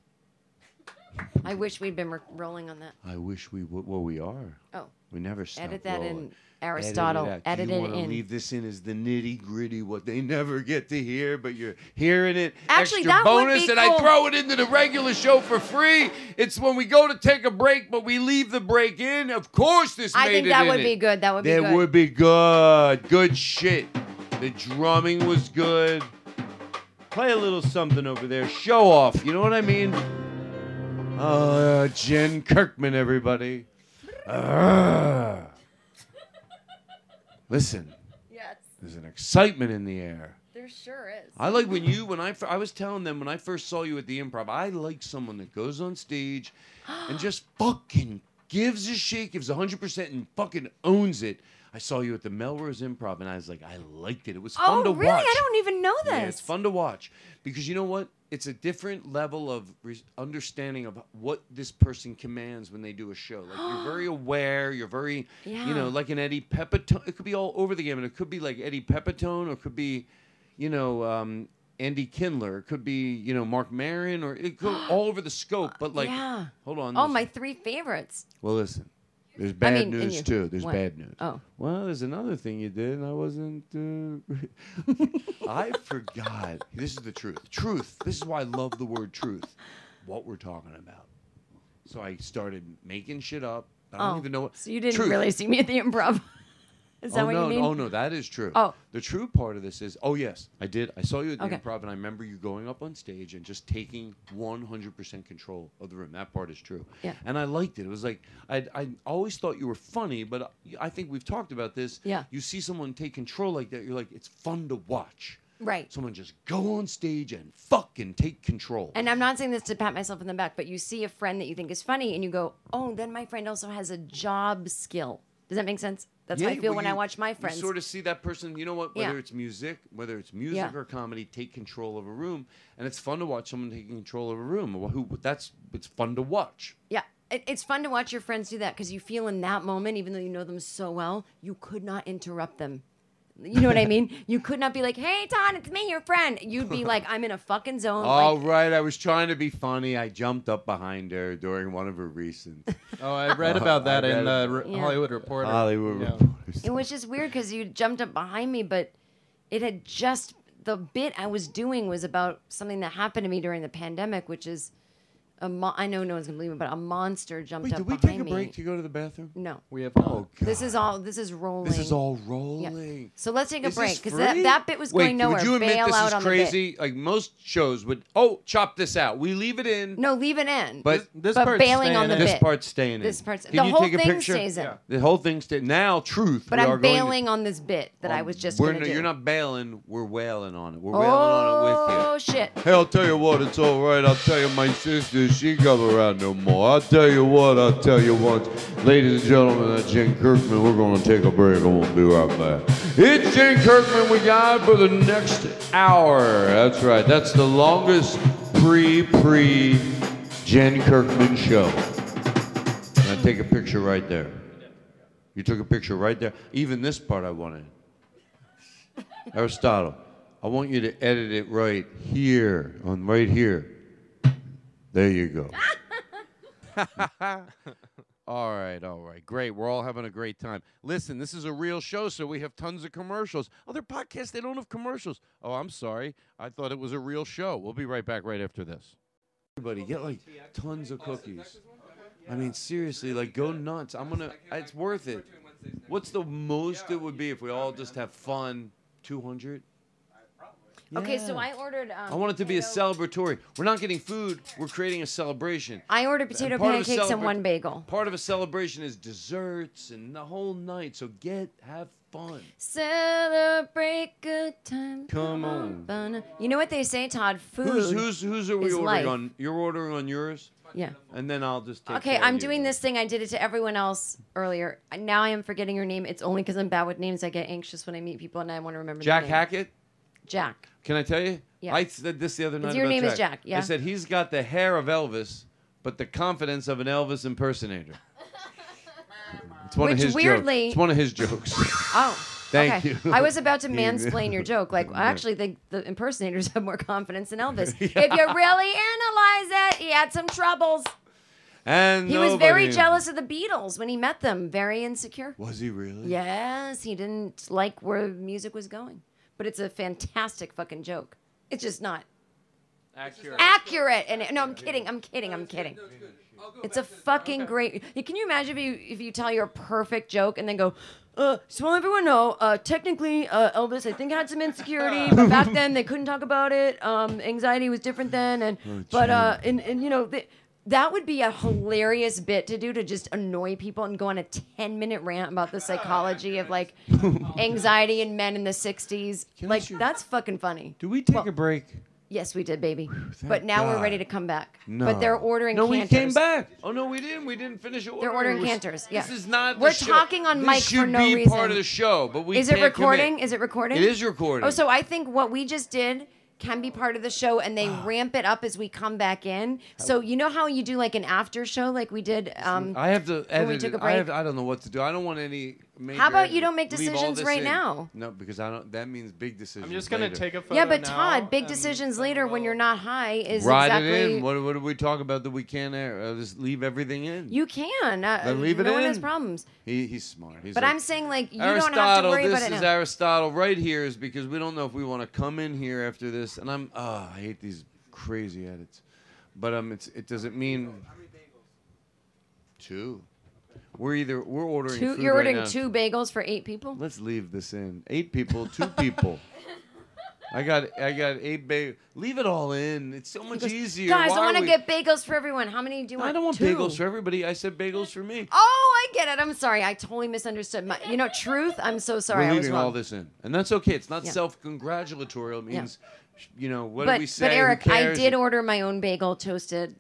Speaker 8: I wish we'd been re- rolling on that.
Speaker 6: I wish we would. Well, we are.
Speaker 8: Oh.
Speaker 6: We never stop.
Speaker 8: Edit that in,
Speaker 6: rolling.
Speaker 8: Aristotle.
Speaker 6: Edit it, out.
Speaker 8: Edit
Speaker 6: you
Speaker 8: it
Speaker 6: wanna
Speaker 8: in.
Speaker 6: Leave this in as the nitty gritty, what they never get to hear, but you're hearing it.
Speaker 8: Actually,
Speaker 6: extra
Speaker 8: that would
Speaker 6: bonus,
Speaker 8: be
Speaker 6: and I
Speaker 8: cool.
Speaker 6: throw it into the regular show for free. It's when we go to take a break, but we leave the break in. Of course, this.
Speaker 8: I
Speaker 6: made
Speaker 8: think
Speaker 6: it
Speaker 8: that
Speaker 6: in
Speaker 8: would
Speaker 6: it.
Speaker 8: be good. That would be
Speaker 6: That
Speaker 8: good.
Speaker 6: would be good. Good shit. The drumming was good. Play a little something over there. Show off. You know what I mean? Uh, Jen Kirkman, everybody. Ah. Listen,
Speaker 8: Yes,
Speaker 6: there's an excitement in the air.
Speaker 8: there sure is.
Speaker 6: I like when you, when I, fir- I was telling them when I first saw you at the improv, I like someone that goes on stage and just fucking gives a shit, gives 100% and fucking owns it. I saw you at the Melrose Improv and I was like, I liked it. It was fun
Speaker 8: oh,
Speaker 6: to
Speaker 8: really?
Speaker 6: watch.
Speaker 8: I don't even know this.
Speaker 6: Yeah, it's fun to watch because you know what? It's a different level of re- understanding of what this person commands when they do a show. Like you're very aware, you're very, you know,
Speaker 14: Yeah.
Speaker 6: like an Eddie Pepitone. It could be all over the game, and it could be like Eddie Pepitone, or it could be, you know, um, Andy Kindler. It could be, you know, Mark Maron, or it could all over the scope. But like,
Speaker 8: yeah.
Speaker 6: hold on.
Speaker 8: Oh,
Speaker 6: listen.
Speaker 8: my three favorites.
Speaker 6: Well, listen. There's bad
Speaker 8: mean, and
Speaker 6: news
Speaker 8: you.
Speaker 6: too. There's
Speaker 8: What?
Speaker 6: bad news.
Speaker 8: Oh.
Speaker 6: Well, there's another thing you did, and I wasn't. Uh... I forgot. This is the truth. Truth. This is why I love the word truth. What we're talking about. So I started making shit up. I don't
Speaker 8: oh.
Speaker 6: even know what.
Speaker 8: So you didn't
Speaker 6: Truth.
Speaker 8: really see me at the improv. is that
Speaker 6: oh,
Speaker 8: what
Speaker 6: no,
Speaker 8: you mean?
Speaker 6: Oh no, that is true.
Speaker 8: Oh.
Speaker 6: The true part of this is, oh yes, I did. I saw you at the
Speaker 8: Okay.
Speaker 6: improv, and I remember you going up on stage and just taking 100% control of the room. That part is true.
Speaker 8: Yeah.
Speaker 6: And I liked it. It was like I I always thought you were funny, but I think we've talked about this.
Speaker 8: Yeah.
Speaker 6: You see someone take control like that, you're like, it's fun to watch.
Speaker 8: Right.
Speaker 6: Someone just go on stage and fucking take control.
Speaker 8: And I'm not saying this to pat myself in the back, but you see a friend that you think is funny and you go, oh, then my friend also has a job skill. Does that make sense? That's how I
Speaker 6: Yeah,
Speaker 8: feel
Speaker 6: well,
Speaker 8: when I
Speaker 6: you-
Speaker 8: watch my friends.
Speaker 6: You sort of see that person, you know what,
Speaker 8: Yeah.
Speaker 6: whether it's music, whether it's music
Speaker 8: Yeah.
Speaker 6: or comedy, take control of a room. And it's fun to watch someone taking control of a room. Wh- Who that's it's fun to watch.
Speaker 8: yeah. It, it's fun to watch your friends do that because you feel in that moment, even though you know them so well, you could not interrupt them. You know what I mean? You could not be like, hey, Ton, it's me, your friend. You'd be like, I'm in a fucking zone.
Speaker 6: All
Speaker 8: Oh, like,
Speaker 6: right, I was trying to be funny. I jumped up behind her during one of her recent
Speaker 7: Oh, I read about that
Speaker 6: Uh-huh. I
Speaker 7: in
Speaker 6: read-
Speaker 7: the Re-
Speaker 8: Yeah.
Speaker 7: Hollywood Reporter.
Speaker 6: Hollywood
Speaker 7: Yeah.
Speaker 8: It was just weird because you jumped up behind me, but it had just the bit I was doing was about something that happened to me during the pandemic, which is a mo- I know no one's gonna believe it, but a monster jumped
Speaker 6: Wait,
Speaker 8: up
Speaker 6: did we take
Speaker 8: behind
Speaker 6: a
Speaker 8: me.
Speaker 6: break to go to the bathroom?
Speaker 8: No,
Speaker 7: we have.
Speaker 6: Oh God.
Speaker 8: this is all this is rolling.
Speaker 6: This is all
Speaker 8: Yeah.
Speaker 6: rolling.
Speaker 8: So let's take a
Speaker 6: Is this
Speaker 8: break because that,
Speaker 6: free?
Speaker 8: that bit was
Speaker 6: Wait,
Speaker 8: going nowhere.
Speaker 6: Would you admit
Speaker 8: Bail
Speaker 6: this
Speaker 8: out
Speaker 6: is
Speaker 8: on
Speaker 6: crazy? Like most shows would. Oh, chop this out. We leave it
Speaker 8: The
Speaker 6: in.
Speaker 8: bit. No, leave it in.
Speaker 6: But
Speaker 8: this But part's bailing staying on the in.
Speaker 6: this
Speaker 8: bit.
Speaker 6: part's staying in.
Speaker 8: This part's-
Speaker 6: Can
Speaker 8: the
Speaker 6: you
Speaker 8: whole
Speaker 6: take a
Speaker 8: thing
Speaker 6: picture?
Speaker 8: stays in. Yeah.
Speaker 6: The whole thing stays. Now, truth.
Speaker 8: but
Speaker 6: we are
Speaker 8: I'm
Speaker 6: going to- Oh,
Speaker 8: bailing on this bit that I was just
Speaker 6: We're
Speaker 8: gonna
Speaker 6: no-
Speaker 8: do.
Speaker 6: You're not bailing. We're wailing on it. We're wailing on it
Speaker 8: oh
Speaker 6: with
Speaker 8: shit!
Speaker 6: you. Hey, I'll tell you what, it's all right. I'll tell you, my sister, she come around no more. I'll tell you what, I'll tell you once. Ladies and gentlemen, that's Jen Kirkman. We're going to take a break. I won't be right back. It's Jen Kirkman. We got for the next hour. That's right. That's the longest pre pre Jen Kirkman show. And I take a picture right there. You took a picture right there. Even this part I wanted. Aristotle, I want you to edit it right here, on right here. There you go. all right, all right. Great. We're all having a great time. Listen, this is a real show, so we have tons of commercials. Other podcasts, they don't have commercials. Oh, I'm sorry. I thought it was a real show. We'll be right back right after this. Everybody, get like tons of cookies. I mean, seriously, like go nuts. I'm gonna. It's worth it. What's the most it would be if we all just have fun? Two hundred.
Speaker 8: Okay, so I ordered. Um,
Speaker 6: I want it to be a celebratory. We're not getting food. We're creating a celebration.
Speaker 8: I ordered
Speaker 6: And
Speaker 8: potato
Speaker 6: part of a
Speaker 8: pancakes and
Speaker 6: celebra-
Speaker 8: one bagel.
Speaker 6: Part of a celebration is desserts and the whole night. So get have fun.
Speaker 8: Celebrate good times.
Speaker 6: Come on.
Speaker 8: Bun- You know what they say, Todd? Food.
Speaker 6: Who's who's who's are we
Speaker 8: is
Speaker 6: ordering
Speaker 8: life.
Speaker 6: on? You're ordering on yours.
Speaker 8: Yeah.
Speaker 6: And then I'll just take.
Speaker 8: Okay,
Speaker 6: care of
Speaker 8: I'm
Speaker 6: you.
Speaker 8: doing this thing. I did it to everyone else earlier. Now I am forgetting your name. It's only because I'm bad with names. I get anxious when I meet people and I want to remember.
Speaker 6: Jack
Speaker 8: their name.
Speaker 6: Hackett.
Speaker 8: Jack.
Speaker 6: Can I tell you?
Speaker 8: Yeah.
Speaker 6: I said this the other night.
Speaker 8: your
Speaker 6: about
Speaker 8: name is Jack, yeah?
Speaker 6: I said he's got the hair of Elvis, but the confidence of an Elvis impersonator. It's one
Speaker 8: Which
Speaker 6: of his
Speaker 8: weirdly-
Speaker 6: jokes. It's one of his jokes.
Speaker 8: Oh.
Speaker 6: Thank
Speaker 8: okay.
Speaker 6: you.
Speaker 8: I was about to
Speaker 6: You-
Speaker 8: mansplain your joke. Like, I
Speaker 6: Yeah.
Speaker 8: actually think the impersonators have more confidence than Elvis.
Speaker 6: Yeah.
Speaker 8: If you really analyze it, he had some troubles.
Speaker 6: And
Speaker 8: He was very
Speaker 6: nobody-
Speaker 8: jealous of the Beatles when he met them, very insecure.
Speaker 6: Was he really?
Speaker 8: Yes, he didn't like where music was going. But it's a fantastic fucking joke. It's just not
Speaker 7: Accurate.
Speaker 8: accurate. And it, no, I'm kidding. I'm kidding. I'm kidding. It's a fucking great. you- Can you imagine if you if you tell your perfect joke and then go, uh, so everyone know, uh, technically uh, Elvis I think had some insecurity, but back then they couldn't talk about it. Um, anxiety was different then, and
Speaker 6: Oh,
Speaker 8: but uh, and and you know th- that would be a hilarious bit to do to just annoy people and go on a ten minute rant about the psychology of like anxiety in men in the '60s. Like that's fucking funny.
Speaker 5: Do we take a break?
Speaker 8: Yes, we did, baby. but now we're
Speaker 6: God.
Speaker 8: ready to come back.
Speaker 6: No.
Speaker 8: But they're ordering
Speaker 6: No, we
Speaker 8: canters.
Speaker 6: came back. Oh no, we didn't. We didn't finish ordering.
Speaker 8: They're ordering
Speaker 6: We're-
Speaker 8: canters. Yeah.
Speaker 6: This is not. the
Speaker 8: We're
Speaker 6: show.
Speaker 8: talking on
Speaker 6: This
Speaker 8: mic
Speaker 6: should
Speaker 8: for no
Speaker 6: be
Speaker 8: reason.
Speaker 6: part of the show, but we
Speaker 8: is it
Speaker 6: can't
Speaker 8: recording?
Speaker 6: commit.
Speaker 8: Is it recording?
Speaker 6: It is recording.
Speaker 8: Oh, so I think what we just did can be part of the show, and
Speaker 6: Ah.
Speaker 8: they ramp it up as we come back in. So you know how you do like an after show, like we did. Um,
Speaker 6: I have to
Speaker 8: when
Speaker 6: edit.
Speaker 8: we took
Speaker 6: it.
Speaker 8: a break.
Speaker 6: I, have, I don't know what to do. I don't want any. Major
Speaker 8: How about
Speaker 6: edit.
Speaker 8: you don't make
Speaker 6: Leave all
Speaker 8: decisions
Speaker 6: this
Speaker 8: right
Speaker 6: in.
Speaker 8: now?
Speaker 6: No, because I don't. That means big decisions.
Speaker 7: just gonna
Speaker 6: later.
Speaker 7: take a
Speaker 8: yeah, but Todd, big decisions later when you're not high is
Speaker 6: Ride it
Speaker 8: exactly
Speaker 6: in. What, what did we talk about that we can't air? Uh, just leave everything in.
Speaker 8: you can. Uh,
Speaker 6: Then leave it
Speaker 8: no one
Speaker 6: in.
Speaker 8: has problems.
Speaker 6: He, he's smart. He's
Speaker 8: But
Speaker 6: like,
Speaker 8: I'm saying like you
Speaker 6: Aristotle,
Speaker 8: don't have to worry
Speaker 6: this
Speaker 8: about it
Speaker 6: is
Speaker 8: now.
Speaker 6: Aristotle right here is because we don't know if we want to come in here after this. And I'm, oh, I hate these crazy edits. But um, it's, it doesn't mean. Two. We're either, we're ordering
Speaker 8: two,
Speaker 6: food
Speaker 8: you're
Speaker 6: right
Speaker 8: ordering
Speaker 6: now.
Speaker 8: two bagels for eight people.
Speaker 6: Let's leave this in. Eight people, two people. I got, I got eight bagels. Leave it all in. It's so much easier.
Speaker 8: Guys,
Speaker 6: Why
Speaker 8: I
Speaker 6: are
Speaker 8: want to
Speaker 6: we-
Speaker 8: get bagels for everyone. How many do you want?
Speaker 6: I don't want
Speaker 8: Two.
Speaker 6: bagels for everybody. I said bagels for me.
Speaker 8: Oh, I get it. I'm sorry. I totally misunderstood. My, you know, truth. I'm so sorry.
Speaker 6: We're
Speaker 8: I was
Speaker 6: leaving
Speaker 8: wrong.
Speaker 6: all this in, and that's okay. It's not
Speaker 8: Yeah.
Speaker 6: self-congratulatory. It
Speaker 8: Yeah.
Speaker 6: means, sh you know, what
Speaker 8: but,
Speaker 6: did we say?
Speaker 8: but
Speaker 6: Who
Speaker 8: Eric, I
Speaker 6: cares?
Speaker 8: did order my own bagel toasted,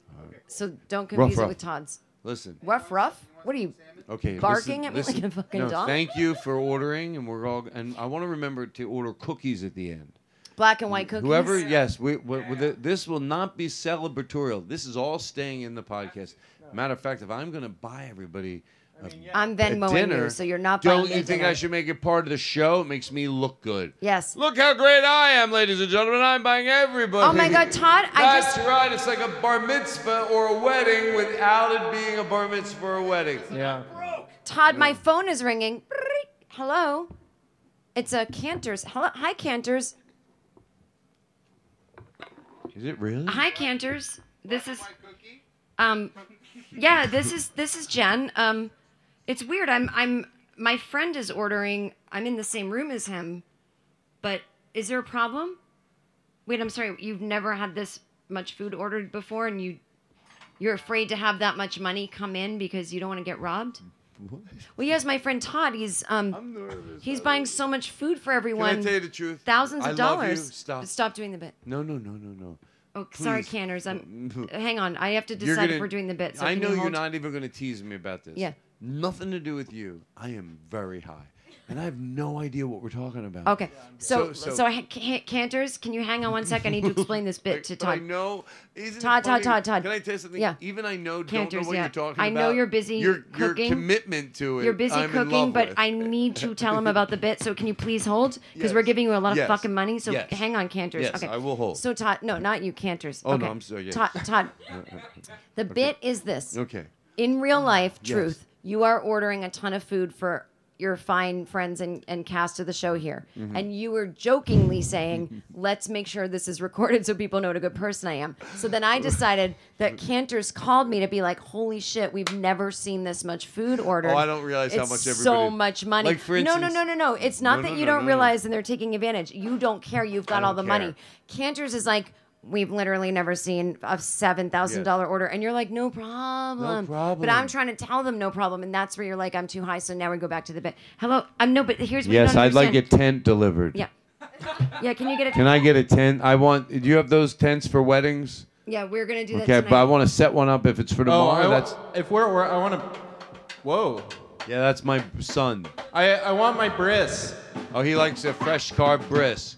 Speaker 8: so don't confuse it
Speaker 6: rough.
Speaker 8: with Todd's.
Speaker 6: Listen,
Speaker 8: Rough, rough. What are you?
Speaker 6: okay,
Speaker 8: barking
Speaker 6: listen-
Speaker 8: at me
Speaker 6: listen.
Speaker 8: like a fucking
Speaker 6: no,
Speaker 8: dog.
Speaker 6: Thank you for ordering, and we're all. And I want to remember to order cookies at the end.
Speaker 8: Black and white cookies.
Speaker 6: Whoever, yes, we, we, we- th- this will not be celebratorial. This is all staying in the podcast. Matter of fact, if I'm going to buy everybody, a-
Speaker 8: I'm
Speaker 6: a
Speaker 8: Venmoing you,
Speaker 6: dinner,
Speaker 8: so you're not buying
Speaker 6: Don't
Speaker 8: me
Speaker 6: you think
Speaker 8: dinner.
Speaker 6: I should make it part of the show? It makes me look good.
Speaker 8: Yes.
Speaker 6: Look how great I am, ladies and gentlemen. I'm buying everybody.
Speaker 8: Oh my God, Todd! I
Speaker 6: That's
Speaker 8: just
Speaker 6: right. It's like a bar mitzvah or a wedding without it being a bar mitzvah or a wedding.
Speaker 5: Yeah.
Speaker 8: Todd, my phone is ringing. Hello. It's a Cantors. Hello. Hi, Cantors.
Speaker 6: Is it
Speaker 4: Mm.
Speaker 6: really?
Speaker 8: Hi, Cantors. This is. Um, yeah, this is this is Jen. Um, it's weird. I'm I'm my friend is ordering. I'm in the same room as him, but is there a problem? Wait, I'm sorry. You've never had this much food ordered before, and you you're afraid to have that much money come in because you don't want to get robbed.
Speaker 6: What?
Speaker 8: Well, yes, my friend Todd. He's um, he's buying so much food for everyone.
Speaker 6: tell you the truth?
Speaker 8: Thousands
Speaker 6: I
Speaker 8: of
Speaker 6: love you.
Speaker 8: dollars.
Speaker 6: Stop.
Speaker 8: Stop doing the bit.
Speaker 6: No, no, no, no, no.
Speaker 8: Oh, sorry,
Speaker 6: Please.
Speaker 8: Canners. I'm.
Speaker 6: No.
Speaker 8: hang on, I have to
Speaker 6: You're
Speaker 8: decide
Speaker 6: gonna-
Speaker 8: if we're doing the bit. So
Speaker 6: I
Speaker 8: can
Speaker 6: know
Speaker 8: you
Speaker 6: you're
Speaker 8: hold-
Speaker 6: not even going to tease me about this.
Speaker 8: Yeah.
Speaker 6: Nothing to do with you. I am very high, and I have no idea what we're talking about.
Speaker 8: Okay, so so, I, Ca- Cantors, can you hang on one sec? I need to explain this bit to
Speaker 6: But I
Speaker 8: Todd.
Speaker 6: know. Isn't it
Speaker 8: Todd, Todd,
Speaker 6: funny?
Speaker 8: Todd, Todd.
Speaker 6: Can I tell you something?
Speaker 8: Yeah.
Speaker 6: Even I know. don't
Speaker 8: Cantors,
Speaker 6: know what
Speaker 8: yeah.
Speaker 6: you're talking
Speaker 8: I
Speaker 6: about.
Speaker 8: know you're busy
Speaker 6: Your, your
Speaker 8: cooking.
Speaker 6: commitment to it.
Speaker 8: You're busy
Speaker 6: I'm in
Speaker 8: cooking,
Speaker 6: love
Speaker 8: but
Speaker 6: with.
Speaker 8: I need to tell him about the bit. So can you please hold? Because we're
Speaker 6: Yes.
Speaker 8: giving you a lot of
Speaker 6: Yes.
Speaker 8: fucking money. So
Speaker 6: Yes.
Speaker 8: hang on, Cantors.
Speaker 6: Yes,
Speaker 8: okay.
Speaker 6: I will hold.
Speaker 8: So Todd, no, not you, Cantors.
Speaker 6: Oh,
Speaker 8: okay.
Speaker 6: no, I'm sorry, yes.
Speaker 8: Todd, Todd, the bit is this.
Speaker 6: Okay.
Speaker 8: In real life,
Speaker 6: Mm, Yes.
Speaker 8: truth, you are ordering a ton of food for your fine friends and, and cast of the show here.
Speaker 6: Mhm.
Speaker 8: And you were jokingly saying, let's make sure this is recorded so people know what a good person I am. So then I decided that Cantors called me to be like, holy shit, we've never seen this much food ordered.
Speaker 6: Oh, I don't realize how
Speaker 8: It's
Speaker 6: much
Speaker 8: So
Speaker 6: everybody-
Speaker 8: much money.
Speaker 6: Like, for
Speaker 8: no, no,
Speaker 6: instance-
Speaker 8: no, no, no. It's not
Speaker 6: No,
Speaker 8: that
Speaker 6: no,
Speaker 8: you
Speaker 6: no,
Speaker 8: don't
Speaker 6: no, no.
Speaker 8: realize and they're taking advantage. You don't care. You've got
Speaker 6: I
Speaker 8: all the
Speaker 6: don't
Speaker 8: money.
Speaker 6: care.
Speaker 8: Cantors is like, we've literally never seen a seven thousand dollar order, and you're like, no problem, But I'm
Speaker 6: problem.
Speaker 8: trying to tell them no problem, and that's where you're like, I'm too high. So now we go back to the bit. Hello, I'm no, but here's what you
Speaker 6: Yes,
Speaker 8: don't
Speaker 6: I'd like a
Speaker 8: understand.
Speaker 6: tent delivered.
Speaker 8: Yeah, yeah. Can you get it?
Speaker 6: Can I get a tent? I want. Do you have those tents for weddings?
Speaker 8: Yeah, we're gonna do that
Speaker 6: Okay,
Speaker 8: tonight.
Speaker 6: but I want to set one up if it's for
Speaker 7: Oh,
Speaker 6: tomorrow.
Speaker 7: I wa-
Speaker 6: that's
Speaker 7: if we're, we're I want to. Whoa.
Speaker 6: yeah, that's my son.
Speaker 7: I I want my bris.
Speaker 6: Oh, he likes a fresh carved bris.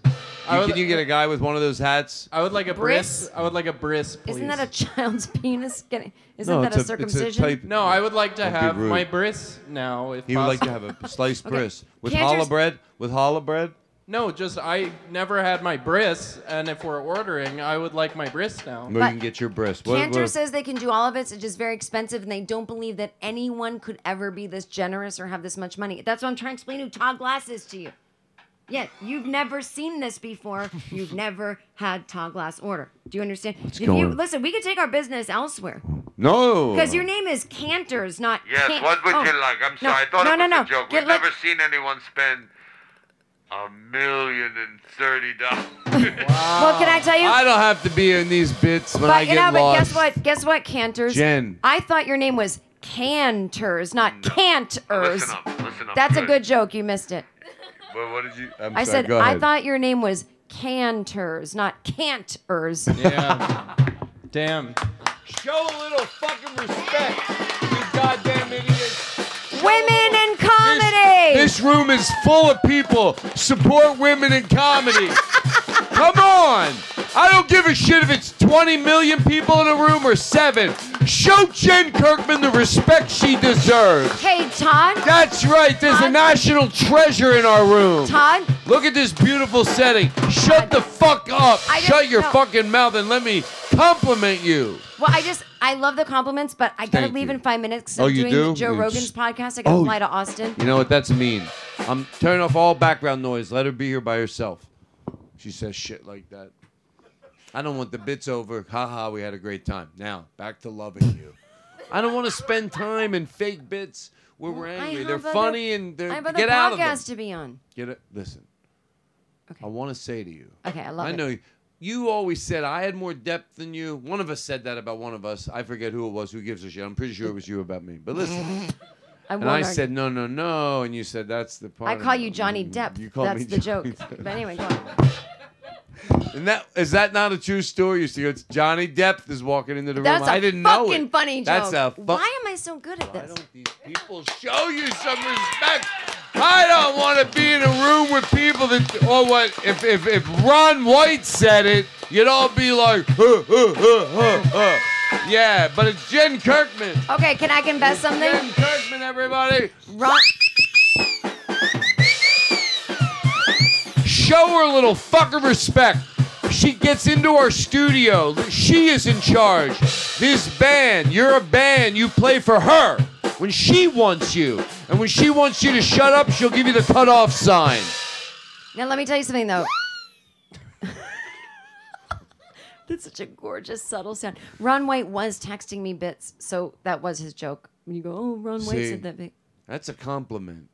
Speaker 7: I
Speaker 6: You-
Speaker 7: would-
Speaker 6: can you get a guy with one of those hats?
Speaker 7: I would like a bris.
Speaker 8: Bris?
Speaker 7: I would like a bris, please.
Speaker 8: Isn't that a child's penis? Getting, isn't
Speaker 6: No,
Speaker 8: that
Speaker 6: it's a-
Speaker 8: a
Speaker 6: it's a
Speaker 8: circumcision?
Speaker 6: type-
Speaker 7: No, I would like to
Speaker 6: Don't be
Speaker 7: have
Speaker 6: rude.
Speaker 7: my bris now. If
Speaker 6: He would like to
Speaker 7: possible.
Speaker 6: have a sliced
Speaker 8: Okay.
Speaker 6: bris with
Speaker 8: Can't
Speaker 6: challah
Speaker 8: just-
Speaker 6: bread. With challah bread.
Speaker 7: No, just I never had my bris, and if we're ordering, I would like my bris now.
Speaker 6: Well, you can get your breast. What-
Speaker 8: Cantor
Speaker 6: what-
Speaker 8: says they can do all of it. It's just very expensive, and they don't believe that anyone could ever be this generous or have this much money. That's what I'm trying to explain to Todd Glass is to you. Yeah, you've never seen this before. You've never had Todd Glass order. Do you understand? if you
Speaker 6: going-
Speaker 8: listen, we could take our business elsewhere
Speaker 6: No.
Speaker 8: because your name is Cantor's, not.
Speaker 14: Yes,
Speaker 8: Can-
Speaker 14: what would
Speaker 8: Oh,
Speaker 14: you like? I'm
Speaker 8: no,
Speaker 14: sorry, I thought
Speaker 8: no,
Speaker 14: it
Speaker 8: no,
Speaker 14: was
Speaker 8: no.
Speaker 14: a joke.
Speaker 8: Get-
Speaker 14: We've
Speaker 8: let-
Speaker 14: never seen anyone spend a million and thirty dollars.
Speaker 8: Well, can I tell you?
Speaker 6: I don't have to be in these bits when
Speaker 8: but
Speaker 6: I
Speaker 8: you
Speaker 6: get
Speaker 8: know, but
Speaker 6: lost.
Speaker 8: guess what? Guess what, Cantors?
Speaker 6: Jen.
Speaker 8: I thought your name was Cantors, not Cantors.
Speaker 14: Listen up, listen up.
Speaker 8: That's a good joke. You missed it.
Speaker 14: Well, what did you? I'm
Speaker 8: I
Speaker 14: sorry,
Speaker 8: said
Speaker 14: go
Speaker 8: I
Speaker 14: ahead.
Speaker 8: thought your name was Cantors, not Cantors.
Speaker 7: Yeah. Damn.
Speaker 6: Show a little fucking respect, you goddamn idiots.
Speaker 8: Women in comedy.
Speaker 6: This room is full of people. Support women in comedy. Come on. I don't give a shit if it's 20 million people in a room or seven. Show Jen Kirkman the respect she deserves.
Speaker 8: Hey, Todd.
Speaker 6: That's right. There's a national treasure in our room.
Speaker 8: Todd?
Speaker 6: Look at this beautiful setting. Shut the fuck up.
Speaker 8: I just-
Speaker 6: Shut your
Speaker 8: no.
Speaker 6: fucking mouth and let me compliment you.
Speaker 8: Well, I just I love the compliments, but I gotta
Speaker 6: Thank
Speaker 8: leave
Speaker 6: you.
Speaker 8: in five minutes. 'cause
Speaker 6: Oh,
Speaker 8: I'm
Speaker 6: you
Speaker 8: doing
Speaker 6: do?
Speaker 8: the Joe
Speaker 6: You
Speaker 8: Rogan's
Speaker 6: just-
Speaker 8: podcast. I gotta
Speaker 6: Oh,
Speaker 8: fly to Austin.
Speaker 6: You know what? That's mean. I'm turning off all background noise. Let her be here by herself. She says shit like that. I don't want the bits over. Ha ha, we had a great time. Now, back to loving you. I don't want to spend time in fake bits where we're
Speaker 8: I
Speaker 6: angry.
Speaker 8: have
Speaker 6: They're
Speaker 8: other-
Speaker 6: funny and
Speaker 8: I
Speaker 6: they're
Speaker 8: have other
Speaker 6: get out of them.
Speaker 8: podcasts to be on.
Speaker 6: Get it? Listen. I want to say to you.
Speaker 8: Okay, I love
Speaker 6: I
Speaker 8: it.
Speaker 6: know you. You always said I had more depth than you. One of us said that about one of us. I forget who it was. Who gives a shit? I'm pretty sure it was you about me. But listen.
Speaker 8: I
Speaker 6: and
Speaker 8: won't
Speaker 6: I
Speaker 8: argue.
Speaker 6: said no, no, no, and you said that's the part.
Speaker 8: I
Speaker 6: of
Speaker 8: call
Speaker 6: it."
Speaker 8: you Johnny Depp.
Speaker 6: You call
Speaker 8: That's
Speaker 6: me
Speaker 8: the
Speaker 6: Johnny
Speaker 8: joke.
Speaker 6: Depp.
Speaker 8: But anyway, go on.
Speaker 6: And that is that not a true story? You see, it's Johnny Depp is walking into the
Speaker 8: That's
Speaker 6: room.
Speaker 8: a
Speaker 6: I didn't know
Speaker 8: fucking
Speaker 6: it.
Speaker 8: funny joke.
Speaker 6: That's a fu-
Speaker 8: Why am I so good at this?
Speaker 6: people show you some respect. I don't want to be in a room with people that, or what, if, if, if Ron White said it, you'd all be like, huh, huh, huh, huh, huh. yeah, but it's Jen Kirkman.
Speaker 8: Okay, can I confess something?
Speaker 6: Jen Kirkman, everybody.
Speaker 8: Ron-
Speaker 6: Show her a little fucking respect. She gets into our studio. She is in charge. This band, you're a band. You play for her when she wants you. And when she wants you to shut up, she'll give you the cutoff sign.
Speaker 8: Now let me tell you something though. That's such a gorgeous, subtle sound. Ron White was texting me bits, so that was his joke. When you go, oh, Ron White
Speaker 6: See?
Speaker 8: said that. Big.
Speaker 6: That's a compliment.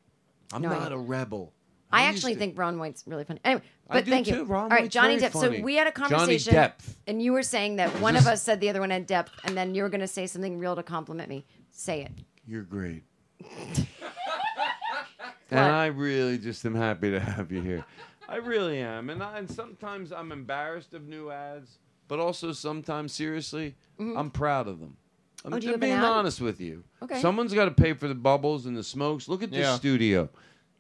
Speaker 6: I'm
Speaker 8: No, I-
Speaker 6: not a rebel.
Speaker 8: I,
Speaker 6: used
Speaker 8: actually
Speaker 6: to-
Speaker 8: think Ron White's really funny. Anyway,
Speaker 6: I
Speaker 8: but
Speaker 6: do
Speaker 8: thank
Speaker 6: too.
Speaker 8: you.
Speaker 6: Ron
Speaker 8: All right,
Speaker 6: White's
Speaker 8: Johnny
Speaker 6: very
Speaker 8: Depp.
Speaker 6: funny.
Speaker 8: So we had a
Speaker 6: Johnny
Speaker 8: conversation,
Speaker 6: Depth.
Speaker 8: and you were saying that one of
Speaker 6: this-
Speaker 8: us said the other one had depth, and then you were going to say something real to compliment me. Say it.
Speaker 6: You're great. and I really just am happy to have you here. I really am. And, I, and sometimes I'm embarrassed of new ads, but also sometimes, seriously,
Speaker 5: Mhm.
Speaker 6: I'm proud of them. I'm
Speaker 5: Oh, do you
Speaker 6: just
Speaker 5: have an
Speaker 6: being
Speaker 5: ad?
Speaker 6: honest with you.
Speaker 5: Okay.
Speaker 6: Someone's got to pay for the bubbles and the smokes. Look at this
Speaker 7: Yeah.
Speaker 6: studio.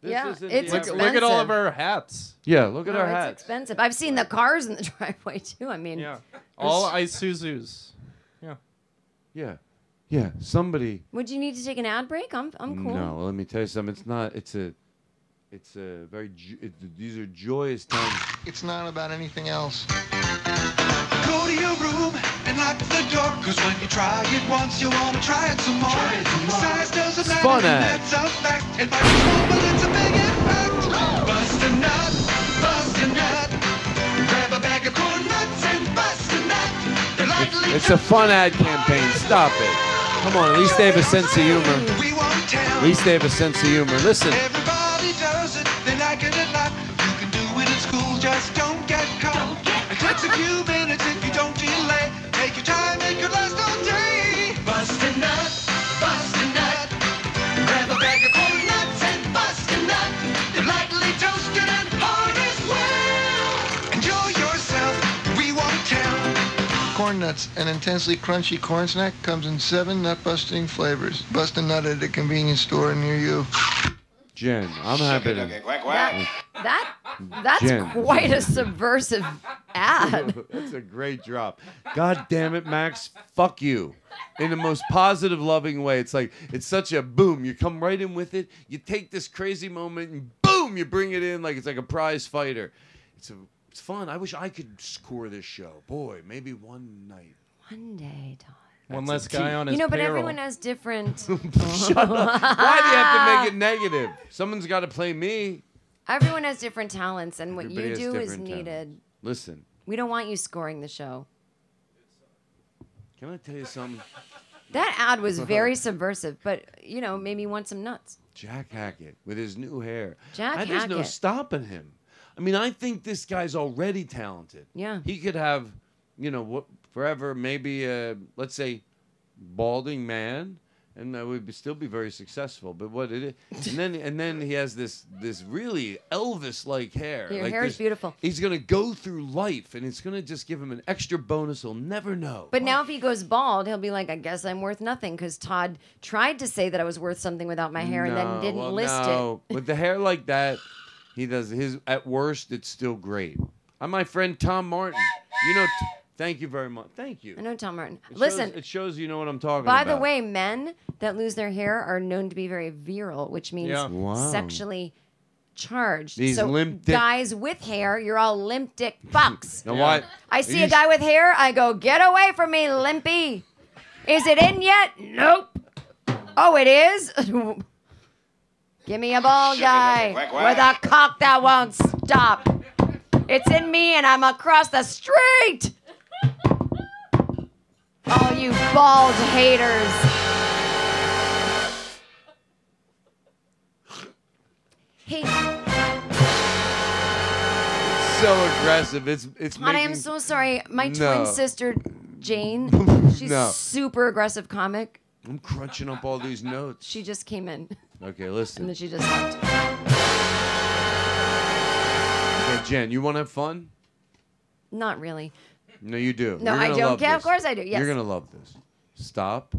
Speaker 8: yeah,
Speaker 7: isn't
Speaker 8: it's
Speaker 7: the-
Speaker 8: expensive.
Speaker 7: Look- look at all of our hats.
Speaker 6: Yeah, look at
Speaker 8: No,
Speaker 6: our
Speaker 8: Oh, it's
Speaker 6: hats.
Speaker 8: expensive. I've seen the cars in the driveway too. I mean,
Speaker 7: Yeah.
Speaker 8: there's-
Speaker 7: All Isuzus. Yeah.
Speaker 6: Yeah. Yeah. Somebody.
Speaker 8: Would you need to take an ad break? I'm,
Speaker 5: Oh,
Speaker 8: I'm cool.
Speaker 6: No, let me tell you something. It's not. It's a. It's a very. jo- It, these are joyous times.
Speaker 15: It's not about anything else. Go to your room and lock the door. Cause when you try it once, you wanna try it some more. Size doesn't matter.
Speaker 6: Fun
Speaker 15: and
Speaker 6: ad.
Speaker 15: That's a fact. It might be small, but it's a big impact. Bust a nut, bust a nut. Grab a bag of corn nuts and bust a nut. They're
Speaker 6: It's,
Speaker 15: likely
Speaker 6: it's a fun ad campaign. Stop it. Come on. At least they have a sense of humor.
Speaker 15: we won't tell.
Speaker 6: At least they have a sense of humor. Listen.
Speaker 15: Everybody does it, they like it a lot. You can do it at school, just don't get caught. It takes a few minutes if you don't delay. Take your time, it could last all day. Bust a nut, bust a nut. Grab a bag of corn nuts and bust a nut. They're lightly toasted and hard as well. Enjoy yourself, we won't tell. Corn nuts, an intensely crunchy corn snack, comes in seven nut-busting flavors. Bust a nut at a convenience store near you.
Speaker 6: Jen, I'm happy to.
Speaker 8: That that's
Speaker 6: Jen.
Speaker 8: quite a subversive ad.
Speaker 6: That's a great drop. God damn it, Max. Fuck you. In the most positive, loving way. It's like, it's such a boom. You come right in with it. You take this crazy moment and boom, boom, you bring it in like it's like a prize fighter. It's a, it's fun. I wish I could score this show. Boy, maybe one night.
Speaker 8: One day, Todd.
Speaker 7: One less guy on his
Speaker 8: You know, but
Speaker 6: payroll.
Speaker 8: everyone has different.
Speaker 6: Shut up. Why do you have to make it negative? Someone's got to play me.
Speaker 8: Everyone has different talents, and what
Speaker 6: Everybody
Speaker 8: you
Speaker 6: has
Speaker 8: do is
Speaker 6: different
Speaker 8: needed.
Speaker 6: talents. Listen,
Speaker 8: We don't want you scoring the show.
Speaker 6: can I tell you something?
Speaker 8: That ad was very subversive, but you know, made me want some nuts.
Speaker 6: Jack Hackett with his new hair.
Speaker 8: Jack
Speaker 6: I- There's no
Speaker 8: Hackett.
Speaker 6: stopping him. I mean, I think this guy's already talented.
Speaker 8: Yeah.
Speaker 6: He could have, you know, what forever maybe a let's say balding man, and that would be, still be very successful. But what it is, and then and then he has this this really Elvis-like hair.
Speaker 8: Your
Speaker 6: like
Speaker 8: hair is
Speaker 6: this-
Speaker 8: beautiful.
Speaker 6: He's gonna go through life, and it's gonna just give him an extra bonus. He'll never know.
Speaker 8: But now, if he goes bald, he'll be like, "I guess I'm worth nothing," because Todd tried to say that I was worth something without my hair, and then didn't
Speaker 6: well,
Speaker 8: list it.
Speaker 6: no. With the hair like that, he does his. At worst, it's still great. I'm my friend Tom Martin. You know, t- thank you very much. Thank you.
Speaker 8: I know Tom Martin.
Speaker 6: It
Speaker 8: Listen,
Speaker 6: shows, it shows you know what I'm talking
Speaker 8: By
Speaker 6: about.
Speaker 8: the way, men that lose their hair are known to be very virile, which means
Speaker 6: Yeah. Wow.
Speaker 8: sexually charged.
Speaker 6: These
Speaker 8: so
Speaker 6: limp dick-
Speaker 8: guys with hair, you're all limp dick fucks.
Speaker 6: Now why-
Speaker 8: I see
Speaker 6: you
Speaker 8: a guy with hair, I go, get away from me, limpy. Is it in yet? Nope. Oh, it is? Give me a bald guy
Speaker 15: quack,
Speaker 8: with a
Speaker 15: quack.
Speaker 8: cock that won't stop. It's in me and I'm across the street. All you bald haters. Hey,
Speaker 6: so aggressive. It's it's.
Speaker 8: Todd, I am
Speaker 6: making-
Speaker 8: so sorry. My
Speaker 6: No.
Speaker 8: twin sister, Jane, she's
Speaker 6: No.
Speaker 8: super aggressive comic.
Speaker 6: I'm crunching up all these notes.
Speaker 8: She just came in
Speaker 6: Okay,
Speaker 8: and
Speaker 6: listen.
Speaker 8: then she just left.
Speaker 6: Okay, Jen, you want to have fun?
Speaker 8: Not really.
Speaker 6: No, you do.
Speaker 8: No,
Speaker 6: You're
Speaker 8: I
Speaker 6: gonna
Speaker 8: don't
Speaker 6: love
Speaker 8: care. Of
Speaker 6: this.
Speaker 8: course I do. Yes.
Speaker 6: You're gonna love this. Stop.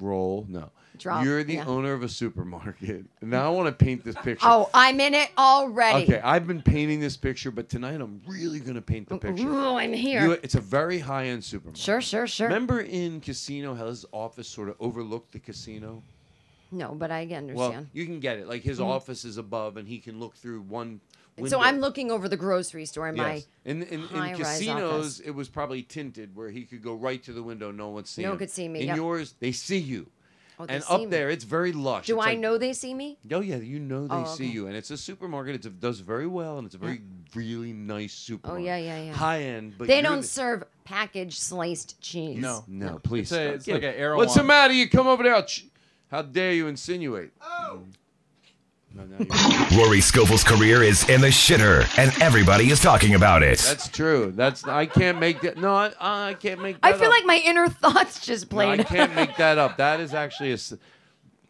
Speaker 6: Roll. No.
Speaker 8: Drop,
Speaker 6: You're the
Speaker 8: yeah.
Speaker 6: owner of a supermarket. Now I want to paint this picture.
Speaker 8: Oh, I'm in it already.
Speaker 6: Okay, I've been painting this picture, but tonight I'm really gonna paint the picture.
Speaker 8: Ooh, I'm here.
Speaker 6: You- it's a very high-end supermarket.
Speaker 8: Sure, sure, sure.
Speaker 6: Remember in Casino how his office sort of overlooked the casino?
Speaker 8: No, but I understand.
Speaker 6: Well, you can get it. Like his
Speaker 8: Mhm.
Speaker 6: office is above, and he can look through one.
Speaker 8: And
Speaker 6: Window.
Speaker 8: so I'm looking over the grocery store in
Speaker 6: Yes.
Speaker 8: my
Speaker 6: in, in, in
Speaker 8: high-rise
Speaker 6: casinos,
Speaker 8: office.
Speaker 6: it was probably tinted where he could go right to the window, no one see
Speaker 8: No
Speaker 6: him.
Speaker 8: one could see me,
Speaker 6: In
Speaker 8: yep.
Speaker 6: yours, they see you.
Speaker 8: Oh, they
Speaker 6: and
Speaker 8: see
Speaker 6: up
Speaker 8: me.
Speaker 6: there, it's very lush.
Speaker 8: Do
Speaker 6: It's
Speaker 8: I
Speaker 6: like-
Speaker 8: know they see me?
Speaker 6: Oh yeah, you know they
Speaker 8: Oh,
Speaker 6: see
Speaker 8: okay.
Speaker 6: you, and it's a supermarket. It's, it does very well, and it's a very really nice supermarket.
Speaker 8: Oh, yeah, yeah, yeah.
Speaker 6: High end, but
Speaker 8: they
Speaker 6: you're
Speaker 8: don't
Speaker 6: the-
Speaker 8: serve packaged sliced cheese.
Speaker 6: No, no,
Speaker 7: It's
Speaker 6: please.
Speaker 7: a-
Speaker 6: stop.
Speaker 7: it's
Speaker 6: Get
Speaker 7: like
Speaker 6: it.
Speaker 7: a
Speaker 6: What's the
Speaker 7: Erewhon.
Speaker 6: matter? You come over there. I'll ch- How dare you insinuate? Oh. No, no, you-
Speaker 2: Rory Scovel's career is in the shitter, and everybody is talking about it.
Speaker 6: That's true. That's I can't make that. No, I, I can't make.
Speaker 8: I
Speaker 6: that
Speaker 8: feel
Speaker 6: up.
Speaker 8: like my inner thoughts just
Speaker 6: No, I
Speaker 8: played.
Speaker 6: can't make that up. That is actually a. s-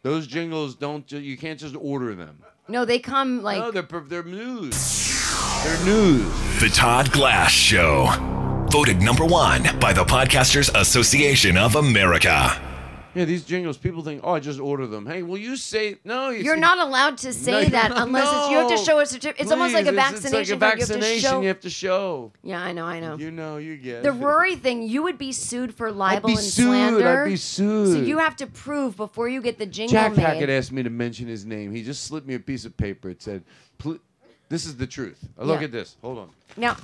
Speaker 6: Those jingles don't. ju- You can't just order them.
Speaker 8: no, they come like
Speaker 6: no, they're per- they're news. They're news.
Speaker 2: The Todd Glass Show. Voted number one by the Podcasters Association of America.
Speaker 6: Yeah, these jingles. People think, oh, I just order them. Hey, will you say no? You
Speaker 8: you're
Speaker 6: see-
Speaker 8: not allowed to say
Speaker 6: No, you're
Speaker 8: that
Speaker 6: not-
Speaker 8: unless it's, you have to
Speaker 6: no,
Speaker 8: show a certificate. It's almost like a
Speaker 6: please, it's-
Speaker 8: vaccination.
Speaker 6: It's like a
Speaker 8: card. You have to
Speaker 6: vaccination.
Speaker 8: show.
Speaker 6: You have to show.
Speaker 8: yeah, I know, I know.
Speaker 6: You know, you get
Speaker 8: The
Speaker 6: it.
Speaker 8: Rory thing, you would be sued for libel
Speaker 6: be
Speaker 8: and
Speaker 6: sued, I'd
Speaker 8: slander.
Speaker 6: be
Speaker 8: So
Speaker 6: sued.
Speaker 8: you have to prove before you get the jingle
Speaker 6: Jack
Speaker 8: made.
Speaker 6: Hackett asked me to mention his name. He just slipped me a piece of paper. It said, "Pl- "This is the truth." Uh, Look
Speaker 8: Yeah.
Speaker 6: at this. Hold on.
Speaker 8: Now,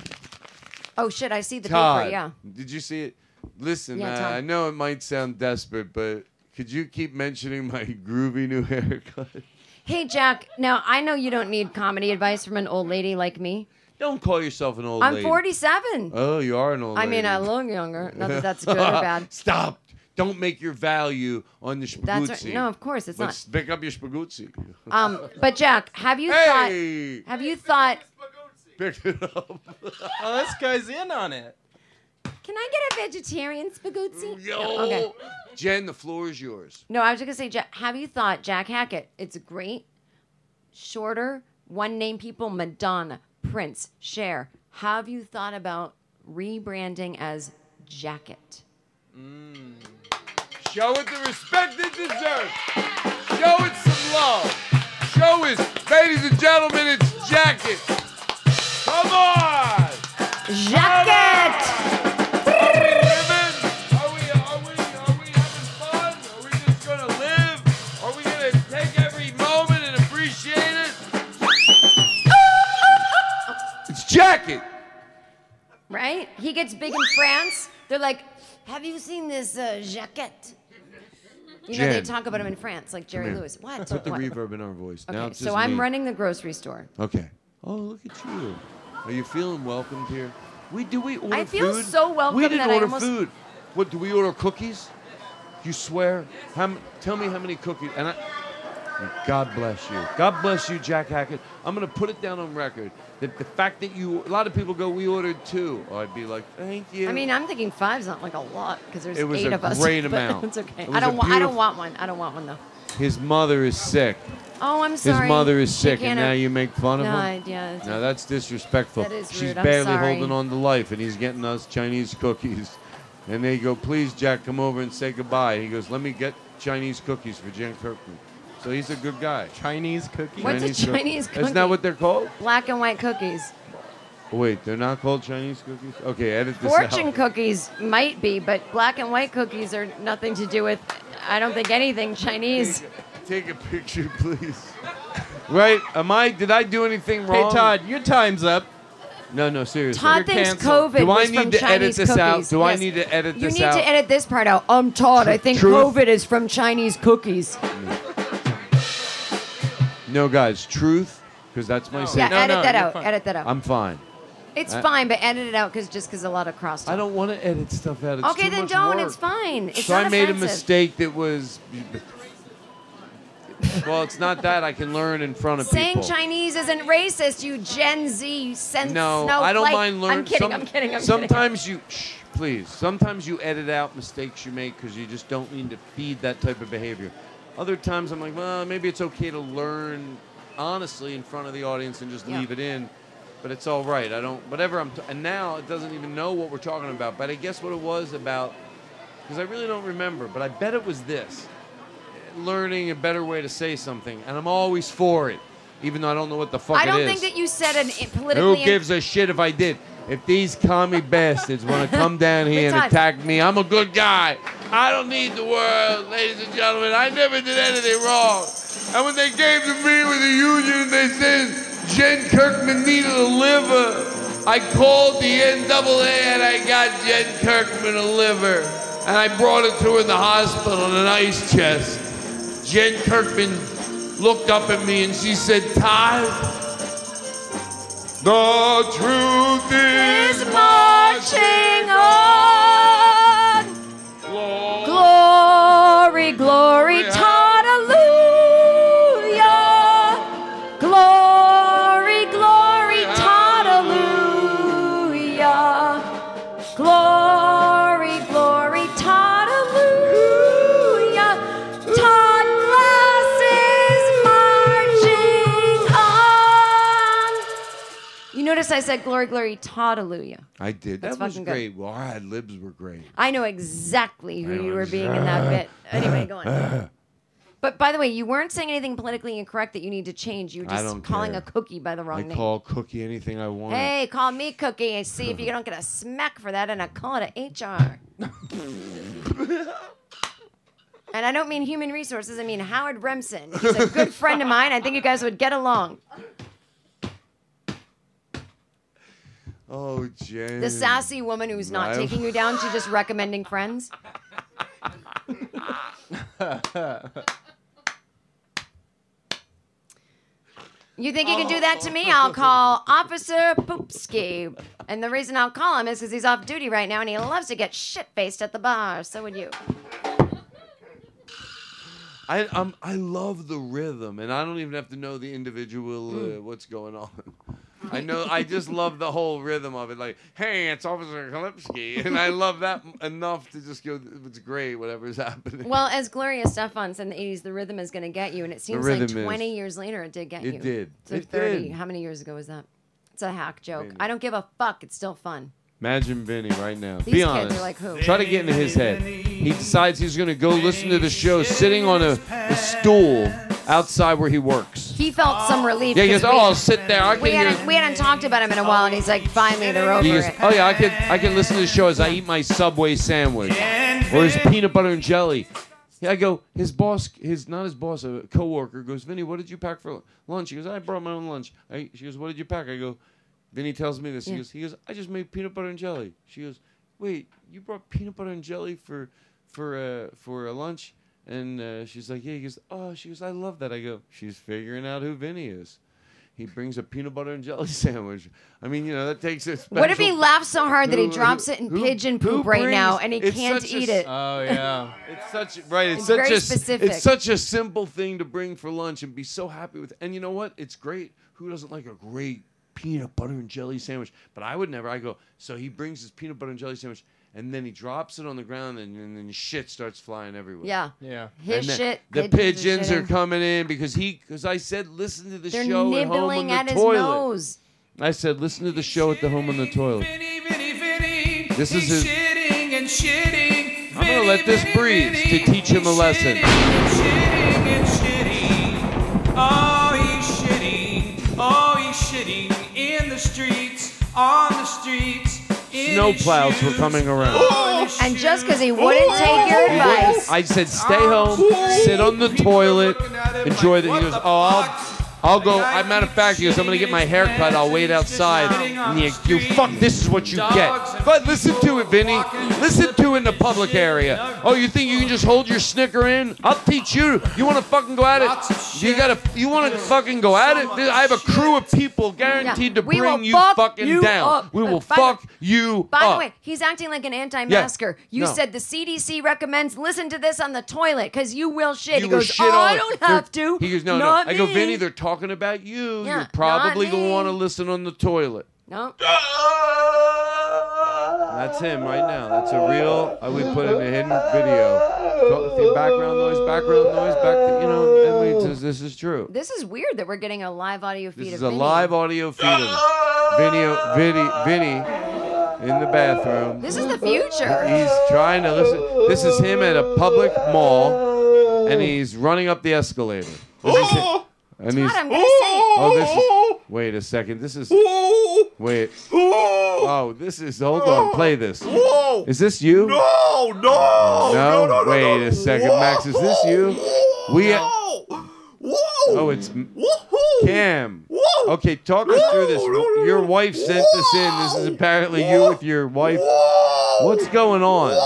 Speaker 8: oh shit, I see the
Speaker 6: Todd,
Speaker 8: paper. Yeah.
Speaker 6: Did you see it? Listen,
Speaker 8: Yeah,
Speaker 6: uh,
Speaker 8: Todd.
Speaker 6: I know it might sound desperate, but could you keep mentioning my groovy new haircut?
Speaker 8: Hey Jack, now I know you don't need comedy advice from an old lady like me.
Speaker 6: Don't call yourself an old
Speaker 8: I'm
Speaker 6: lady.
Speaker 8: 47.
Speaker 6: Oh, you are an old
Speaker 8: I
Speaker 6: lady.
Speaker 8: mean, I look younger. Not that that's good or bad.
Speaker 6: Stop. Don't make your value on the spaguzzi.
Speaker 8: That's right. No, of course it's
Speaker 6: Let's Pick up your spaguzzi.
Speaker 8: Um, but Jack, have you
Speaker 6: Hey!
Speaker 8: thought? Have you thought?
Speaker 6: Pick it up.
Speaker 7: oh, this guy's in on it.
Speaker 8: Can I get a vegetarian spaghetti? No, Okay.
Speaker 6: Jen, the floor is yours.
Speaker 8: No, I was just gonna say, Jack, have you thought Jack Hackett? It's great, shorter, one name people: Madonna, Prince, Cher. Have you thought about rebranding as Jacket?
Speaker 6: Show it the respect it deserves. Show it some love. Show it, ladies and gentlemen, it's Jacket. Come on.
Speaker 8: Jacket.
Speaker 6: Gonna live? Are we gonna take every moment and appreciate it?
Speaker 5: jacket.
Speaker 8: right? He gets big in France. They're like, have you seen this uh, jacket? You know, they
Speaker 6: Jen.
Speaker 8: talk about him in France, like Jerry
Speaker 6: Come here.
Speaker 8: Lewis. What?
Speaker 6: Put the
Speaker 8: What?
Speaker 6: reverb in our voice.
Speaker 8: Okay,
Speaker 6: now it's
Speaker 8: so
Speaker 6: just
Speaker 8: I'm
Speaker 6: me.
Speaker 8: running the grocery store.
Speaker 6: Okay. Oh, look at you. Are you feeling welcomed here? We do we order
Speaker 8: I feel
Speaker 6: food?
Speaker 8: so welcome
Speaker 6: We didn't
Speaker 8: that I
Speaker 6: order
Speaker 8: almost-
Speaker 6: food. What do we order cookies? You swear? How, m- tell me how many cookies and I God bless you. God bless you, Jack Hackett. I'm gonna put it down on record that the fact that you a lot of people go, we ordered two. I'd be like, thank you.
Speaker 8: I mean, I'm thinking five's not like a lot because there's
Speaker 6: It was
Speaker 8: eight
Speaker 6: a
Speaker 8: of us.
Speaker 6: great
Speaker 8: but
Speaker 6: amount.
Speaker 8: It's okay.
Speaker 6: It was
Speaker 8: I don't
Speaker 6: a
Speaker 8: want. I don't
Speaker 6: beautiful-
Speaker 8: want one. I don't want one though.
Speaker 6: His mother is sick.
Speaker 8: Oh, I'm
Speaker 6: His
Speaker 8: sorry.
Speaker 6: mother is
Speaker 8: She
Speaker 6: sick, and
Speaker 8: can't
Speaker 6: now
Speaker 8: have-
Speaker 6: you make fun of
Speaker 8: No,
Speaker 6: him.
Speaker 8: I- yeah, it's-
Speaker 6: now that's disrespectful.
Speaker 8: That is
Speaker 6: She's
Speaker 8: rude. I'm
Speaker 6: barely
Speaker 8: sorry.
Speaker 6: holding on to life, and he's getting us Chinese cookies. And they go, "Please, Jack, come over and say goodbye." He goes, "Let me get Chinese cookies for Jen Kirkman." So he's a good guy.
Speaker 7: Chinese cookies.
Speaker 8: What's a
Speaker 6: cook-
Speaker 8: Chinese
Speaker 6: Isn't that
Speaker 8: cookie?
Speaker 6: what they're called?
Speaker 8: Black and white cookies.
Speaker 6: Wait, they're not called Chinese cookies. Okay, edit this
Speaker 8: Fortune
Speaker 6: out.
Speaker 8: cookies might be, but black and white cookies are nothing to do with. I don't think anything Chinese.
Speaker 6: Take a picture, please. Right? Am I? Did I do anything
Speaker 7: Hey,
Speaker 6: wrong?
Speaker 7: Todd,
Speaker 6: your time's up. No, no, seriously.
Speaker 8: Todd thinks COVID
Speaker 6: Do I
Speaker 8: was
Speaker 6: need
Speaker 8: from
Speaker 6: to edit
Speaker 8: Chinese
Speaker 6: this out?
Speaker 8: cookies.
Speaker 6: Do I
Speaker 8: Yes.
Speaker 6: need to edit
Speaker 8: You
Speaker 6: this
Speaker 8: need
Speaker 6: out?
Speaker 8: to edit this part out. Um, Todd, I think
Speaker 6: Truth.
Speaker 8: COVID is from Chinese cookies.
Speaker 6: no, guys, truth, because that's my.
Speaker 8: Yeah,
Speaker 6: secret.
Speaker 8: edit that out. Edit that out.
Speaker 6: I'm fine.
Speaker 8: it's
Speaker 6: I-
Speaker 8: fine, but edit it out because just because a lot of cross.
Speaker 6: I don't want to edit stuff out. It's
Speaker 8: Okay,
Speaker 6: too
Speaker 8: then
Speaker 6: much
Speaker 8: don't.
Speaker 6: work.
Speaker 8: It's fine. It's
Speaker 6: so
Speaker 8: not
Speaker 6: I made
Speaker 8: offensive.
Speaker 6: a mistake that was. well, it's not that I can learn in front of
Speaker 8: Saying
Speaker 6: people.
Speaker 8: Chinese isn't racist, you Gen Z sense.
Speaker 6: No, I don't
Speaker 8: snowflake.
Speaker 6: mind learning.
Speaker 8: I'm kidding. I'm kidding. I'm
Speaker 6: sometimes you, shh, please. Sometimes you edit out mistakes you make because you just don't mean to feed that type of behavior. Other times I'm like, well, maybe it's okay to learn honestly in front of the audience and just
Speaker 8: Yeah.
Speaker 6: leave it in. But it's all right. I don't. Whatever I'm. T- and now it doesn't even know what we're talking about. But I guess what it was about, because I really don't remember. But I bet it was this learning a better way to say something, and I'm always for it, even though I don't know what the fuck
Speaker 8: kidding. I
Speaker 6: it
Speaker 8: don't
Speaker 6: is.
Speaker 8: think that you said an i-
Speaker 6: Who
Speaker 8: politically.
Speaker 6: gives a shit if I did? If these commie bastards want to come down here and
Speaker 8: Todd.
Speaker 6: attack me, I'm a good guy. I don't need the world, ladies and gentlemen. I never did anything wrong. And when they came to me with the union, they said Jen Kirkman needed a liver. I called the NAA and I got Jen Kirkman a liver. And I brought it to her in the hospital in an ice chest. Jen Kirkman looked up at me and she said, Todd, the truth is marching
Speaker 8: on. Glory, glory, Todd, hallelujah. Glory, glory, Todd, hallelujah. Glory, glory, Todd, hallelujah. Todd Glass is marching on. Um, You notice I said glory, glory, Todd, hallelujah.
Speaker 6: I did.
Speaker 8: That's
Speaker 6: that was
Speaker 8: fucking good.
Speaker 6: great. Well, our ad libs were great.
Speaker 8: I know exactly who you were being in that bit. Anyway, go on. But by the way, you weren't saying anything politically incorrect that you need to change. You were
Speaker 6: I
Speaker 8: just
Speaker 6: don't
Speaker 8: calling
Speaker 6: care.
Speaker 8: a cookie by the wrong
Speaker 6: I
Speaker 8: name.
Speaker 6: call Cookie anything I want.
Speaker 8: hey, call me Cookie and see if you don't get a smack for that and a call to HR. and I don't mean human resources, I mean Howard Remsen. He's a good friend of mine. I think you guys would get along.
Speaker 6: Oh, Jen.
Speaker 8: The sassy woman who's not
Speaker 6: I-
Speaker 8: taking you down, she's just recommending friends. You think you can do that to me?
Speaker 6: Oh.
Speaker 8: I'll call Officer Poopski. And the reason I'll call him is because he's off duty right now and he loves to get shit faced at the bar. So would you.
Speaker 6: I um, I love the rhythm, and I don't even have to know the individual
Speaker 8: Mm.
Speaker 6: uh, what's going on. I know. I just love the whole rhythm of it. Like, hey, it's Officer Kalipsky, and I love that m- enough to just go. It's great, whatever's happening.
Speaker 8: Well, as Gloria Stefan said in the 80s, the rhythm is going to get you. And it seems like
Speaker 6: rhythm is.
Speaker 8: 20 years later, it did get
Speaker 6: It
Speaker 8: you.
Speaker 6: did.
Speaker 8: So
Speaker 6: It
Speaker 8: 30.
Speaker 6: did.
Speaker 8: How many years ago was that? It's a hack joke.
Speaker 6: Maybe.
Speaker 8: I don't give a fuck. It's still fun.
Speaker 6: Imagine Vinny right now.
Speaker 8: These
Speaker 6: Be
Speaker 8: kids are
Speaker 6: honest.
Speaker 8: like who?
Speaker 6: Try to get into his head. He decides he's going to go listen to the show sitting on a, a stool outside where he works.
Speaker 8: He felt some relief.
Speaker 6: Yeah, he goes,
Speaker 8: 'cause
Speaker 6: "Oh, I'll sit there. I
Speaker 8: we,
Speaker 6: can
Speaker 8: hadn't,
Speaker 6: hear-
Speaker 8: we hadn't talked about him in a while, and he's like, finally, they're over
Speaker 6: He goes,
Speaker 8: it.
Speaker 6: oh yeah, I can I can listen to the show as I eat my Subway sandwich or his peanut butter and jelly. Yeah, I go. His boss, his not his boss, a coworker goes, Vinny, what did you pack for lunch? He goes, I brought my own lunch. I, she goes, what did you pack? I go, Vinny tells me this.
Speaker 9: Yeah.
Speaker 6: He goes, he goes, I just made peanut butter and jelly. She goes, wait, you brought peanut butter and jelly for for uh, for a lunch? And uh, she's like, yeah. He goes, oh, she goes, I love that. I go, she's figuring out who Vinny is. He brings a peanut butter and jelly sandwich. I mean, you know, that takes a special.
Speaker 8: What if he laughs so hard that he
Speaker 6: Who-
Speaker 8: drops it in
Speaker 6: who-
Speaker 8: pigeon
Speaker 6: who
Speaker 8: poop right
Speaker 6: brings-
Speaker 8: now and he
Speaker 6: it's
Speaker 8: can't
Speaker 6: such a
Speaker 8: eat
Speaker 6: s-
Speaker 8: it?
Speaker 6: Oh yeah, it's such right. It's,
Speaker 8: It's
Speaker 6: such
Speaker 8: very
Speaker 6: a s-
Speaker 8: specific.
Speaker 6: It's such a simple thing to bring for lunch and be so happy with. And you know what? It's great. Who doesn't like a great peanut butter and jelly sandwich? But I would never. I go. So he brings his peanut butter and jelly sandwich, and then he drops it on the ground, and, and then shit starts flying everywhere.
Speaker 8: Yeah.
Speaker 7: Yeah.
Speaker 8: His
Speaker 6: And the-
Speaker 8: shit,
Speaker 6: The
Speaker 8: pigeons are
Speaker 6: pigeons are
Speaker 8: shitting.
Speaker 6: coming in because he because I said listen to the
Speaker 8: They're
Speaker 6: show at home on
Speaker 8: nibbling
Speaker 6: the
Speaker 8: at his
Speaker 6: toilet.
Speaker 8: nose.
Speaker 6: I said listen to the show at the home on the toilet. This is his.
Speaker 10: Shitting and shitting.
Speaker 6: I'm gonna let this breathe to teach him a lesson.
Speaker 10: shitting and shitting. Oh, he's shitting. Oh, he's shitting in the streets, on the streets. In his
Speaker 6: Snowplows were coming around.
Speaker 8: And just because he wouldn't take your advice.
Speaker 6: I said, stay home, sit on the toilet, enjoy the. He goes, oh, I'll, I'll go. I matter of fact, he goes, I'm gonna get my hair cut. I'll wait outside. And you, you fuck. This is what you get. But listen to it, Vinny. Listen to it in the public area. Oh, you think you can just hold your snicker in? I'll teach you. You want to fucking go at it? You gotta. You want to fucking go at it? I have a crew of people guaranteed to
Speaker 8: Yeah, we will
Speaker 6: bring you
Speaker 8: fuck
Speaker 6: fucking
Speaker 8: you
Speaker 6: down.
Speaker 8: up.
Speaker 6: We will
Speaker 8: By the-
Speaker 6: fuck you
Speaker 8: By the
Speaker 6: up.
Speaker 8: way, he's acting like an anti-masker. You
Speaker 6: Oh. No.
Speaker 8: said the CDC recommends listen to this on the toilet because you will shit.
Speaker 6: You
Speaker 8: he
Speaker 6: will
Speaker 8: goes,
Speaker 6: shit
Speaker 8: oh,
Speaker 6: all-
Speaker 8: I don't
Speaker 6: They're-
Speaker 8: have to.
Speaker 6: He goes, no,
Speaker 8: Not
Speaker 6: no. I go,
Speaker 8: me."
Speaker 6: Vinny, they're talking about you.
Speaker 8: Yeah,
Speaker 6: You're probably
Speaker 8: not
Speaker 6: gonna
Speaker 8: me.
Speaker 6: want to listen on the toilet.
Speaker 8: No.
Speaker 6: That's him right now. That's a real. I would put in a hidden video. The background noise, background noise, back. You know, and we, this, this is true.
Speaker 8: This is weird that we're getting a live audio feed
Speaker 6: This
Speaker 8: of
Speaker 6: is a
Speaker 8: Vinny.
Speaker 6: live audio feed of Vinny, Vinny, Vinny, in the bathroom.
Speaker 8: This is the future.
Speaker 6: He's trying to listen. This is him at a public
Speaker 10: Oh.
Speaker 6: mall, and he's running up the escalator. This is him. And he's,
Speaker 8: God, I'm gonna say.
Speaker 6: Oh, this is. Wait a second. This is. Wait. Oh, this is. Hold on. Play this. Is this you?
Speaker 14: No, no,
Speaker 6: No.
Speaker 14: no, no, no,
Speaker 6: Wait a second, Max. Is this you? We. Oh, it's m- Cam. Okay, talk us through this. Your wife sent this in. This is apparently you with your wife. What's going on?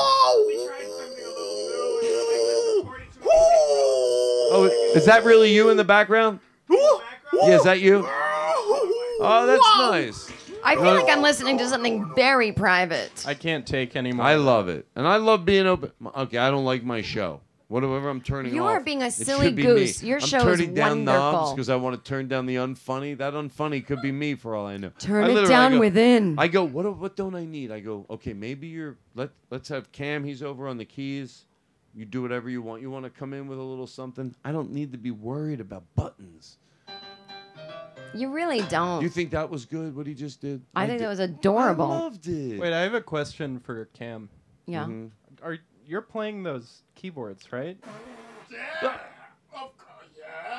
Speaker 6: Oh, is that really you in the background? Yeah, is that you? Oh, that's nice.
Speaker 8: I feel
Speaker 6: Well-
Speaker 8: like I'm listening to something very private.
Speaker 6: I can't take anymore. I love it, and I love being open. Okay, I don't like my show. Whatever I'm turning
Speaker 8: You
Speaker 6: off.
Speaker 8: are being a
Speaker 6: it should
Speaker 8: silly
Speaker 6: be
Speaker 8: goose.
Speaker 6: Me.
Speaker 8: Your
Speaker 6: I'm
Speaker 8: show is
Speaker 6: turning down knobs
Speaker 8: wonderful.
Speaker 6: because I want to turn down the unfunny. That unfunny could be me for all I know.
Speaker 8: Turn
Speaker 6: I
Speaker 8: it
Speaker 6: literally- I
Speaker 8: down
Speaker 6: go-
Speaker 8: within.
Speaker 6: I go. What? What don't I need? I go. Okay, maybe you're. Let Let's have Cam. He's over on the keys. You do whatever you want. You want to come in with a little something. I don't need to be worried about buttons.
Speaker 8: You really don't.
Speaker 6: You think that was good? What he just did?
Speaker 8: I think that was
Speaker 6: I
Speaker 8: adorable.
Speaker 6: loved it.
Speaker 7: Wait, I have a question for Cam.
Speaker 8: Yeah.
Speaker 6: Mhm.
Speaker 7: Are you're playing those keyboards, right?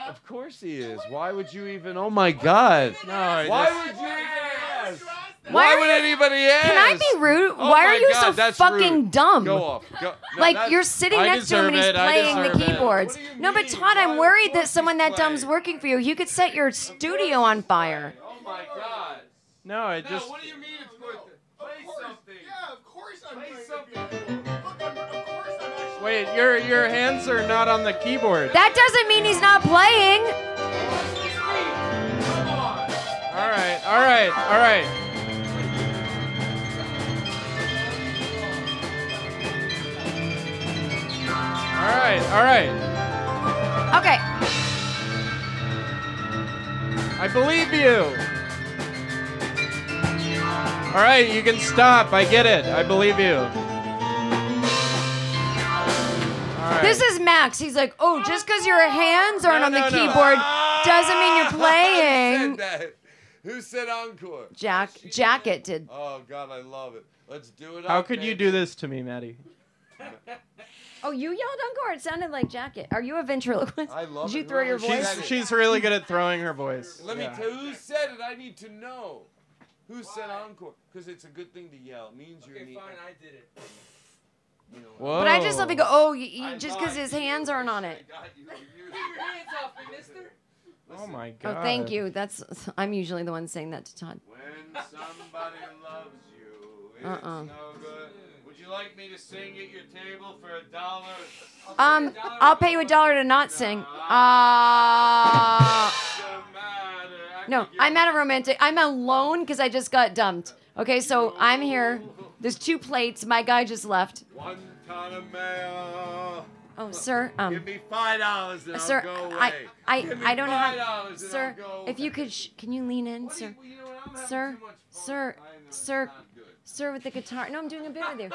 Speaker 6: Of course he is. Why would you even? Oh my God.
Speaker 7: No, I
Speaker 6: Why
Speaker 7: just-
Speaker 6: would you even ask?
Speaker 8: Why
Speaker 6: Why
Speaker 8: are
Speaker 6: would
Speaker 8: you-
Speaker 6: anybody ask?
Speaker 8: Can I be rude?
Speaker 6: Oh
Speaker 8: Why are
Speaker 6: my
Speaker 8: you
Speaker 6: God,
Speaker 8: so
Speaker 6: that's
Speaker 8: fucking
Speaker 6: rude.
Speaker 8: dumb?
Speaker 6: Go off. Go- no,
Speaker 8: like
Speaker 6: that-
Speaker 8: you're sitting
Speaker 6: I
Speaker 8: next to him and he's
Speaker 6: deserve it. I
Speaker 8: playing the
Speaker 6: deserve it.
Speaker 8: keyboards. No, but Todd, I'm worried that someone that dumb's working for you. You could set your studio on fire.
Speaker 6: Oh my God.
Speaker 7: No, I just.
Speaker 6: do you mean it's good? Play something.
Speaker 9: Yeah, of course I'm
Speaker 6: Play
Speaker 9: playing
Speaker 6: something.
Speaker 7: Wait, your your hands are not on the keyboard.
Speaker 8: That doesn't mean he's not playing.
Speaker 7: all right, all right, all right. All right, all right.
Speaker 8: Okay.
Speaker 7: I believe you. All right, you can stop. I get it. I believe you. All right.
Speaker 8: This is Max. He's like, oh, just because your hands aren't
Speaker 6: No,
Speaker 8: on the
Speaker 6: no, no.
Speaker 8: keyboard doesn't mean you're
Speaker 6: Who
Speaker 8: playing.
Speaker 6: said that? Who said encore?
Speaker 8: Jack Jacket did.
Speaker 6: Oh God, I love it. Let's do it.
Speaker 7: How
Speaker 6: up,
Speaker 7: could you
Speaker 6: baby.
Speaker 7: do this to me, Maddie?
Speaker 8: Oh, you yelled encore. It sounded like Jacket. Are you a ventriloquist?
Speaker 6: I love
Speaker 8: Did you
Speaker 6: it.
Speaker 8: throw your
Speaker 6: Whoever
Speaker 8: voice?
Speaker 6: said it.
Speaker 7: She's, she's really good at throwing her voice.
Speaker 6: Let
Speaker 7: Yeah.
Speaker 6: me tell you, who said it? I need to know. Who said encore? Because it's a good thing to yell. It means you're. Okay, fine, I did it.
Speaker 8: But I just love to go, oh, you, you, just because his hands aren't on it.
Speaker 6: got you.
Speaker 9: Keep your hands off me, mister.
Speaker 7: Oh my
Speaker 8: Oh,
Speaker 7: god.
Speaker 8: thank you. That's I'm usually the one saying that to Todd.
Speaker 9: When somebody loves you, it's
Speaker 8: Uh-uh.
Speaker 9: no good. Would you like me to sing at your table for a dollar?
Speaker 8: Um, I'll pay you a dollar to not sing. Uh, no, I'm at a romantic. I'm alone because I just got dumped. Okay, so I'm here. There's two plates. My guy just left.
Speaker 9: One ton of mail.
Speaker 8: Oh, sir. Um,
Speaker 9: Give me five dollars and
Speaker 8: sir,
Speaker 9: I'll go
Speaker 8: I,
Speaker 9: away.
Speaker 8: I,
Speaker 9: Give me
Speaker 8: I don't
Speaker 9: five
Speaker 8: have.
Speaker 9: dollars and
Speaker 8: Sir,
Speaker 9: I'll go
Speaker 8: if you could, sh- can you lean in, sir? sir, sir, sir, sir, with the guitar. No, I'm doing a bit with you,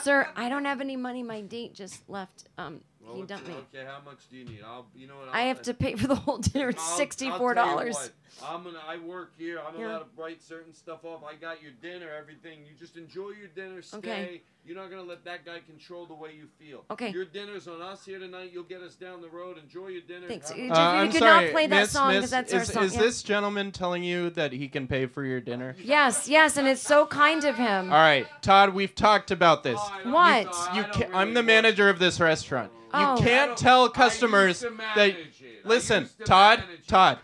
Speaker 8: sir. I don't have any money. My date just left. Um,
Speaker 9: Well,
Speaker 8: he
Speaker 9: what's-
Speaker 8: dumped me.
Speaker 9: Okay, how much do you need? I'll, you know what?
Speaker 8: I
Speaker 9: I'll-
Speaker 8: have to pay for the whole dinner. It's
Speaker 9: I'll- I'll
Speaker 8: sixty-four
Speaker 9: tell you
Speaker 8: dollars.
Speaker 9: what, I'm gonna. I work here. I'm
Speaker 8: Yeah.
Speaker 9: allowed to write certain stuff off. I got your dinner, everything. You just enjoy your dinner. Stay.
Speaker 8: Okay.
Speaker 9: You're not gonna let that guy control the way you feel.
Speaker 8: Okay.
Speaker 9: Your dinner's on us here tonight. You'll get us down the road. Enjoy your dinner.
Speaker 8: Thanks.
Speaker 9: Have
Speaker 8: Uh,
Speaker 9: a-
Speaker 8: Jeffrey,
Speaker 7: Uh, I'm
Speaker 8: could
Speaker 7: sorry,
Speaker 8: not play that
Speaker 7: miss,
Speaker 8: song
Speaker 7: miss,
Speaker 8: because that's our
Speaker 7: is-
Speaker 8: song.
Speaker 7: Is
Speaker 8: yeah.
Speaker 7: this gentleman telling you that he can pay for your dinner?
Speaker 8: Yes, yes, and it's so kind of him.
Speaker 7: All right, Todd, we've talked about this.
Speaker 8: What?
Speaker 7: You ca I'm the manager of this restaurant.
Speaker 8: Oh.
Speaker 7: You can't tell customers that. Listen, Todd, Todd,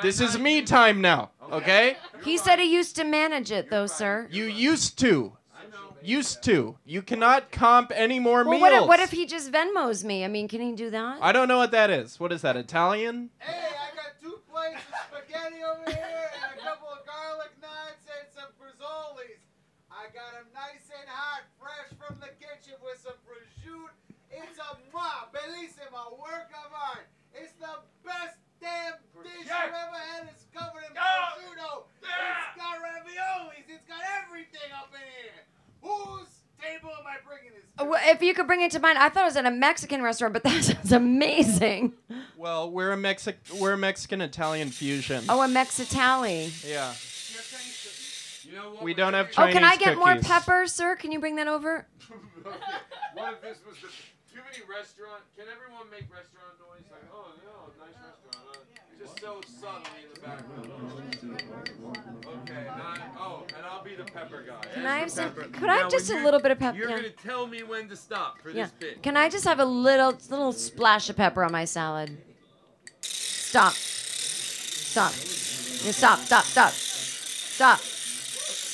Speaker 7: this is me time now, okay?
Speaker 8: He said he used to manage it though, sir.
Speaker 7: You used to. Used to. You cannot comp any more
Speaker 8: Well,
Speaker 7: meals.
Speaker 8: what if, what if he just Venmos me? I mean, can he do that?
Speaker 7: I don't know what that is. What is that, Italian?
Speaker 9: Two plates of spaghetti over here and a couple of garlic knots and some frizzolis. I got 'em nice and hot, fresh from the kitchen with some prosciutto. It's a ma bellissima work of art. It's the best damn dish
Speaker 15: Yes.
Speaker 9: you ever had. It's covered in
Speaker 15: Yeah.
Speaker 9: prosciutto. It's got raviolis. It's got everything up in here. Whose table am I bringing this?
Speaker 8: Uh, well, If you could bring it to mine, I thought it was at a Mexican restaurant, but that sounds amazing.
Speaker 7: Well, we're a Mexic we're a Mexican Italian fusion.
Speaker 8: Oh, a Mexitali.
Speaker 7: Yeah.
Speaker 9: You know
Speaker 7: We don't have
Speaker 8: Oh,
Speaker 7: Chinese
Speaker 8: can I get more
Speaker 7: cookies.
Speaker 8: pepper, sir? Can you bring that over?
Speaker 9: What if this was the too many restaurant? Can everyone make restaurant noise? Like, oh no, nice restaurant. Huh? Just so subtly in the background. Okay, and I, oh, and I'll be the pepper guy.
Speaker 8: Can
Speaker 9: As
Speaker 8: I
Speaker 9: the
Speaker 8: have some?
Speaker 9: pepper.
Speaker 8: Could I
Speaker 9: Now,
Speaker 8: have just
Speaker 9: when
Speaker 8: a
Speaker 9: you-
Speaker 8: little bit of pepper?
Speaker 9: You're
Speaker 8: Yeah.
Speaker 9: gonna tell me when to stop for
Speaker 8: Yeah.
Speaker 9: this bit.
Speaker 8: Can I just have a little little splash of pepper on my salad? Stop. Stop. Yeah, Stop. Stop. Stop. Stop.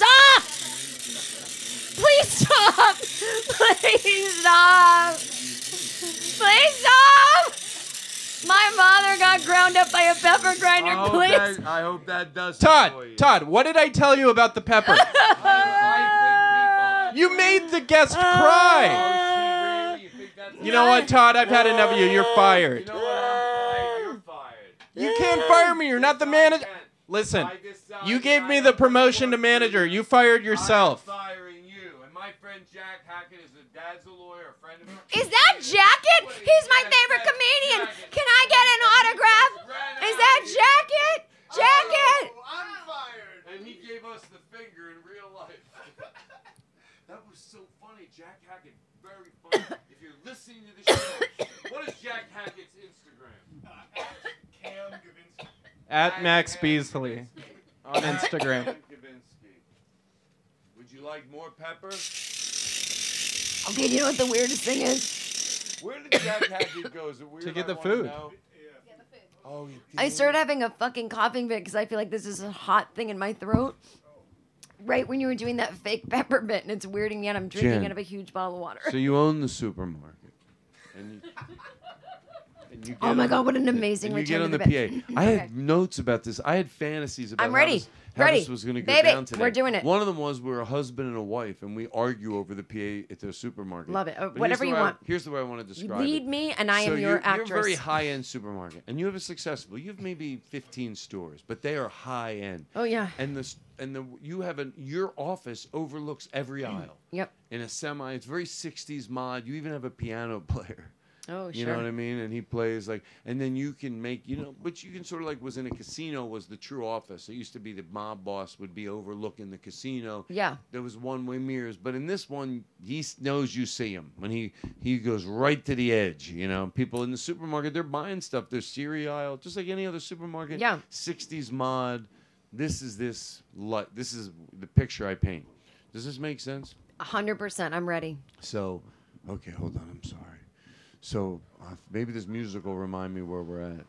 Speaker 8: Stop! Please stop! Please stop! Please stop! My mother got ground up by a pepper grinder.
Speaker 7: Oh,
Speaker 9: I hope
Speaker 8: Please.
Speaker 9: that- I hope that does. it for you.
Speaker 7: Todd, Todd, what did I tell you about the pepper? you made the guest cry.
Speaker 8: Oh,
Speaker 7: You know what, Todd? I've had enough of you. You're fired. You can't fire me. You're not the manager. Listen, you gave me the promotion to manager. You fired yourself.
Speaker 8: Is that Jacket? He's my favorite comedian. Can I get an autograph? Is that Jacket? Jacket!
Speaker 9: Oh, I'm fired. And he gave us the finger in real life. that was so funny, Jack Hackett. Very funny. if you're listening to the show, what is Jack Hackett's Instagram? Cam Gavinsky.
Speaker 7: At Max Beasley on Instagram.
Speaker 9: Would you like more pepper?
Speaker 8: Okay, you know what the weirdest thing is?
Speaker 9: Where did Jack Hackett go? Is it weird?
Speaker 7: To get the
Speaker 9: I wanna
Speaker 7: food.
Speaker 9: know? Oh, he
Speaker 8: I started having a fucking coughing fit because I feel like this is a hot thing in my throat. Right when you were doing that fake pepper bit, and it's weirding me out. I'm drinking
Speaker 6: Jen.
Speaker 8: out of a huge bottle of water.
Speaker 6: So you own the supermarket. And you, and you
Speaker 8: Oh
Speaker 6: get
Speaker 8: my
Speaker 6: on
Speaker 8: God,
Speaker 6: the-
Speaker 8: what an amazing
Speaker 6: and you get
Speaker 8: return
Speaker 6: on
Speaker 8: to
Speaker 6: the
Speaker 8: the bit.
Speaker 6: PA. I
Speaker 8: Okay.
Speaker 6: had notes about this. I had fantasies about
Speaker 8: I'm
Speaker 6: how
Speaker 8: ready.
Speaker 6: this- how
Speaker 8: Ready.
Speaker 6: this was going to go
Speaker 8: Baby,
Speaker 6: down today.
Speaker 8: we're doing it.
Speaker 6: One of them was we're a husband and a wife, and we argue over the PA at the supermarket.
Speaker 8: Love it. Uh,
Speaker 6: But here's
Speaker 8: whatever
Speaker 6: the
Speaker 8: you
Speaker 6: way I-
Speaker 8: want.
Speaker 6: here's the way I want to describe
Speaker 8: lead
Speaker 6: it.
Speaker 8: me, and I am
Speaker 6: So
Speaker 8: your
Speaker 6: you're, You're a very
Speaker 8: actress.
Speaker 6: high-end supermarket, and you have a successful. You have maybe 15 stores, but they are high-end.
Speaker 8: Oh, yeah.
Speaker 6: And the s- and the you have an your office overlooks every aisle
Speaker 8: Mm. Yep.
Speaker 6: in a semi. It's very 60s mod. You even have a piano player.
Speaker 8: Oh,
Speaker 6: You
Speaker 8: sure.
Speaker 6: know what I mean? And he plays like, and then you can make, you know, but you can sort of like was in a casino was the true office. It used to be the mob boss would be overlooking the casino.
Speaker 8: Yeah.
Speaker 6: There was one way mirrors, but in this one, he s- knows you see him when he he goes right to the edge. You know, people in the supermarket they're buying stuff. They're cereal aisle, just like any other supermarket.
Speaker 8: Yeah.
Speaker 6: 60s mod. This is this light. This is the picture I paint. Does this make sense?
Speaker 8: A 100%. I'm ready.
Speaker 6: So, okay, hold on. I'm sorry. So uh, maybe this music will remind me where we're at.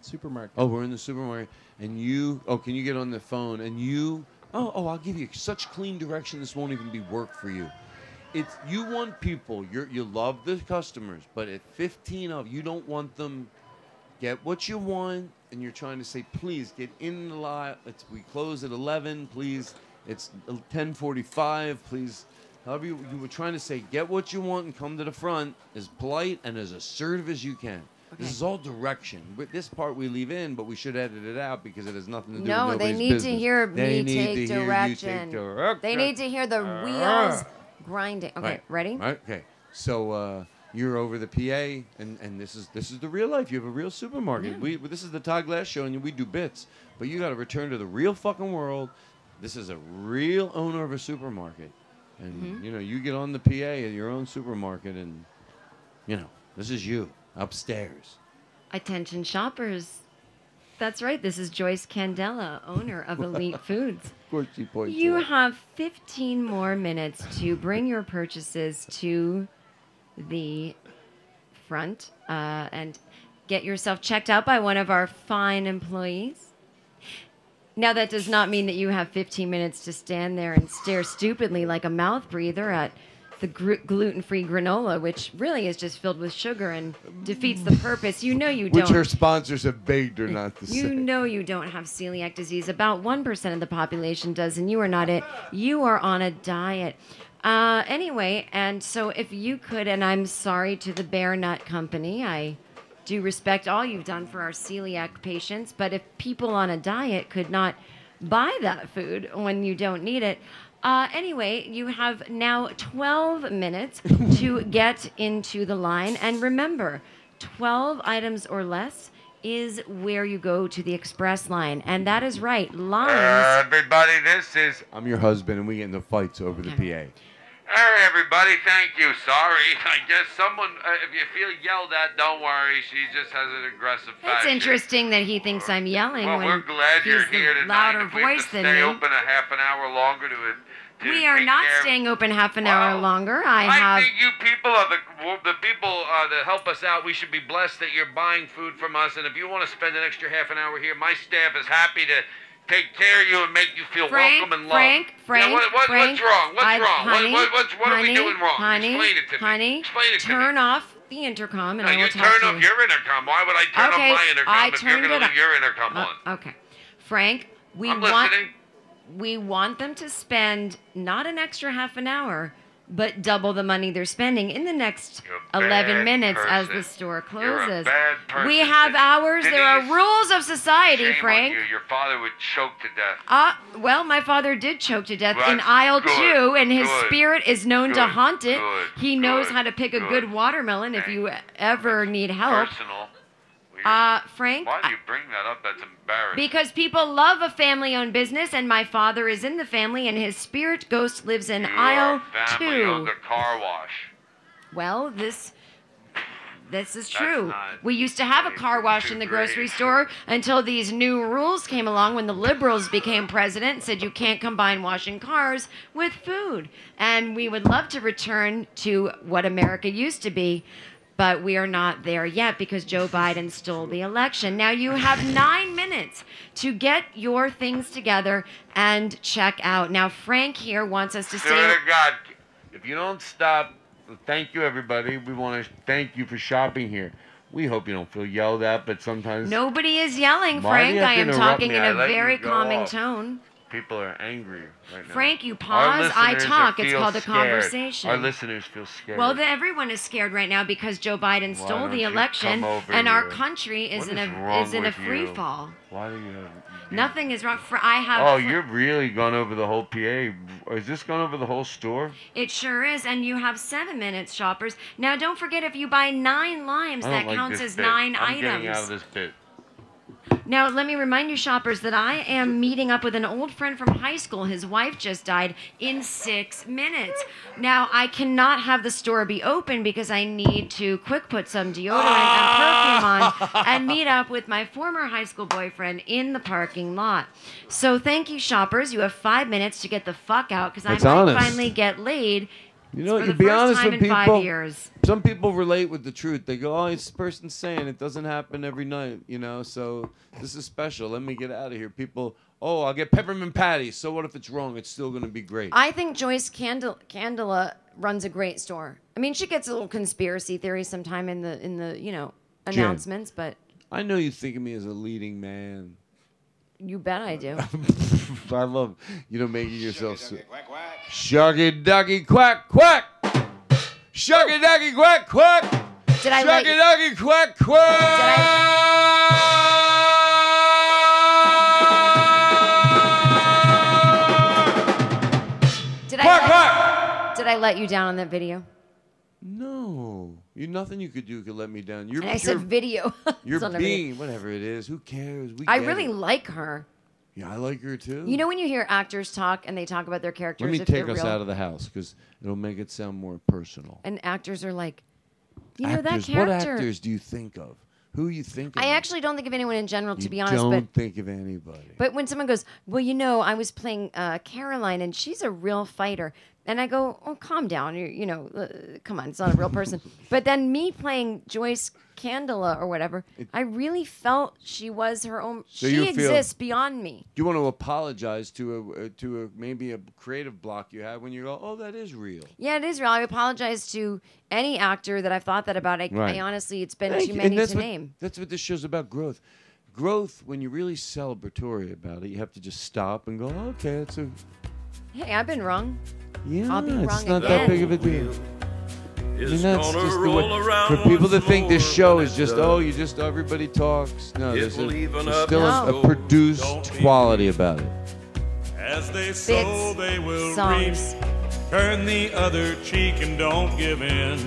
Speaker 7: Supermarket.
Speaker 6: Oh, we're in the supermarket, and you. Oh, can you get on the phone? And you. Oh, oh, I'll give you such clean direction. This won't even be work for you. It's you want people. You you love the customers, but at 15 of you don't want them. Get what you want, and you're trying to say, please get in the lot. It's, we close at 11. Please, it's 10:45. Please, however you, you were trying to say, get what you want and come to the front as polite and as assertive as you can. This is all direction. But this part we leave in, but we should edit it out because it has nothing to do
Speaker 8: No,
Speaker 6: with
Speaker 8: they
Speaker 6: nobody's
Speaker 8: need to
Speaker 6: business.
Speaker 8: hear me
Speaker 6: They need
Speaker 8: take
Speaker 6: to hear you
Speaker 8: direction.
Speaker 6: take direction. Ah.
Speaker 8: They need to hear the wheels grinding. Okay,
Speaker 6: Right.
Speaker 8: ready?
Speaker 6: Right, okay. So uh, you're over the PA, and, and this is this is the real life. You have a real supermarket.
Speaker 8: Yeah.
Speaker 6: We this is the Todd Glass show, and we do bits, but you got to return to the real fucking world. This is a real owner of a supermarket, and
Speaker 8: Mhm.
Speaker 6: you know you get on the PA at your own supermarket, and you know this is you upstairs.
Speaker 8: Attention shoppers. That's right. This is Joyce Candela, owner of Elite Foods.
Speaker 6: Of course, you point.
Speaker 8: You
Speaker 6: to it.
Speaker 8: have 15 more minutes to bring your purchases to the front uh, and get yourself checked out by one of our fine employees. Now, that does not mean that you have 15 minutes to stand there and stare stupidly like a mouth breather at the gr- gluten free granola, which really is just filled with sugar and defeats the purpose. You know you
Speaker 6: which
Speaker 8: don't.
Speaker 6: her sponsors have begged her not to
Speaker 8: You
Speaker 6: say.
Speaker 8: know you don't have celiac disease. About 1% of the population does, and you are not it. You are on a diet. Uh, anyway, and so if you could, and I'm sorry to the Bear Nut Company, I do respect all you've done for our celiac patients, but if people on a diet could not buy that food when you don't need it, uh, anyway, you have now 12 minutes to get into the line. And remember, 12 items or less is where you go to the express line. And that is right. Lines.
Speaker 5: everybody, this is.
Speaker 6: I'm your husband, and we get into fights over the PA.
Speaker 5: Hey, everybody, thank you. Sorry. I guess someone, uh, if you feel yelled at, don't worry. She just has an aggressive
Speaker 8: It's
Speaker 5: fashion.
Speaker 8: interesting that he thinks I'm yelling
Speaker 5: Well,
Speaker 8: when
Speaker 5: we're glad
Speaker 8: he's
Speaker 5: you're
Speaker 8: the
Speaker 5: here tonight.
Speaker 8: louder
Speaker 5: if we have
Speaker 8: voice
Speaker 5: to
Speaker 8: than
Speaker 5: stay
Speaker 8: me.
Speaker 5: open a half an hour longer to it. to
Speaker 8: We are
Speaker 5: take
Speaker 8: not
Speaker 5: care of-
Speaker 8: staying open half an hour longer. I, have.
Speaker 5: think you people are the well, the people uh, that help us out. We should be blessed that you're buying food from us. And if you want to spend an extra half an hour here, my staff is happy to take care of you and make you feel
Speaker 8: Frank,
Speaker 5: welcome and loved.
Speaker 8: Frank,
Speaker 5: Yeah,
Speaker 8: Frank,
Speaker 5: what, what,
Speaker 8: Frank.
Speaker 5: What's wrong? What's
Speaker 8: I-
Speaker 5: wrong? What-
Speaker 8: honey,
Speaker 5: what, what's, what
Speaker 8: honey,
Speaker 5: are we doing wrong?
Speaker 8: Honey,
Speaker 5: Explain it to me.
Speaker 8: honey,
Speaker 5: Explain it to
Speaker 8: turn
Speaker 5: me.
Speaker 8: off the intercom and
Speaker 5: No,
Speaker 8: I will
Speaker 5: you
Speaker 8: talk
Speaker 5: turn
Speaker 8: to
Speaker 5: off
Speaker 8: you.
Speaker 5: your intercom. Why would I turn
Speaker 8: Okay,
Speaker 5: off my intercom
Speaker 8: I
Speaker 5: if you're
Speaker 8: turned
Speaker 5: going
Speaker 8: it
Speaker 5: to
Speaker 8: up.
Speaker 5: leave your intercom
Speaker 8: Uh,
Speaker 5: on?
Speaker 8: Okay. Frank, we
Speaker 5: I'm
Speaker 8: want
Speaker 5: listening.
Speaker 8: we want them to spend not an extra half an hour, but double the money they're spending in the next
Speaker 5: a
Speaker 8: eleven
Speaker 5: bad
Speaker 8: minutes as the
Speaker 5: person.
Speaker 8: store
Speaker 5: You're a
Speaker 8: closes.
Speaker 5: bad person.
Speaker 8: We have hours. there are
Speaker 5: Denise,
Speaker 8: rules of society,
Speaker 5: Shame on
Speaker 8: Frank.
Speaker 5: you. Your father would choke to death.
Speaker 8: Uh, well, my father did choke to death in
Speaker 5: That's
Speaker 8: aisle
Speaker 5: good,
Speaker 8: two, and his
Speaker 5: good,
Speaker 8: spirit is known to
Speaker 5: good,
Speaker 8: haunt it.
Speaker 5: good,
Speaker 8: he knows
Speaker 5: good,
Speaker 8: how to pick a
Speaker 5: good.
Speaker 8: good watermelon if you ever need help.
Speaker 5: Personal. Well, you're-
Speaker 8: Uh, Frank,
Speaker 5: Why do you bring that up? That's embarrassing.
Speaker 8: because people love a family owned business, and my father is in the family, and his spirit ghost lives in
Speaker 5: you
Speaker 8: aisle
Speaker 5: are family
Speaker 8: two.
Speaker 5: owned a car wash.
Speaker 8: Well, this. This is
Speaker 5: That's
Speaker 8: true.
Speaker 5: not-
Speaker 8: We used to have a car wash in the grocery store until these new rules came along when the liberals became president and said you can't combine washing cars with food. And we would love to return to what America used to be, but we are not there yet because Joe Biden stole the election. Now you have nine minutes to get your things together and check out. Now, Frank here wants us to
Speaker 5: Swear
Speaker 8: stay.
Speaker 5: to God, if you don't stop, thank you everybody. We want to thank you for shopping here. We hope you don't feel yelled at, but sometimes
Speaker 8: Nobody is yelling,
Speaker 5: Why do
Speaker 8: Frank.
Speaker 5: you have
Speaker 8: I
Speaker 5: to
Speaker 8: am
Speaker 5: interrupt
Speaker 8: talking
Speaker 5: me?
Speaker 8: in
Speaker 5: I
Speaker 8: a
Speaker 5: let you
Speaker 8: very
Speaker 5: go
Speaker 8: calming
Speaker 5: off.
Speaker 8: tone.
Speaker 5: people are angry right now.
Speaker 8: Frank, you
Speaker 5: Our
Speaker 8: pause, I
Speaker 5: listeners
Speaker 8: talk. It's
Speaker 5: feel
Speaker 8: called a
Speaker 5: scared.
Speaker 8: conversation.
Speaker 5: Our listeners feel scared.
Speaker 8: Well, then everyone is scared right now because Joe Biden
Speaker 5: Why
Speaker 8: stole
Speaker 5: don't
Speaker 8: the
Speaker 5: you
Speaker 8: election,
Speaker 5: come over
Speaker 8: and our
Speaker 5: here?
Speaker 8: country is
Speaker 5: What
Speaker 8: in
Speaker 5: is
Speaker 8: a
Speaker 5: wrong
Speaker 8: is in a
Speaker 5: with
Speaker 8: free
Speaker 5: you?
Speaker 8: fall.
Speaker 5: Why do you have?
Speaker 8: Nothing is wrong. Fr- I have.
Speaker 5: Oh,
Speaker 8: fr-
Speaker 5: you're really gone over the whole PA. Is this gone over the whole store?
Speaker 8: It sure is, and you have seven minutes, shoppers. Now, don't forget if you buy nine limes,
Speaker 5: I don't
Speaker 8: that
Speaker 5: like
Speaker 8: counts
Speaker 5: this
Speaker 8: as
Speaker 5: bit.
Speaker 8: nine
Speaker 5: I'm getting out of
Speaker 8: items.
Speaker 5: this bit.
Speaker 8: Now, let me remind you, shoppers, that I am meeting up with an old friend from high school. His wife just died in six minutes. Now, I cannot have the store be open because I need to quick put some deodorant and perfume on and meet up with my former high school boyfriend in the parking lot. So, thank you, shoppers. You have five minutes to get the fuck out because I
Speaker 6: That's
Speaker 8: might
Speaker 6: honest.
Speaker 8: finally get laid
Speaker 6: You know,
Speaker 8: for
Speaker 6: you
Speaker 8: the
Speaker 6: be
Speaker 8: first
Speaker 6: honest
Speaker 8: time in
Speaker 6: with people.
Speaker 8: five years.
Speaker 6: Some people relate with the truth. They go, "Oh, this person's saying it doesn't happen every night," you know. So this is special. Let me get out of here. People, oh, I'll get peppermint patties. So what if it's wrong? It's still gonna be great.
Speaker 8: I think Joyce Candel- Candela runs a great store. I mean, she gets a little conspiracy theory sometime in the in the you know
Speaker 6: Jen.
Speaker 8: announcements, but
Speaker 6: I know you think of me as a leading man.
Speaker 8: you bet I do.
Speaker 6: I love you know making yourself sweet. Sharky ducky quack quack. Sharky ducky quack quack.
Speaker 8: Did I
Speaker 6: Sharky
Speaker 8: let
Speaker 6: ducky quack quack.
Speaker 8: Did I
Speaker 6: Quack,
Speaker 8: let,
Speaker 6: quack!
Speaker 8: Did I let you down on that video?
Speaker 6: No, you nothing you could do could let me down. You're,
Speaker 8: And I said
Speaker 6: you're,
Speaker 8: video. It's on
Speaker 6: you're
Speaker 8: the video.
Speaker 6: being whatever it is. Who cares? We
Speaker 8: I
Speaker 6: get
Speaker 8: really
Speaker 6: it.
Speaker 8: like her.
Speaker 6: Yeah, I like her too.
Speaker 8: You know when you hear actors talk and they talk about their characters,
Speaker 6: Let me
Speaker 8: if
Speaker 6: take
Speaker 8: they're
Speaker 6: us
Speaker 8: real,
Speaker 6: out of the house because it'll make it sound more personal.
Speaker 8: and actors are like, you know
Speaker 6: actors,
Speaker 8: that character.
Speaker 6: What actors do you think of? Who you think of?
Speaker 8: I actually don't think of anyone in general, to
Speaker 6: You
Speaker 8: be honest.
Speaker 6: don't
Speaker 8: But
Speaker 6: think of anybody.
Speaker 8: but when someone goes, well, you know, I was playing uh, Caroline and she's a real fighter, and I go, oh, calm down, you you know, uh, come on, it's not a real person. but then me playing Joyce Candela or whatever, I really felt she was her own.
Speaker 6: So
Speaker 8: she
Speaker 6: you feel-
Speaker 8: exists beyond me.
Speaker 6: Do you want to apologize to a uh, to a maybe a creative block you had when you go, oh, that is real.
Speaker 8: Yeah, it is real. I apologize to any actor that I've thought that about. I,
Speaker 6: Right.
Speaker 8: I honestly, it's been
Speaker 6: Thank
Speaker 8: too
Speaker 6: you.
Speaker 8: many
Speaker 6: And that's
Speaker 8: to
Speaker 6: what,
Speaker 8: name.
Speaker 6: That's what this show's about growth. Growth, when you're really celebratory about it, you have to just stop and go, okay, it's a.
Speaker 8: Hey, I've been wrong.
Speaker 6: Yeah,
Speaker 8: I'll be
Speaker 6: it's
Speaker 8: wrong
Speaker 6: not
Speaker 8: again.
Speaker 6: that big of a deal.
Speaker 15: is
Speaker 6: And that's
Speaker 15: gonna
Speaker 6: just the
Speaker 15: roll
Speaker 6: way-
Speaker 15: around
Speaker 6: For people
Speaker 15: once
Speaker 6: that think this
Speaker 15: more
Speaker 6: show
Speaker 15: when
Speaker 6: is
Speaker 15: it
Speaker 6: just,
Speaker 15: does.
Speaker 6: oh, you just, everybody talks. No,
Speaker 15: It
Speaker 6: there's, a,
Speaker 15: will even
Speaker 6: there's
Speaker 15: up
Speaker 6: still a,
Speaker 15: and
Speaker 6: a
Speaker 15: go.
Speaker 6: produced
Speaker 15: Don't be
Speaker 6: quality about it.
Speaker 15: As they sow, they will
Speaker 8: songs.
Speaker 15: reap. Turn the other cheek and don't give in.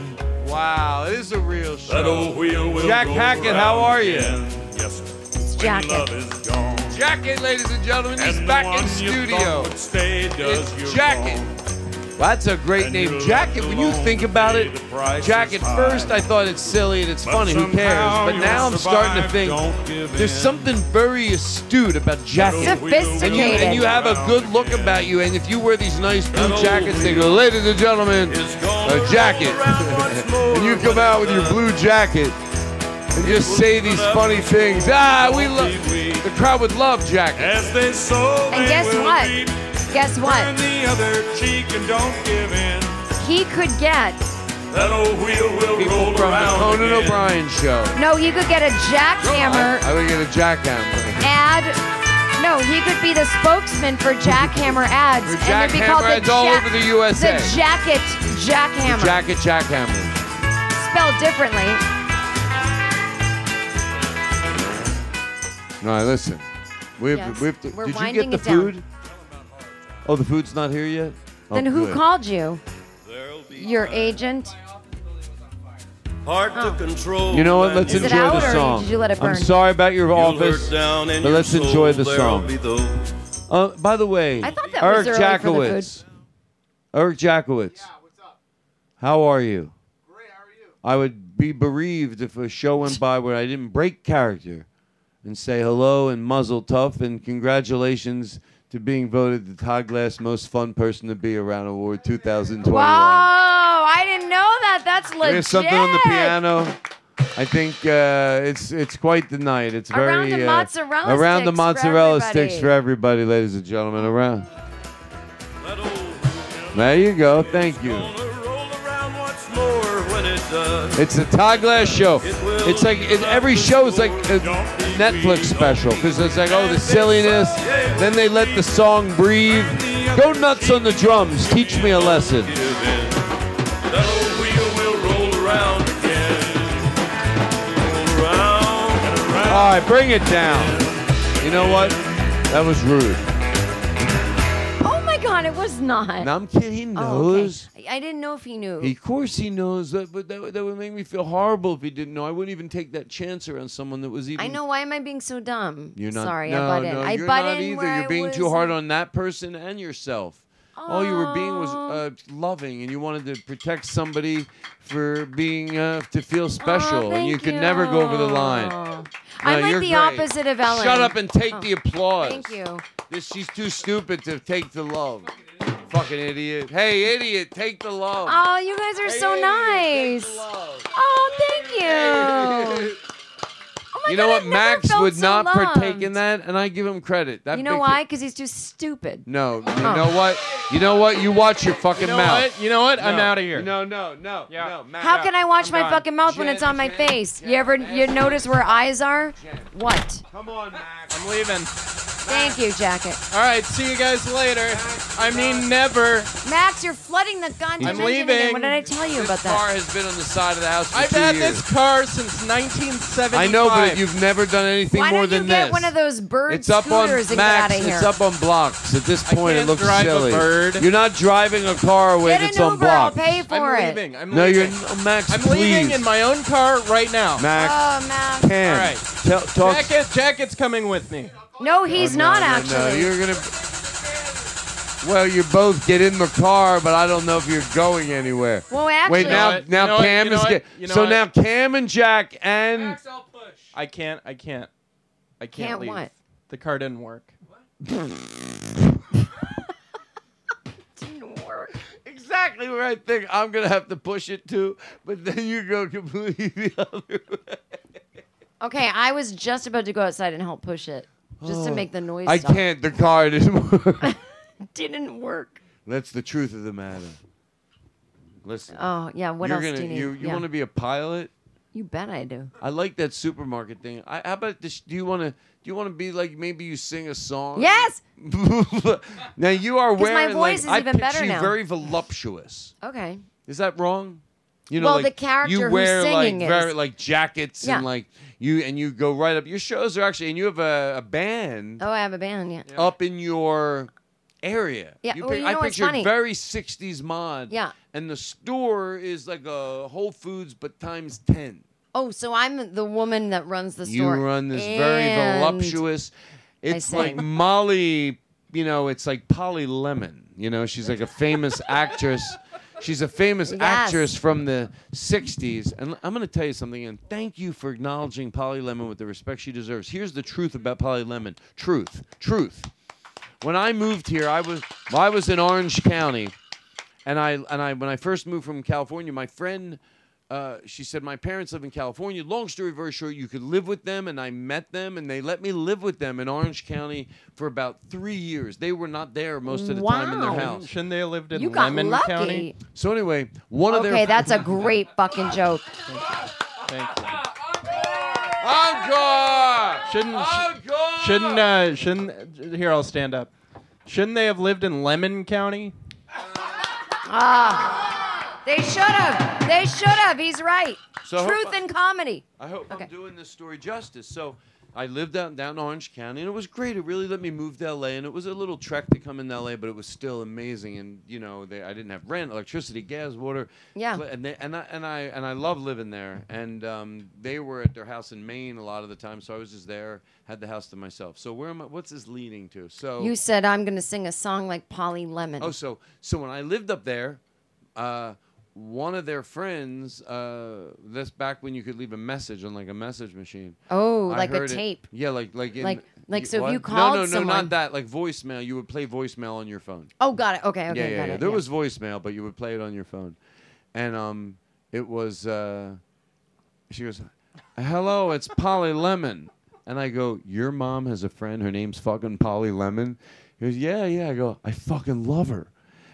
Speaker 6: Wow, it is a real show.
Speaker 15: That old wheel will
Speaker 6: Jack
Speaker 15: go
Speaker 6: Hackett,
Speaker 15: round
Speaker 6: how are you?
Speaker 15: again. Yes, sir. It's
Speaker 8: Jacket.
Speaker 15: When love is gone.
Speaker 6: Jacket, ladies and gentlemen,
Speaker 15: he's
Speaker 6: back in studio.
Speaker 15: Stay does
Speaker 6: It's
Speaker 15: you
Speaker 6: Jacket. Well, that's a great name, Jacket. When you think about it, Jack. At first, I thought it's silly and it's
Speaker 15: But
Speaker 6: funny. Who
Speaker 15: somehow
Speaker 6: cares? But
Speaker 15: you'll
Speaker 6: now I'm starting to
Speaker 15: survive,
Speaker 6: think
Speaker 15: don't give
Speaker 6: there's
Speaker 15: in.
Speaker 6: something very astute about Jacket.
Speaker 15: Sophisticated.
Speaker 6: And you, and you have a good look about you. And if you wear these nice blue jackets, they go, ladies and gentlemen, a jacket. and you come out with your blue jacket and just say these funny things. Ah, we love. The crowd would love Jacket.
Speaker 15: As they sow,
Speaker 8: And
Speaker 15: they
Speaker 8: guess
Speaker 15: will
Speaker 8: what?
Speaker 15: reap.
Speaker 8: Guess
Speaker 15: Turn
Speaker 8: what?
Speaker 15: the other cheek and don't give in.
Speaker 8: He could get
Speaker 15: That old wheel will roll
Speaker 6: From the
Speaker 15: around
Speaker 6: Conan
Speaker 15: again.
Speaker 6: O'Brien show.
Speaker 8: no. He could get a jackhammer.
Speaker 6: I would get a jackhammer.
Speaker 8: ad. No, he could be the spokesman for Jackhammer ads.
Speaker 6: For
Speaker 8: and it'd be called
Speaker 6: Jackhammer ads
Speaker 8: the
Speaker 6: all
Speaker 8: Jack-
Speaker 6: over the USA.
Speaker 8: The jacket
Speaker 6: The
Speaker 8: Jackhammer.
Speaker 6: Jacket jackhammer.
Speaker 8: spelled differently.
Speaker 6: All right, listen. We have,
Speaker 8: Yes.
Speaker 6: we have to,
Speaker 8: We're
Speaker 6: did you
Speaker 8: winding
Speaker 6: get the
Speaker 8: it down.
Speaker 6: food? Oh, the food's not here yet? Oh,
Speaker 8: then who
Speaker 6: good.
Speaker 8: called you? Your agent?
Speaker 15: Hard to control.
Speaker 6: You know what? Let's
Speaker 8: Is it
Speaker 6: enjoy
Speaker 8: out
Speaker 6: the
Speaker 8: or
Speaker 6: song.
Speaker 8: did you let it burn?
Speaker 6: I'm sorry about your
Speaker 15: You'll
Speaker 6: office,
Speaker 15: hurt down
Speaker 6: but
Speaker 15: in your
Speaker 6: let's
Speaker 15: soul,
Speaker 6: enjoy the
Speaker 15: there'll
Speaker 6: song.
Speaker 15: be those-
Speaker 6: Uh, by the way,
Speaker 15: I thought that
Speaker 6: Eric
Speaker 15: was early for the food.
Speaker 6: Jackowitz. Eric Jackowitz. Yeah, what's up? How are you? Great. How are you? I would be bereaved if a show went by where I didn't break character and say hello and muzzle tough and congratulations to being voted the Todd Glass Most Fun Person to Be Around Award 2021.
Speaker 8: Wow, I didn't know that. That's legit.
Speaker 6: There's something on the piano. I think uh, it's it's quite the night. It's
Speaker 8: Around
Speaker 6: very
Speaker 8: the
Speaker 6: uh,
Speaker 8: mozzarella
Speaker 6: around the
Speaker 8: sticks for
Speaker 6: mozzarella sticks
Speaker 8: everybody.
Speaker 6: for everybody, ladies and gentlemen. Around. There you go. Thank you.
Speaker 15: More when it does.
Speaker 6: It's the Todd Glass show. It's like it, every show is like a Netflix special because it's like oh the silliness. Then they let the song breathe. Go nuts on the drums. Teach me a lesson.
Speaker 15: That old wheel will roll around again. Roll around and
Speaker 6: All
Speaker 15: around.
Speaker 6: right, bring it down. You know what? That was rude.
Speaker 8: Oh my god, it was not. Oh,
Speaker 6: Now I'm kidding. He knows.
Speaker 8: I- I didn't know if he knew.
Speaker 6: He, of course, he knows that, but that, would- that would make me feel horrible if he didn't know. I wouldn't even take that chance around someone that was even.
Speaker 8: I know. Why am I being so dumb?
Speaker 6: You're not.
Speaker 8: Sorry,
Speaker 6: no,
Speaker 8: I butt in.
Speaker 6: no,
Speaker 8: I
Speaker 6: you're
Speaker 8: butt
Speaker 6: not
Speaker 8: in
Speaker 6: either.
Speaker 8: where
Speaker 6: you're
Speaker 8: I
Speaker 6: being
Speaker 8: was
Speaker 6: too hard on that person and yourself. All you were being was uh, loving, and you wanted to protect somebody for being uh, to feel special, and you
Speaker 8: thank
Speaker 6: could never go over the line.
Speaker 8: I'm
Speaker 6: No,
Speaker 8: like
Speaker 6: you're
Speaker 8: the
Speaker 6: great.
Speaker 8: opposite of Ellen.
Speaker 6: Shut up and take
Speaker 8: Oh,
Speaker 6: the applause.
Speaker 8: Thank you.
Speaker 6: This she's too stupid to take the love. Fucking idiot. Hey, idiot, take the love.
Speaker 8: Oh, you guys are so nice. Oh, thank you.
Speaker 6: you know what? Max
Speaker 8: felt
Speaker 6: would
Speaker 8: so
Speaker 6: not partake
Speaker 8: loved.
Speaker 6: in that, and I give him credit. That
Speaker 8: you know
Speaker 6: big
Speaker 8: why? Because he's too stupid.
Speaker 6: No, you
Speaker 8: Oh.
Speaker 6: know what? You know what? You watch your fucking
Speaker 7: You know
Speaker 6: mouth.
Speaker 7: what? You know what? I'm
Speaker 6: No.
Speaker 7: out of here.
Speaker 6: No, no, no, no. Matt,
Speaker 8: How can I watch my
Speaker 6: done.
Speaker 8: fucking mouth when it's on my face? you ever you notice where eyes are? What?
Speaker 6: Come on, Max.
Speaker 7: I'm leaving.
Speaker 8: Thank you, Jacket.
Speaker 7: All right, see you guys later. I mean, never.
Speaker 8: Max, you're flooding the goddamn
Speaker 7: I'm
Speaker 8: engine
Speaker 7: leaving.
Speaker 8: again. What did I tell you about
Speaker 6: Car
Speaker 8: that?
Speaker 6: has been on the side of the house for
Speaker 7: I've
Speaker 6: two
Speaker 7: had
Speaker 6: years.
Speaker 7: this car since 1975.
Speaker 6: I know, but you've never done anything
Speaker 8: Why
Speaker 6: more
Speaker 8: don't you
Speaker 6: than
Speaker 8: get
Speaker 6: this.
Speaker 8: one of those bird
Speaker 6: it's up on
Speaker 8: scooters and
Speaker 6: Max.
Speaker 8: get out of here?
Speaker 6: It's up on blocks. At this point, it
Speaker 7: can't
Speaker 6: looks
Speaker 7: drive a
Speaker 6: silly.
Speaker 7: bird.
Speaker 6: You're not driving a car away
Speaker 8: Get
Speaker 6: that's
Speaker 8: an
Speaker 6: on
Speaker 8: Uber. I'll
Speaker 6: blocks.
Speaker 8: pay for
Speaker 7: I'm
Speaker 8: it.
Speaker 7: leaving. I'm
Speaker 6: no, you're
Speaker 7: leaving.
Speaker 6: n- Max.
Speaker 7: I'm
Speaker 6: please.
Speaker 7: leaving in my own car right now.
Speaker 6: Max.
Speaker 8: Oh, Max.
Speaker 6: Pam.
Speaker 7: All right.
Speaker 6: Tell, talk.
Speaker 7: Jacket, Jacket's coming with me.
Speaker 8: No, he's
Speaker 6: Oh, no,
Speaker 8: not
Speaker 6: no,
Speaker 8: actually.
Speaker 6: No, you're gonna. Well, you both get in the car, but I don't know if you're going anywhere.
Speaker 8: Well, actually-
Speaker 6: wait now.
Speaker 7: You know
Speaker 6: Now
Speaker 7: what? You
Speaker 6: Cam
Speaker 7: know
Speaker 6: is
Speaker 7: what?
Speaker 6: get,
Speaker 7: You know
Speaker 6: so
Speaker 7: what?
Speaker 6: now Cam and Jack and
Speaker 7: I can't. I can't. I can't,
Speaker 8: Can't
Speaker 7: leave.
Speaker 8: what?
Speaker 7: The car didn't work. Oh,
Speaker 8: Didn't work.
Speaker 6: exactly where I think I'm gonna have to push it to, but then you go completely the other way.
Speaker 8: Okay, I was just about to go outside and help push it, just to make the noise.
Speaker 6: Oh. I
Speaker 8: stop.
Speaker 6: can't. The car didn't work.
Speaker 8: Didn't work.
Speaker 6: That's the truth of the matter. Listen.
Speaker 8: Oh yeah. What
Speaker 6: you're
Speaker 8: else
Speaker 6: gonna,
Speaker 8: do you need?
Speaker 6: You, you
Speaker 8: Yeah.
Speaker 6: want to be a pilot?
Speaker 8: You bet I do.
Speaker 6: I like that supermarket thing. I, how about this? Do you want to? Do you want to be like maybe you sing a song?
Speaker 8: Yes.
Speaker 6: now you are
Speaker 8: 'Cause my
Speaker 6: wearing like
Speaker 8: voice is
Speaker 6: I
Speaker 8: even
Speaker 6: picture
Speaker 8: better
Speaker 6: you
Speaker 8: now.
Speaker 6: very voluptuous.
Speaker 8: Okay.
Speaker 6: Is that wrong? You
Speaker 8: Well,
Speaker 6: like,
Speaker 8: the character
Speaker 6: you
Speaker 8: who's
Speaker 6: wear
Speaker 8: singing
Speaker 6: like
Speaker 8: is-
Speaker 6: very like jackets
Speaker 8: Yeah.
Speaker 6: and like you and you go right up. Your shows are actually and you have a, a band
Speaker 8: Oh, I have a band. Yeah.
Speaker 6: up in your area.
Speaker 8: Yeah,
Speaker 6: You
Speaker 8: well,
Speaker 6: pic-
Speaker 8: you know
Speaker 6: I
Speaker 8: what's
Speaker 6: pictured
Speaker 8: funny?
Speaker 6: very '60s mod.
Speaker 8: Yeah.
Speaker 6: and the store is like a Whole Foods but times ten.
Speaker 8: Oh, so I'm the woman that runs the
Speaker 6: You
Speaker 8: store.
Speaker 6: run this very
Speaker 8: and-
Speaker 6: voluptuous. It's like
Speaker 8: sang.
Speaker 6: Molly, you know, it's like Polly Lemon. You know, she's like a famous actress. She's a famous
Speaker 8: Yes.
Speaker 6: actress from the 60s. And I'm going to tell you something, and thank you for acknowledging Polly Lemon with the respect she deserves. Here's the truth about Polly Lemon truth, truth. When I moved here, I was, well, I was in Orange County. And I and I when I first moved from California, my friend, uh, she said my parents live in California. Long story very short, you could live with them, and I met them, and they let me live with them in Orange County for about three years. They were not there most of the time in
Speaker 8: Wow.
Speaker 6: their house.
Speaker 7: Shouldn't they have lived in
Speaker 8: You got
Speaker 7: Lemon
Speaker 8: lucky.
Speaker 7: County?
Speaker 6: So anyway, one of their
Speaker 8: Okay, that's a great fucking joke.
Speaker 7: Thank you.
Speaker 6: encore.
Speaker 7: Shouldn't
Speaker 6: Encore!
Speaker 7: shouldn't uh, shouldn't here? I'll stand up. Shouldn't they have lived in Lemon County?
Speaker 8: Ah. They should have. They should have. He's right.
Speaker 6: So-
Speaker 8: Truth and comedy.
Speaker 6: I hope
Speaker 8: Okay.
Speaker 6: I'm doing this story justice. So I lived out down in Orange County, and it was great. It really let me move to LA, and it was a little trek to come in to LA, but it was still amazing. And you know, they, I didn't have rent, electricity, gas, water.
Speaker 8: Yeah.
Speaker 6: Cl- And they, and I and I and I love living there. And um, they were at their house in Maine a lot of the time, so I was just there, had the house to myself. So where am I? What's this leading to? So
Speaker 8: You said I'm gonna sing a song like Polly Lemon.
Speaker 6: Oh, so so when I lived up there, uh, one of their friends, uh, this back when you could leave a message on like a message machine.
Speaker 8: Oh,
Speaker 6: I
Speaker 8: like a
Speaker 6: heard it-
Speaker 8: tape.
Speaker 6: yeah, like like in,
Speaker 8: Like- like,
Speaker 6: y-
Speaker 8: so if
Speaker 6: what?
Speaker 8: you called
Speaker 6: No, no, no,
Speaker 8: someone-
Speaker 6: not that. Like voicemail, you would play voicemail on your phone.
Speaker 8: Oh, got it. Okay, okay,
Speaker 6: yeah, yeah,
Speaker 8: got
Speaker 6: yeah.
Speaker 8: it.
Speaker 6: There was voicemail, but you would play it on your phone, and um, it was. Uh, she goes, "Hello, it's Polly Lemon," and I go, "Your mom has a friend. Her name's fucking Polly Lemon." He goes, "Yeah, yeah." I go, "I fucking love her."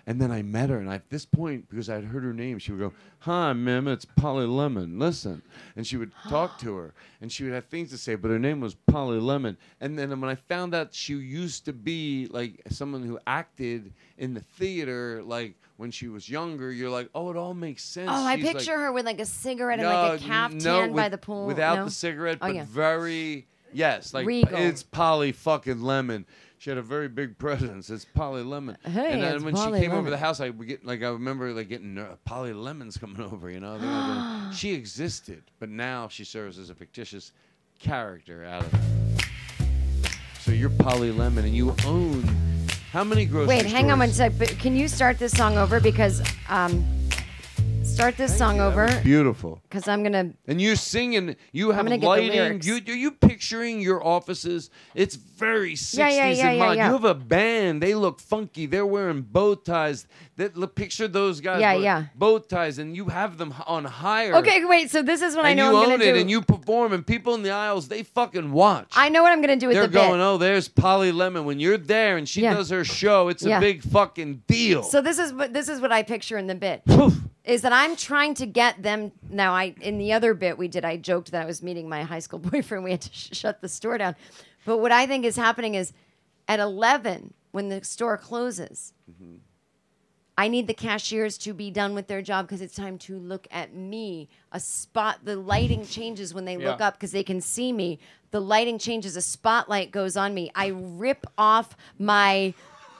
Speaker 6: And then I met her, and at this point, because I had heard her name, she would go, "Hi, Mim, it's Polly Lemon. Listen," and she would talk to her, and she would have things to say, but her name was Polly Lemon. And then when I found out she used to be like someone who acted in the theater, like when she was younger, you're like, "Oh, it all makes sense."
Speaker 8: Oh, I
Speaker 6: She's like-
Speaker 8: picture her with like a cigarette and like a
Speaker 6: n-
Speaker 8: caftan
Speaker 6: no,
Speaker 8: by
Speaker 6: with-
Speaker 8: the pool.
Speaker 6: Without
Speaker 8: no?
Speaker 6: the cigarette,
Speaker 8: Oh,
Speaker 6: but
Speaker 8: yeah.
Speaker 6: very yes, like
Speaker 8: Regal.
Speaker 6: it's Polly fucking Lemon. She had a very big presence. It's Polly Lemon.
Speaker 8: Hey,
Speaker 6: and then
Speaker 8: it's
Speaker 6: when
Speaker 8: Polly
Speaker 6: she came over
Speaker 8: Lemon.
Speaker 6: the house, I would get like I remember like getting ner- Polly Lemon's coming over. You know, They were going- she existed, but now she serves as a fictitious character out of. it. So you're Polly Lemon, and you own how many grocery
Speaker 8: Wait, hang on
Speaker 6: stores?
Speaker 8: one sec. But can you start this song over because um, Start this song over
Speaker 6: Beautiful.
Speaker 8: because I'm gonna.
Speaker 6: And you're singing. You have
Speaker 8: gonna get the
Speaker 6: lighting.
Speaker 8: lyrics.
Speaker 6: You are you picturing your offices? It's very
Speaker 8: Yeah,
Speaker 6: sixties
Speaker 8: yeah, yeah,
Speaker 6: in
Speaker 8: yeah,
Speaker 6: mind.
Speaker 8: yeah.
Speaker 6: You have a band. They look funky. They're wearing bow ties. That look, picture those guys.
Speaker 8: Yeah,
Speaker 6: with
Speaker 8: yeah.
Speaker 6: Bow ties, and you have them h- on hire.
Speaker 8: Okay, wait. So this is what
Speaker 6: and
Speaker 8: I know
Speaker 6: you
Speaker 8: I'm
Speaker 6: own
Speaker 8: gonna
Speaker 6: it,
Speaker 8: do.
Speaker 6: and you perform, and people in the aisles they fucking watch.
Speaker 8: I know what I'm gonna do with
Speaker 6: They're
Speaker 8: the bit.
Speaker 6: going, oh, there's Polly Lemon. When you're there and she
Speaker 8: Yeah.
Speaker 6: does her show, it's a
Speaker 8: Yeah.
Speaker 6: big fucking deal.
Speaker 8: So this is what this is what I picture in the bit is that I'm trying to get them. Now I in the other bit we did I joked that I was meeting my high school boyfriend. We had to sh- shut the store down, but what I think is happening is at 11 when the store closes, Mm-hmm. I need the cashiers to be done with their job because it's time to look at me. A spot, the lighting changes when they look
Speaker 16: Yeah.
Speaker 8: up because they can see me. The lighting changes, a spotlight goes on me. I rip off my,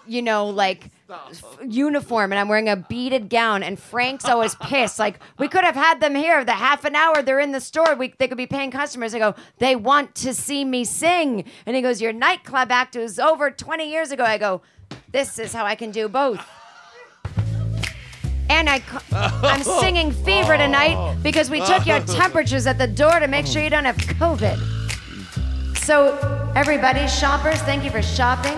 Speaker 8: you know, like f- uniform and I'm wearing a beaded gown. And Frank's always pissed. Like, we could have had them here the half an hour they're in the store. We, they could be paying customers. I go, they want to see me sing. And he goes, Your nightclub act was over 20 years ago. I go, This is how I can do both. And I, cu- I'm singing fever tonight because we took your temperatures at the door to make sure you don't have COVID. So, everybody, shoppers, thank you for shopping.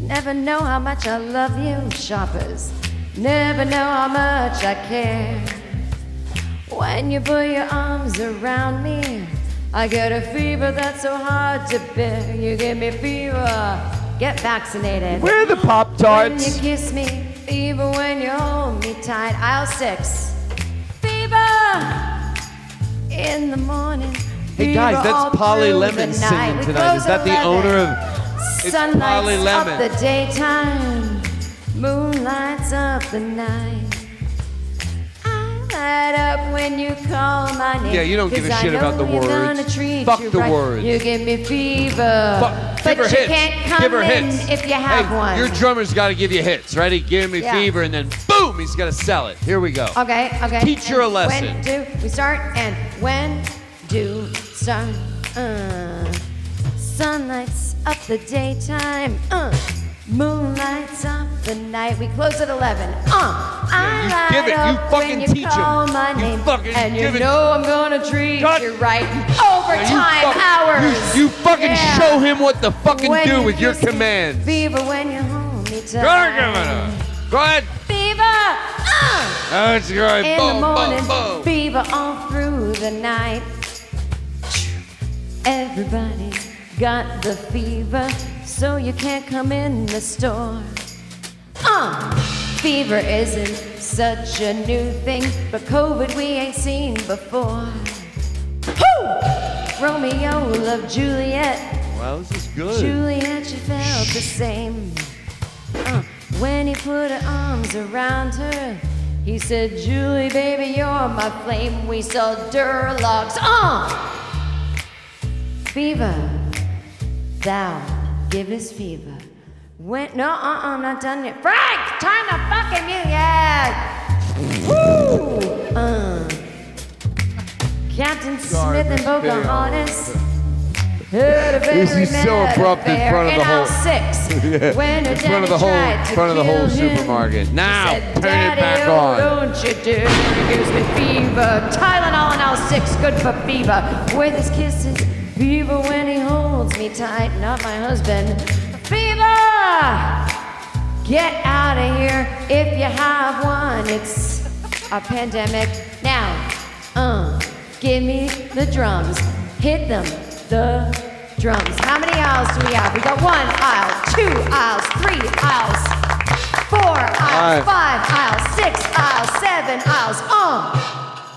Speaker 8: Never know how much I love you, shoppers. Never know how much I care. When you put your arms around me, I get a fever that's so hard to bear. You give me fever. Get vaccinated.
Speaker 5: Where are the Pop
Speaker 8: When you
Speaker 5: Tarts?
Speaker 8: kiss me, fever when you hold me tight. Aisle six. Fever in the morning.
Speaker 6: Hey guys,
Speaker 8: fever all
Speaker 6: that's Polly
Speaker 8: through
Speaker 6: Lemon
Speaker 8: the night.
Speaker 6: singing
Speaker 8: We
Speaker 6: tonight. Is
Speaker 8: close
Speaker 6: that the
Speaker 8: 11.
Speaker 6: owner of? It's
Speaker 8: Sun
Speaker 6: Polly
Speaker 8: lights
Speaker 6: Lemon.
Speaker 8: up the daytime, moon lights up the night. I light up when you call my name.
Speaker 6: Yeah, you don't give a
Speaker 8: 'cause I
Speaker 6: shit about
Speaker 8: know
Speaker 6: the
Speaker 8: you're
Speaker 6: words.
Speaker 8: gonna treat
Speaker 6: Fuck
Speaker 8: you
Speaker 6: the
Speaker 8: right.
Speaker 6: words.
Speaker 8: You give me fever,
Speaker 6: Fuck,
Speaker 8: but
Speaker 6: give her
Speaker 8: you
Speaker 6: hits.
Speaker 8: can't come
Speaker 6: give her
Speaker 8: in
Speaker 6: hits.
Speaker 8: if you have
Speaker 6: Hey,
Speaker 8: one.
Speaker 6: Your drummer's got to give you hits, right? He gave me
Speaker 8: Yeah.
Speaker 6: fever, and then boom, he's got to sell it. Here we go.
Speaker 8: Okay, okay.
Speaker 6: Teach her a
Speaker 8: And
Speaker 6: lesson.
Speaker 8: When do we start and when do start? Uh, sun lights up the daytime. Uh, moon lights up the night. We close at 11. Uh, I
Speaker 6: you
Speaker 8: light
Speaker 6: give it. You
Speaker 8: up
Speaker 6: fucking
Speaker 8: when you
Speaker 6: teach 'em.
Speaker 8: call my
Speaker 6: You
Speaker 8: name.
Speaker 6: fucking
Speaker 8: and
Speaker 6: give
Speaker 8: you
Speaker 6: it-
Speaker 8: know I'm gonna treat
Speaker 6: Cut.
Speaker 8: you right.
Speaker 6: Yeah, you
Speaker 8: Overtime
Speaker 6: fuck-
Speaker 8: hours.
Speaker 6: You, you fucking
Speaker 8: Yeah.
Speaker 6: show him what to fucking
Speaker 8: When
Speaker 6: do
Speaker 8: you
Speaker 6: with your
Speaker 8: kiss me,
Speaker 6: commands.
Speaker 8: Fever when you hold me
Speaker 6: Go ahead, give it
Speaker 8: tight.
Speaker 6: up. Go ahead.
Speaker 8: Fever. Uh,
Speaker 6: That's right.
Speaker 8: in
Speaker 6: boom,
Speaker 8: the morning,
Speaker 6: boom, boom.
Speaker 8: fever all through the night. Everybody got the fever, so you can't come in the store. Uh, fever isn't such a new thing, but COVID we ain't seen before. Woo! Romeo loved Juliet,
Speaker 6: Wow, this is good.
Speaker 8: Juliet, she felt the same. Uh, when he put her arms around her, he said, Julie, baby, you're my flame. We sell Durlocks. Uh! Fever, thou givest fever. When, no, uh-uh, I'm not done yet. Frank, turn the fucking music. Yeah. Woo! Uh. Captain Smith and
Speaker 6: Garbage pail.
Speaker 8: Pocahontas. Heard a
Speaker 6: This
Speaker 8: very
Speaker 6: is so
Speaker 8: mad
Speaker 6: abrupt in
Speaker 8: affair
Speaker 6: front of the
Speaker 8: aisle
Speaker 6: whole-
Speaker 8: six. When her
Speaker 6: in front
Speaker 8: daddy
Speaker 6: of the whole,
Speaker 8: tried to
Speaker 6: front of the whole
Speaker 8: kill him,
Speaker 6: supermarket. Now,
Speaker 8: said,
Speaker 6: turn it
Speaker 8: "Daddy,
Speaker 6: back
Speaker 8: oh,
Speaker 6: on.
Speaker 8: Don't you dare gives me fever. Tylenol and L6, good for fever. With his kisses, fever when he holds me tight. Not my husband. Fever! Get out of here if you have one. It's a pandemic now. Uh, give me the drums. Hit them. The drums. How many aisles do we have? We got one aisle, two aisles, three aisles, four aisles,
Speaker 6: Five.
Speaker 8: five aisles, six aisles, seven aisles. Uh,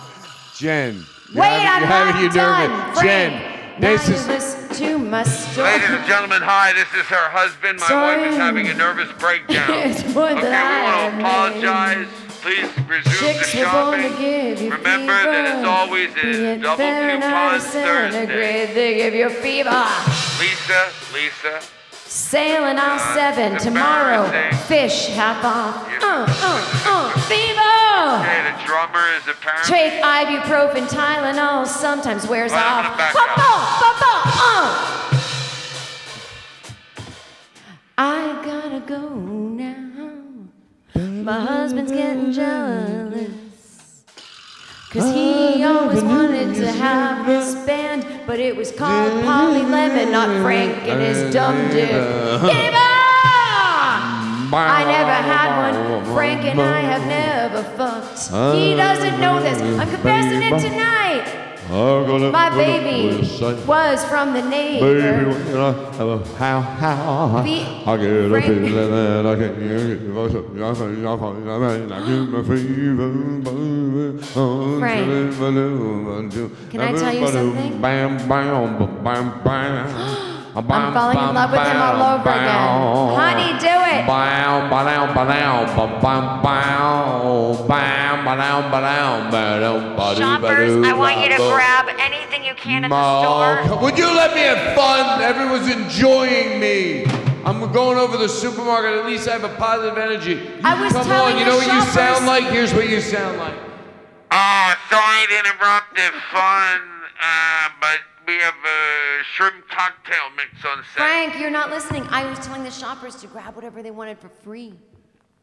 Speaker 6: Jen.
Speaker 8: Wait, I'm not
Speaker 6: you
Speaker 8: done.
Speaker 6: nervous.
Speaker 8: Fran, now
Speaker 6: Jen, this
Speaker 8: you
Speaker 6: is.
Speaker 8: listen to my story.
Speaker 14: Ladies and gentlemen, hi, this is her husband. My
Speaker 8: Sorry.
Speaker 14: wife is having a nervous breakdown.
Speaker 8: It's more
Speaker 14: okay,
Speaker 8: than I
Speaker 14: we
Speaker 8: am.
Speaker 14: want to apologize. Please resume
Speaker 8: Chicks
Speaker 14: the
Speaker 8: were born to
Speaker 14: shopping.
Speaker 8: give you
Speaker 14: Remember
Speaker 8: fever.
Speaker 14: that as always, it is
Speaker 8: Yet
Speaker 14: double
Speaker 8: Fahrenheit
Speaker 14: coupons Thursday.
Speaker 8: centigrade, They give you fever.
Speaker 14: Lisa, Lisa,
Speaker 8: Sailing on
Speaker 14: Uh,
Speaker 8: seven tomorrow.
Speaker 14: embarrassing.
Speaker 8: Fish half off. Uh, uh, uh,
Speaker 14: hey,
Speaker 8: fever.
Speaker 14: the drummer is apparently.
Speaker 8: Take ibuprofen, Tylenol. Sometimes wears
Speaker 14: Right, I'm
Speaker 8: off.
Speaker 14: gonna back
Speaker 8: Bum,
Speaker 14: up.
Speaker 8: bum, bum, bum, uh. I gotta go now. my husband's getting jealous. Cause he always wanted to have this band, but it was called Polly Lemon, not Frank and his dumb dick.
Speaker 6: Uh-huh.
Speaker 8: Give I never had one. Frank and I have never fucked. He doesn't know this. I'm confessing it tonight. My baby was from the
Speaker 17: Baby,
Speaker 8: neighbor.
Speaker 17: you know, I'm a how, how,
Speaker 8: Be-
Speaker 17: I get a
Speaker 8: Frank-
Speaker 17: feeling that I can't get it. I said, I said, I said, I mean, I get my fever, baby. Oh,
Speaker 8: Frank.
Speaker 17: do, ba, do, ba, do.
Speaker 8: Can I tell you
Speaker 17: Ba, do,
Speaker 8: something?
Speaker 17: Bam, bam, ba, bam, bam.
Speaker 8: I'm falling in love with him all over again. Honey, do it.
Speaker 17: Bow, bow, bow, bow, bow, bow, bow, bow, bow, bow, bow, bow,
Speaker 8: Shoppers, I want you to grab anything you can at the store.
Speaker 17: Would you let me have fun? Everyone's enjoying me. I'm going over the supermarket. At least I have a positive energy. You
Speaker 8: I was
Speaker 17: come
Speaker 8: telling
Speaker 17: on. You
Speaker 8: the
Speaker 17: know what you
Speaker 8: shoppers-
Speaker 17: sound like? Here's what you sound like.
Speaker 5: Oh, sorry to interrupt the fun, uh, but we have a shrimp cocktail mix on set.
Speaker 8: Frank, you're not listening. I was telling the shoppers to grab whatever they wanted for free.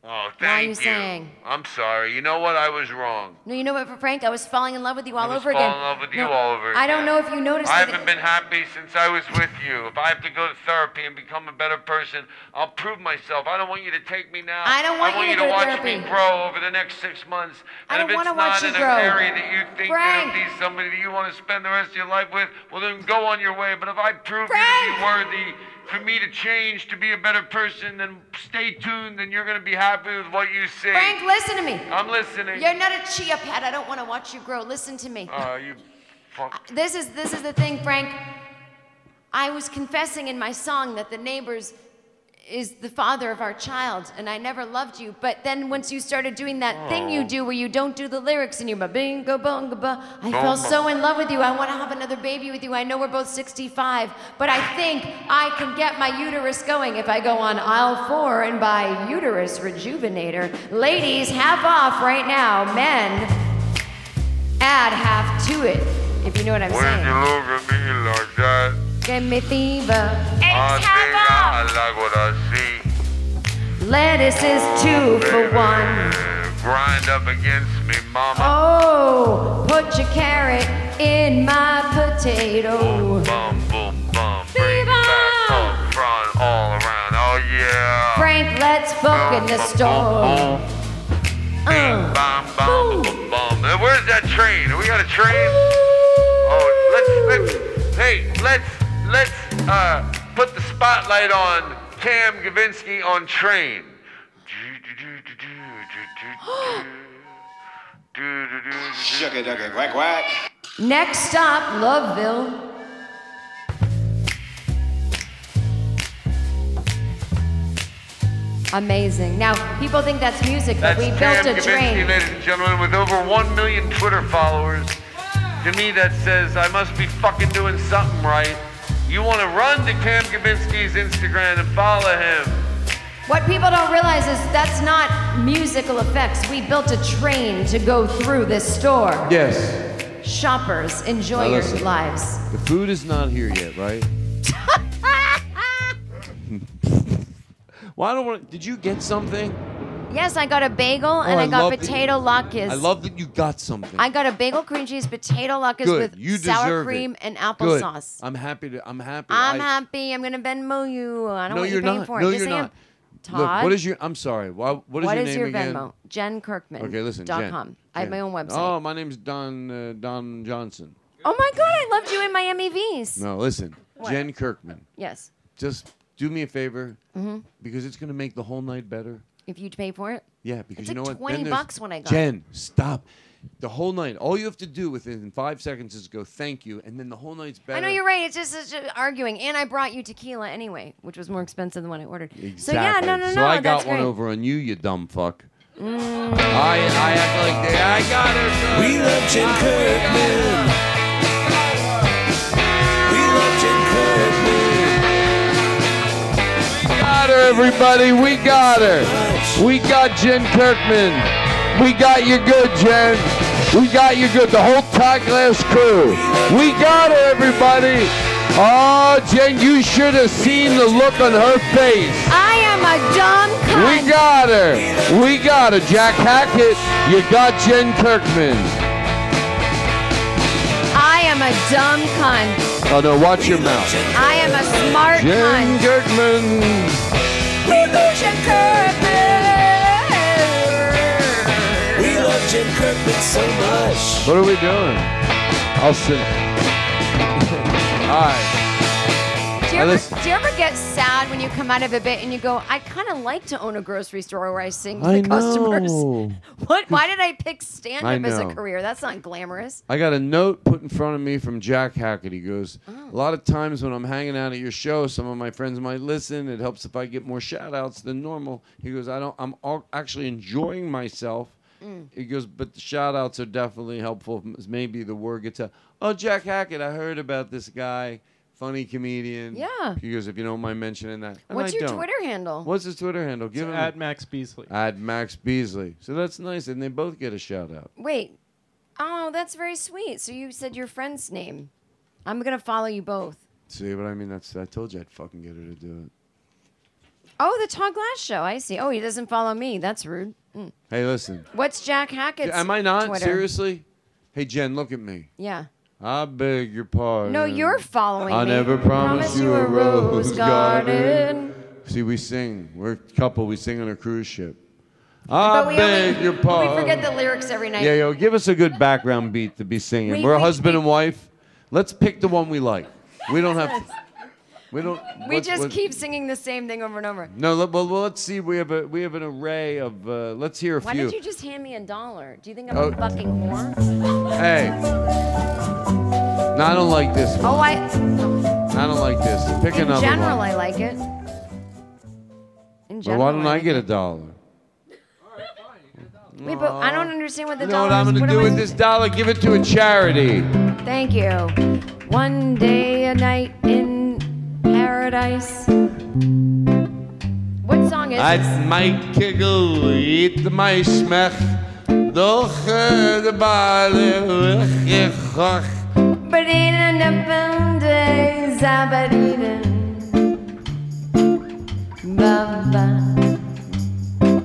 Speaker 5: Oh, thank
Speaker 8: you saying?
Speaker 5: I'm sorry. You know what? I was wrong.
Speaker 8: No, you know what, for Frank? I was falling in love with you all
Speaker 5: I was
Speaker 8: over
Speaker 5: falling
Speaker 8: again.
Speaker 5: in love with you
Speaker 8: No,
Speaker 5: all over
Speaker 8: I don't
Speaker 5: again.
Speaker 8: know if you noticed
Speaker 5: I
Speaker 8: that-
Speaker 5: haven't been happy since I was with you. If I have to go to therapy and become a better person, I'll prove myself. I don't want you to take me now.
Speaker 8: I don't want
Speaker 5: I want
Speaker 8: you
Speaker 5: you
Speaker 8: to
Speaker 5: to,
Speaker 8: go to
Speaker 5: watch me
Speaker 8: therapy.
Speaker 5: grow over the next six months.
Speaker 8: I
Speaker 5: And
Speaker 8: don't
Speaker 5: if
Speaker 8: wanna
Speaker 5: it's
Speaker 8: watch
Speaker 5: not
Speaker 8: you
Speaker 5: in
Speaker 8: grow.
Speaker 5: an area that you think
Speaker 8: Frank!
Speaker 5: that be somebody that you want to spend the rest of your life with, well then go on your way. But if I prove you to be worthy for me to change to be a better person, then stay tuned and you're gonna be happy with what you see.
Speaker 8: Frank, listen to me.
Speaker 5: I'm listening.
Speaker 8: You're not a chia pet. I don't want to watch you grow. Listen to me.
Speaker 5: Oh, you fuck.
Speaker 8: This is this is the thing, Frank. I was confessing in my song that the neighbors is the father of our child, and I never loved you. But then once you started doing that thing you
Speaker 1: Oh.
Speaker 8: do where you don't do the lyrics and you ba bingo bonga ba, I fell
Speaker 1: Bonga.
Speaker 8: so in love with you. I want to have another baby with you. I know we're both 65, but I think I can get my uterus going if I go on aisle four and buy uterus rejuvenator. Ladies, half off right now. Men, add half to it. If you know what I'm
Speaker 5: When
Speaker 8: saying.
Speaker 5: you over me like that,
Speaker 8: Give me fever.
Speaker 5: I think I like what I see.
Speaker 8: Lettuce is two for one.
Speaker 5: Uh, grind up against me, mama.
Speaker 8: Oh, put your carrot in my potato.
Speaker 5: Bum, boom, bum. Bring back up
Speaker 8: Ah.
Speaker 5: front, all around. Oh, yeah.
Speaker 8: Frank, let's fuck in the store. Uh.
Speaker 5: Bing, bom, bom, boom, bom. Uh, Where's that train? We got a train? Oh, let's, let's, hey, let's, let's, uh, put the spotlight on Cam Gavinsky on train.
Speaker 10: Shuck it, duck it, quack, quack.
Speaker 8: Next stop, Loveville. Amazing. Now, people think that's music, but
Speaker 5: That's
Speaker 8: we
Speaker 5: Cam
Speaker 8: built a
Speaker 5: Gavinsky,
Speaker 8: train.
Speaker 5: ladies and gentlemen, with over 1 million Twitter followers. To me, that says I must be fucking doing something right. You want to run to Cam Gavinsky's Instagram and follow him.
Speaker 8: What people don't realize is that's not musical effects. We built a train to go through this store.
Speaker 6: Yes.
Speaker 8: Shoppers, enjoy
Speaker 6: Now
Speaker 8: your
Speaker 6: listen.
Speaker 8: lives.
Speaker 6: The food is not here yet, right? Well, I don't want. Did you get something?
Speaker 8: Yes, I got a bagel and
Speaker 6: Oh,
Speaker 8: I, got
Speaker 6: love that-
Speaker 8: potato latkes.
Speaker 6: I love that you got something.
Speaker 8: I got a bagel cream cheese potato latkes
Speaker 6: Good.
Speaker 8: with
Speaker 6: you
Speaker 8: sour
Speaker 6: deserve
Speaker 8: cream
Speaker 6: it.
Speaker 8: and
Speaker 6: Good.
Speaker 8: applesauce.
Speaker 6: I'm happy to. I'm happy.
Speaker 8: I'm
Speaker 6: I-
Speaker 8: happy. I'm gonna Venmo you. I don't
Speaker 6: no,
Speaker 8: want you
Speaker 6: you're
Speaker 8: paying
Speaker 6: not.
Speaker 8: for it.
Speaker 6: no,
Speaker 8: Yes,
Speaker 6: you're
Speaker 8: I am.
Speaker 6: not.
Speaker 8: Todd,
Speaker 6: Look, what is your? I'm sorry. Why, what is
Speaker 8: what
Speaker 6: your
Speaker 8: is
Speaker 6: name
Speaker 8: your
Speaker 6: again?
Speaker 8: Venmo? Jen Kirkman.
Speaker 6: Okay, listen.
Speaker 8: Dot
Speaker 6: Jen.
Speaker 8: com. I have
Speaker 6: Jen.
Speaker 8: my own website.
Speaker 6: Oh, my name's Don uh, Don Johnson.
Speaker 8: Oh my God, I loved you in Miami V's.
Speaker 6: No, listen,
Speaker 8: What?
Speaker 6: Jen Kirkman.
Speaker 8: Yes.
Speaker 6: Just do me a favor,
Speaker 8: hmm
Speaker 6: because it's gonna make the whole night better.
Speaker 8: If you'd pay for it.
Speaker 6: Yeah, because
Speaker 8: It's
Speaker 6: you know
Speaker 8: like
Speaker 6: what? Then
Speaker 8: 20
Speaker 6: there's-
Speaker 8: bucks when I got it.
Speaker 6: Jen, stop. The whole night. All you have to do within five seconds is go thank you, and then the whole night's better.
Speaker 8: I know you're right. It's just, it's just arguing, and I brought you tequila anyway, which was more expensive than what I ordered.
Speaker 6: Exactly.
Speaker 8: So yeah, no, no, no,
Speaker 6: So I got
Speaker 8: that's
Speaker 6: one
Speaker 8: great.
Speaker 6: over on you, you dumb fuck.
Speaker 8: Mm.
Speaker 6: I I act like they, I got her. son.
Speaker 10: We love Jim Kirkman. We love Jim
Speaker 18: We got her, everybody. We got her. We got Jen Kirkman. We got you good, Jen. We got you good. The whole Todd Glass crew. We got her, everybody. Oh, Jen, you should have seen the look on her face.
Speaker 8: I am a a dumb cunt.
Speaker 6: We got her. We got her. Jack Hackett. You got Jen Kirkman.
Speaker 8: I am a dumb cunt.
Speaker 6: Oh no, watch your mouth.
Speaker 8: I am a smart
Speaker 6: Jen
Speaker 8: cunt.
Speaker 6: Kirkman.
Speaker 8: We love Jim Kirkman.
Speaker 5: We love Jim Kirkman so much.
Speaker 6: What are we doing? I'll sing. All right.
Speaker 8: Do you,
Speaker 6: I
Speaker 8: ever,
Speaker 6: listen-
Speaker 8: do you ever get sad when you come out of a bit and you go, I kind of like to own a grocery store where I sing to
Speaker 6: I
Speaker 8: the customers?
Speaker 6: know.
Speaker 8: What? Why did I pick stand
Speaker 6: I
Speaker 8: up as a
Speaker 6: know.
Speaker 8: career? That's not glamorous.
Speaker 6: I got a note put in front of me from Jack Hackett. He goes,
Speaker 8: Oh.
Speaker 6: A lot of times when I'm hanging out at your show, some of my friends might listen. It helps if I get more shout outs than normal. He goes, I don't, I'm all, actually enjoying myself.
Speaker 5: Mm.
Speaker 6: He goes, But the shout outs are definitely helpful. if Maybe the word gets out. Oh, Jack Hackett, I heard about this guy. Funny comedian.
Speaker 8: Yeah.
Speaker 6: He goes, If you don't mind mentioning that. And
Speaker 8: What's
Speaker 6: I
Speaker 8: your
Speaker 6: don't.
Speaker 8: Twitter handle?
Speaker 6: What's his Twitter handle? Give him
Speaker 7: At Max Beasley.
Speaker 6: Add Max Beasley. So that's nice, and they both get a shout out.
Speaker 8: Wait. Oh, that's very sweet. So you said your friend's name. I'm going to follow you both.
Speaker 6: See what I mean? That's I told you I'd fucking get her to do it.
Speaker 8: Oh, the Todd Glass show. I see. Oh, he doesn't follow me. That's rude. Mm.
Speaker 6: Hey, listen.
Speaker 8: What's Jack Hackett's
Speaker 6: Am I not
Speaker 8: Twitter?
Speaker 6: seriously? Hey Jen, look at me.
Speaker 8: Yeah.
Speaker 6: I beg your pardon.
Speaker 8: No, you're following
Speaker 6: I
Speaker 8: me.
Speaker 6: never promised
Speaker 8: Promise
Speaker 6: you a rose garden.
Speaker 8: garden.
Speaker 6: See, we sing. We're a couple. We sing on a cruise ship.
Speaker 8: But
Speaker 6: I
Speaker 8: we
Speaker 6: beg
Speaker 8: only-
Speaker 6: your pardon.
Speaker 8: We forget the lyrics every night.
Speaker 6: Yeah, yo, give us a good background beat to be singing.
Speaker 8: We-
Speaker 6: We're a
Speaker 8: we-
Speaker 6: husband and wife. Let's pick the one we like. We don't have. We don't.
Speaker 8: We
Speaker 6: what-
Speaker 8: just
Speaker 6: what-
Speaker 8: keep singing the same thing over and over.
Speaker 6: No, let, well, well, let's see. We have a we have an array of. Uh, let's hear a
Speaker 8: Why
Speaker 6: few.
Speaker 8: did you just hand me a dollar? Do you think I'm
Speaker 6: Oh.
Speaker 8: a fucking whore?
Speaker 6: Hey. No, I don't like this one.
Speaker 8: Oh, I.
Speaker 6: I don't like this. Pick
Speaker 8: Oh. in
Speaker 6: another
Speaker 8: general,
Speaker 6: one.
Speaker 8: I like it. In
Speaker 6: Well,
Speaker 8: general.
Speaker 6: why don't I
Speaker 8: like
Speaker 6: get a dollar?
Speaker 8: it. Wait, but I don't understand what the
Speaker 6: You know
Speaker 8: dollar
Speaker 6: what
Speaker 8: is.
Speaker 6: I'm gonna
Speaker 8: am
Speaker 6: do
Speaker 8: I-
Speaker 6: with this dollar? Give it to a charity.
Speaker 8: Thank you. One day a night in paradise. What song is
Speaker 6: Als
Speaker 8: this?
Speaker 6: mijn kegel eet mijn smeg, doch eh, de eh, balen weggegooid.
Speaker 8: Ba-dee-dun-dun-dun-day, za-ba-dee-dun. Ba-ba.
Speaker 6: ah,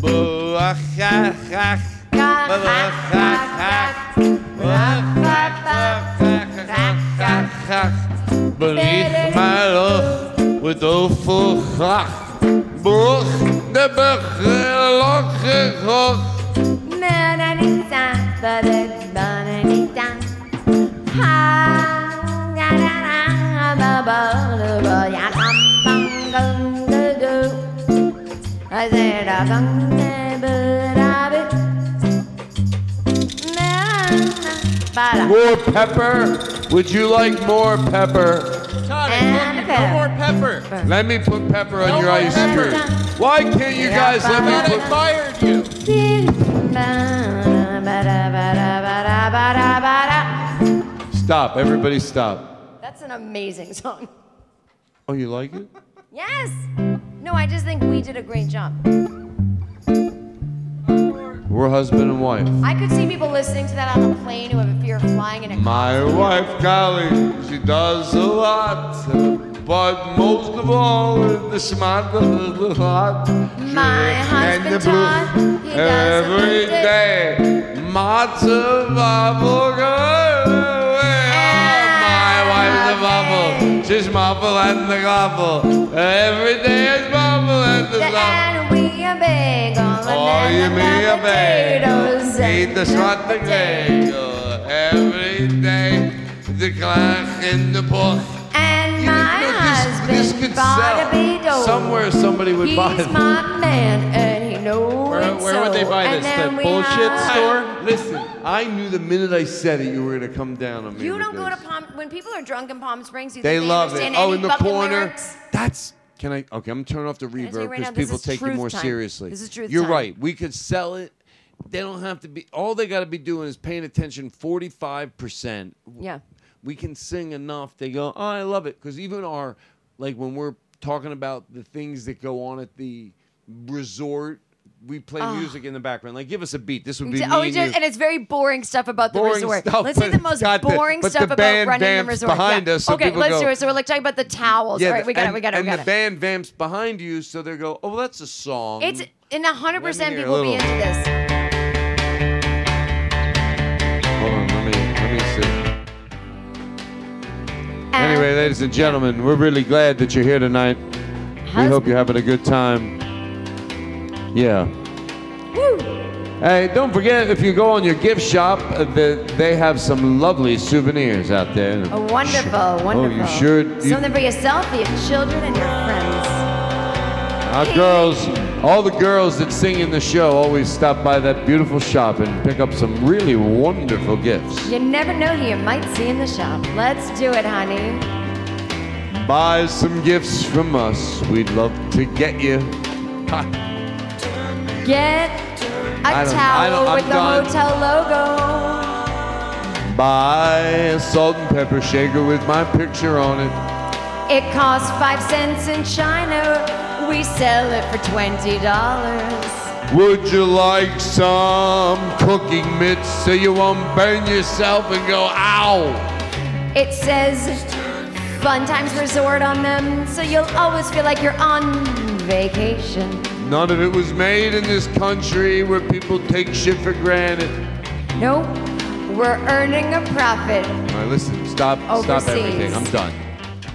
Speaker 6: Boah-ha-ha. Boah-ha-ha. Boah-ha-ha. Belief mij nog met hoeveel gracht. Boeg de begelokken gok.
Speaker 8: Mona Lisa, ba-da- Mona Lisa. Ha, ya-da-da, ba-ba-da-ba, ya-dum-bum-dum-doo-doo. I said, "Ah, bum, da, ba, da, ba."
Speaker 6: More pepper? Would you like more pepper?
Speaker 7: Todd, I told you, no more pepper.
Speaker 6: Let me put pepper on your
Speaker 7: more
Speaker 6: ice
Speaker 7: pepper.
Speaker 6: cream. Why can't you guys let me put?
Speaker 7: fired you.
Speaker 8: Ba-da-ba-da-ba-da-ba-da-ba-da.
Speaker 6: Stop! Everybody, stop!
Speaker 8: That's an amazing song.
Speaker 6: Oh, you like it?
Speaker 8: Yes! No, I just think we did a great job.
Speaker 6: We're husband and wife.
Speaker 8: I could see people listening to that on a plane who have a fear of flying in a
Speaker 6: My wife, Callie, she does a lot, but most of all, is the smart little lot.
Speaker 8: My husband Todd, he does a
Speaker 6: every
Speaker 8: good
Speaker 6: day. Matzah bubble girl. My wife's a bubble. She's muffle and the gobble. Every day is bubble and the gobble.
Speaker 8: And we are big on
Speaker 6: Oh, you mean a
Speaker 8: potatoes
Speaker 6: Eat the shot the every day. The clock in the book.
Speaker 8: And my husband bought a beetle.
Speaker 6: Somewhere somebody would
Speaker 8: He's
Speaker 6: buy it.
Speaker 8: my man and he knows
Speaker 6: Where-
Speaker 8: it
Speaker 6: where would they
Speaker 8: so.
Speaker 6: buy
Speaker 8: and
Speaker 6: this?
Speaker 8: Then
Speaker 6: The
Speaker 8: we
Speaker 6: bullshit
Speaker 8: have-
Speaker 6: store? Listen, I knew the minute I said it, you were gonna come down on me.
Speaker 8: You
Speaker 6: with
Speaker 8: don't go
Speaker 6: this.
Speaker 8: to Palm. When people are drunk in Palm Springs, you
Speaker 6: They
Speaker 8: think
Speaker 6: love
Speaker 8: they
Speaker 6: it.
Speaker 8: understand
Speaker 6: Oh,
Speaker 8: any
Speaker 6: in the
Speaker 8: fucking
Speaker 6: corner.
Speaker 8: lyrics?
Speaker 6: That's. Can I? Okay, I'm turning off the
Speaker 8: I tell you
Speaker 6: reverb
Speaker 8: right
Speaker 6: because
Speaker 8: now, this
Speaker 6: people
Speaker 8: is
Speaker 6: take it
Speaker 8: truth
Speaker 6: more
Speaker 8: time.
Speaker 6: seriously.
Speaker 8: This is truth
Speaker 6: You're
Speaker 8: time.
Speaker 6: right. We could sell it. They don't have to be. All they got to be doing is paying attention 45%.
Speaker 8: Yeah.
Speaker 6: We can sing enough. They go, oh, I love it. Because even our, like when we're talking about the things that go on at the resort, we play
Speaker 8: Ah.
Speaker 6: music in the background. Like, give us a beat. This would be
Speaker 8: oh,
Speaker 6: me
Speaker 8: it's
Speaker 6: and
Speaker 8: just,
Speaker 6: you.
Speaker 8: and it's very boring stuff about the
Speaker 6: Boring
Speaker 8: resort.
Speaker 6: stuff,
Speaker 8: let's say
Speaker 6: but
Speaker 8: the
Speaker 6: it's
Speaker 8: most
Speaker 6: got the-
Speaker 8: boring
Speaker 6: but
Speaker 8: stuff
Speaker 6: the
Speaker 8: about
Speaker 6: band
Speaker 8: running the
Speaker 6: vamps
Speaker 8: resort.
Speaker 6: behind
Speaker 8: yeah.
Speaker 6: us, so
Speaker 8: okay,
Speaker 6: people
Speaker 8: let's
Speaker 6: go-
Speaker 8: do it. So we're like talking about the towels. All right, we got
Speaker 6: and,
Speaker 8: it. We got it. We
Speaker 6: And
Speaker 8: got
Speaker 6: the
Speaker 8: it.
Speaker 6: band vamps behind you, so they go, oh, well, that's a song.
Speaker 8: It's and hundred percent
Speaker 6: Let me hear
Speaker 8: people will
Speaker 6: a
Speaker 8: be into
Speaker 6: little.
Speaker 8: this.
Speaker 6: Hold on, let me, let me see. Anyway, ladies and gentlemen, we're really glad that you're here tonight. We hope you're having a good time. Yeah. Hey, don't forget if you go on your gift shop, uh, the, they have some lovely souvenirs out there.
Speaker 8: Oh, wonderful, wonderful.
Speaker 6: Oh, you should. You,
Speaker 8: Something for yourself, for your children, and your friends.
Speaker 6: our girls, all the girls that sing in the show always stop by that beautiful shop and pick up some really wonderful gifts.
Speaker 8: You never know who you might see in the shop. Let's do it, honey.
Speaker 6: Buy some gifts from us. We'd love to get you. Ha.
Speaker 8: Get a
Speaker 6: I don't- I don't-
Speaker 8: towel
Speaker 6: I'm
Speaker 8: with the
Speaker 6: gone.
Speaker 8: hotel logo.
Speaker 6: Buy a salt and pepper shaker with my picture on it.
Speaker 8: It costs five cents in China. We sell it for twenty dollars.
Speaker 6: Would you like some cooking mitts so you won't burn yourself and go, ow?
Speaker 8: It says Fun Times Resort on them, so you'll always feel like you're on vacation.
Speaker 6: None of it was made in this country where people take shit for granted.
Speaker 8: Nope, we're earning a profit.
Speaker 6: All right, listen, stop, stop
Speaker 8: Overseas.
Speaker 6: everything. I'm done.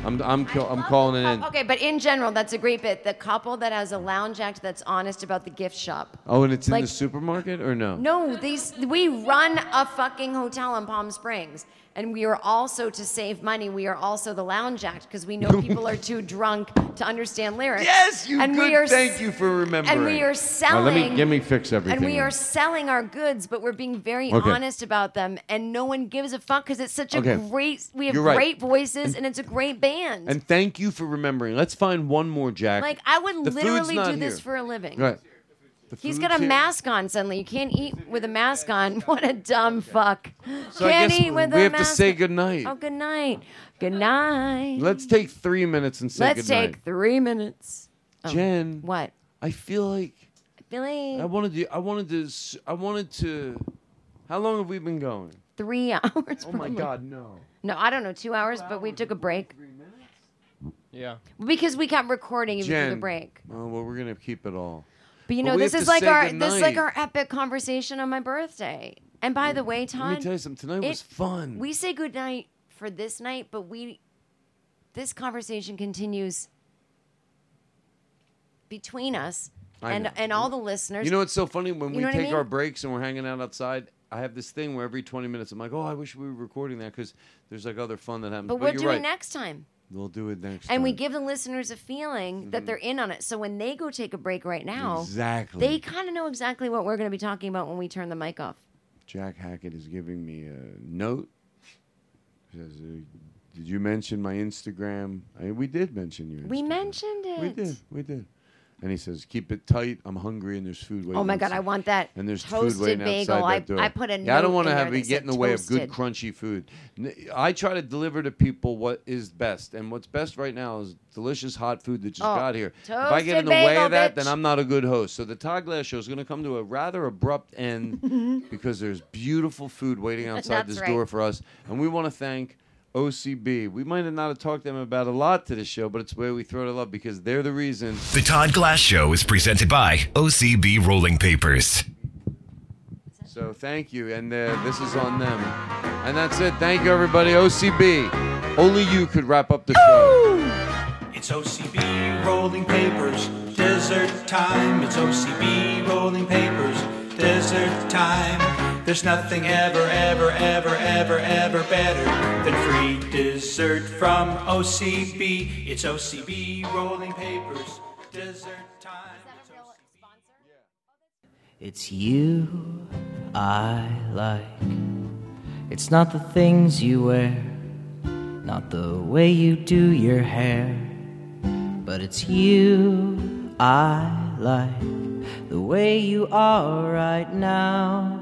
Speaker 6: I'm, I'm, ca- I'm calling it in.
Speaker 8: Okay, but in general, that's a great bit. The couple that has a lounge act that's honest about the gift shop.
Speaker 6: Oh, and it's in
Speaker 8: Like-
Speaker 6: the supermarket or no?
Speaker 8: No, these we run a fucking hotel in Palm Springs, and we are also to save money. We are also the lounge act because we know people are too drunk to understand lyrics.
Speaker 6: Yes, you
Speaker 8: and
Speaker 6: good.
Speaker 8: We are, s-
Speaker 6: Thank you for remembering.
Speaker 8: And we are
Speaker 6: All
Speaker 8: selling.
Speaker 6: right, let me let me fix everything.
Speaker 8: And we are selling our goods, but we're being very
Speaker 6: Okay.
Speaker 8: honest about them, and no one gives a fuck because it's such a
Speaker 6: Okay.
Speaker 8: great. We have
Speaker 6: You're right.
Speaker 8: great voices, and it's a great band.
Speaker 6: And thank you for remembering. Let's find one more Jack.
Speaker 8: like I would
Speaker 6: The food's
Speaker 8: literally
Speaker 6: not
Speaker 8: do this
Speaker 6: here.
Speaker 8: for a living.
Speaker 6: Right. The
Speaker 8: He's
Speaker 6: food's
Speaker 8: got a
Speaker 6: here.
Speaker 8: mask on suddenly. You can't eat with a mask on. What a dumb fuck.
Speaker 6: So I
Speaker 8: can't
Speaker 6: guess
Speaker 8: eat with
Speaker 6: we
Speaker 8: a
Speaker 6: have to
Speaker 8: mask
Speaker 6: say
Speaker 8: on.
Speaker 6: goodnight.
Speaker 8: Oh, good night. Good night.
Speaker 6: Let's take three minutes and say
Speaker 8: Let's
Speaker 6: goodnight.
Speaker 8: take three minutes. Oh,
Speaker 6: Jen.
Speaker 8: What?
Speaker 6: I feel like
Speaker 8: Billy.
Speaker 6: I wanted to. I wanted to. s- I wanted to. How long have we been going?
Speaker 8: Three hours.
Speaker 6: Oh
Speaker 8: probably.
Speaker 6: my God, no.
Speaker 8: No, I don't know. Two hours, but we took a break
Speaker 6: Yeah.
Speaker 8: because we kept recording even through
Speaker 6: Jen.
Speaker 8: the break.
Speaker 6: Oh well, we're gonna keep it all.
Speaker 8: But you know,
Speaker 6: we
Speaker 8: this
Speaker 6: have
Speaker 8: is
Speaker 6: to
Speaker 8: like
Speaker 6: say
Speaker 8: our this is like
Speaker 6: goodnight.
Speaker 8: our epic conversation on my birthday. And by the way, Todd,
Speaker 6: Let me tell you something. Tonight was fun.
Speaker 8: We say goodnight for this night, but we this conversation continues between us
Speaker 6: I
Speaker 8: and
Speaker 6: know.
Speaker 8: and all the listeners.
Speaker 6: You know, it's so funny when
Speaker 8: You
Speaker 6: we
Speaker 8: know
Speaker 6: take
Speaker 8: what I
Speaker 6: our
Speaker 8: mean?
Speaker 6: breaks and we're hanging out outside. I have this thing where every 20 minutes I'm like, oh, I wish we were recording that because there's like other fun that happens.
Speaker 8: but we're
Speaker 6: you're
Speaker 8: doing
Speaker 6: right.
Speaker 8: next time.
Speaker 6: We'll do it next.
Speaker 8: And we
Speaker 6: time.
Speaker 8: give the listeners a feeling
Speaker 6: Mm-hmm.
Speaker 8: that they're in on it. So when they go take a break right now,
Speaker 6: Exactly.
Speaker 8: they kind of know exactly what we're going to be talking about when we turn the mic off.
Speaker 6: Jack Hackett is giving me a note. He says, uh, "Did you mention my Instagram? I, we did mention your.
Speaker 8: We mentioned it.
Speaker 6: We did. We did." And he says, "Keep it tight. I'm hungry, and there's food waiting."
Speaker 8: Oh my God,
Speaker 6: outside."
Speaker 8: I want that
Speaker 6: And there's food
Speaker 8: toasted
Speaker 6: waiting
Speaker 8: bagel.
Speaker 6: outside
Speaker 8: I-
Speaker 6: that door.
Speaker 8: I put a
Speaker 6: yeah, I don't
Speaker 8: note
Speaker 6: wanna
Speaker 8: in there
Speaker 6: have it
Speaker 8: that
Speaker 6: get
Speaker 8: said
Speaker 6: in the way of
Speaker 8: toasted.
Speaker 6: good crunchy food. N- I try to deliver to people what is best, and what's best right now is delicious hot food that just
Speaker 8: Oh,
Speaker 6: got here. If I get
Speaker 8: toasted
Speaker 6: in the way
Speaker 8: bagel,
Speaker 6: of that,
Speaker 8: bitch.
Speaker 6: then I'm not a good host. So the Todd Glass Show is going to come to a rather abrupt end because there's beautiful food waiting outside
Speaker 8: That's
Speaker 6: this
Speaker 8: right.
Speaker 6: door for us. And we want to thank OCB. We might not have talked to them about a lot to this show, but it's where we throw the love because they're the reason.
Speaker 2: The Todd Glass Show is presented by OCB Rolling Papers.
Speaker 6: So thank you. And uh, this is on them. And that's it. Thank you, everybody. OCB. Only you could wrap up the show.
Speaker 13: It's OCB rolling papers, desert time. It's OCB rolling papers, desert time. There's nothing ever, ever, ever, ever, ever better than free dessert from OCB. It's OCB rolling papers, desert time.
Speaker 19: It's you I like. It's not the things you wear, not the way you do your hair, but it's you I like. The way you are right now,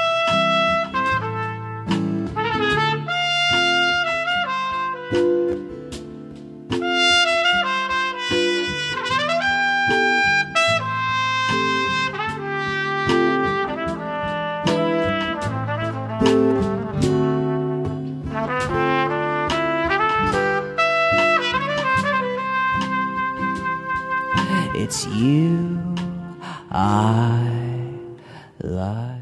Speaker 19: It's you I like.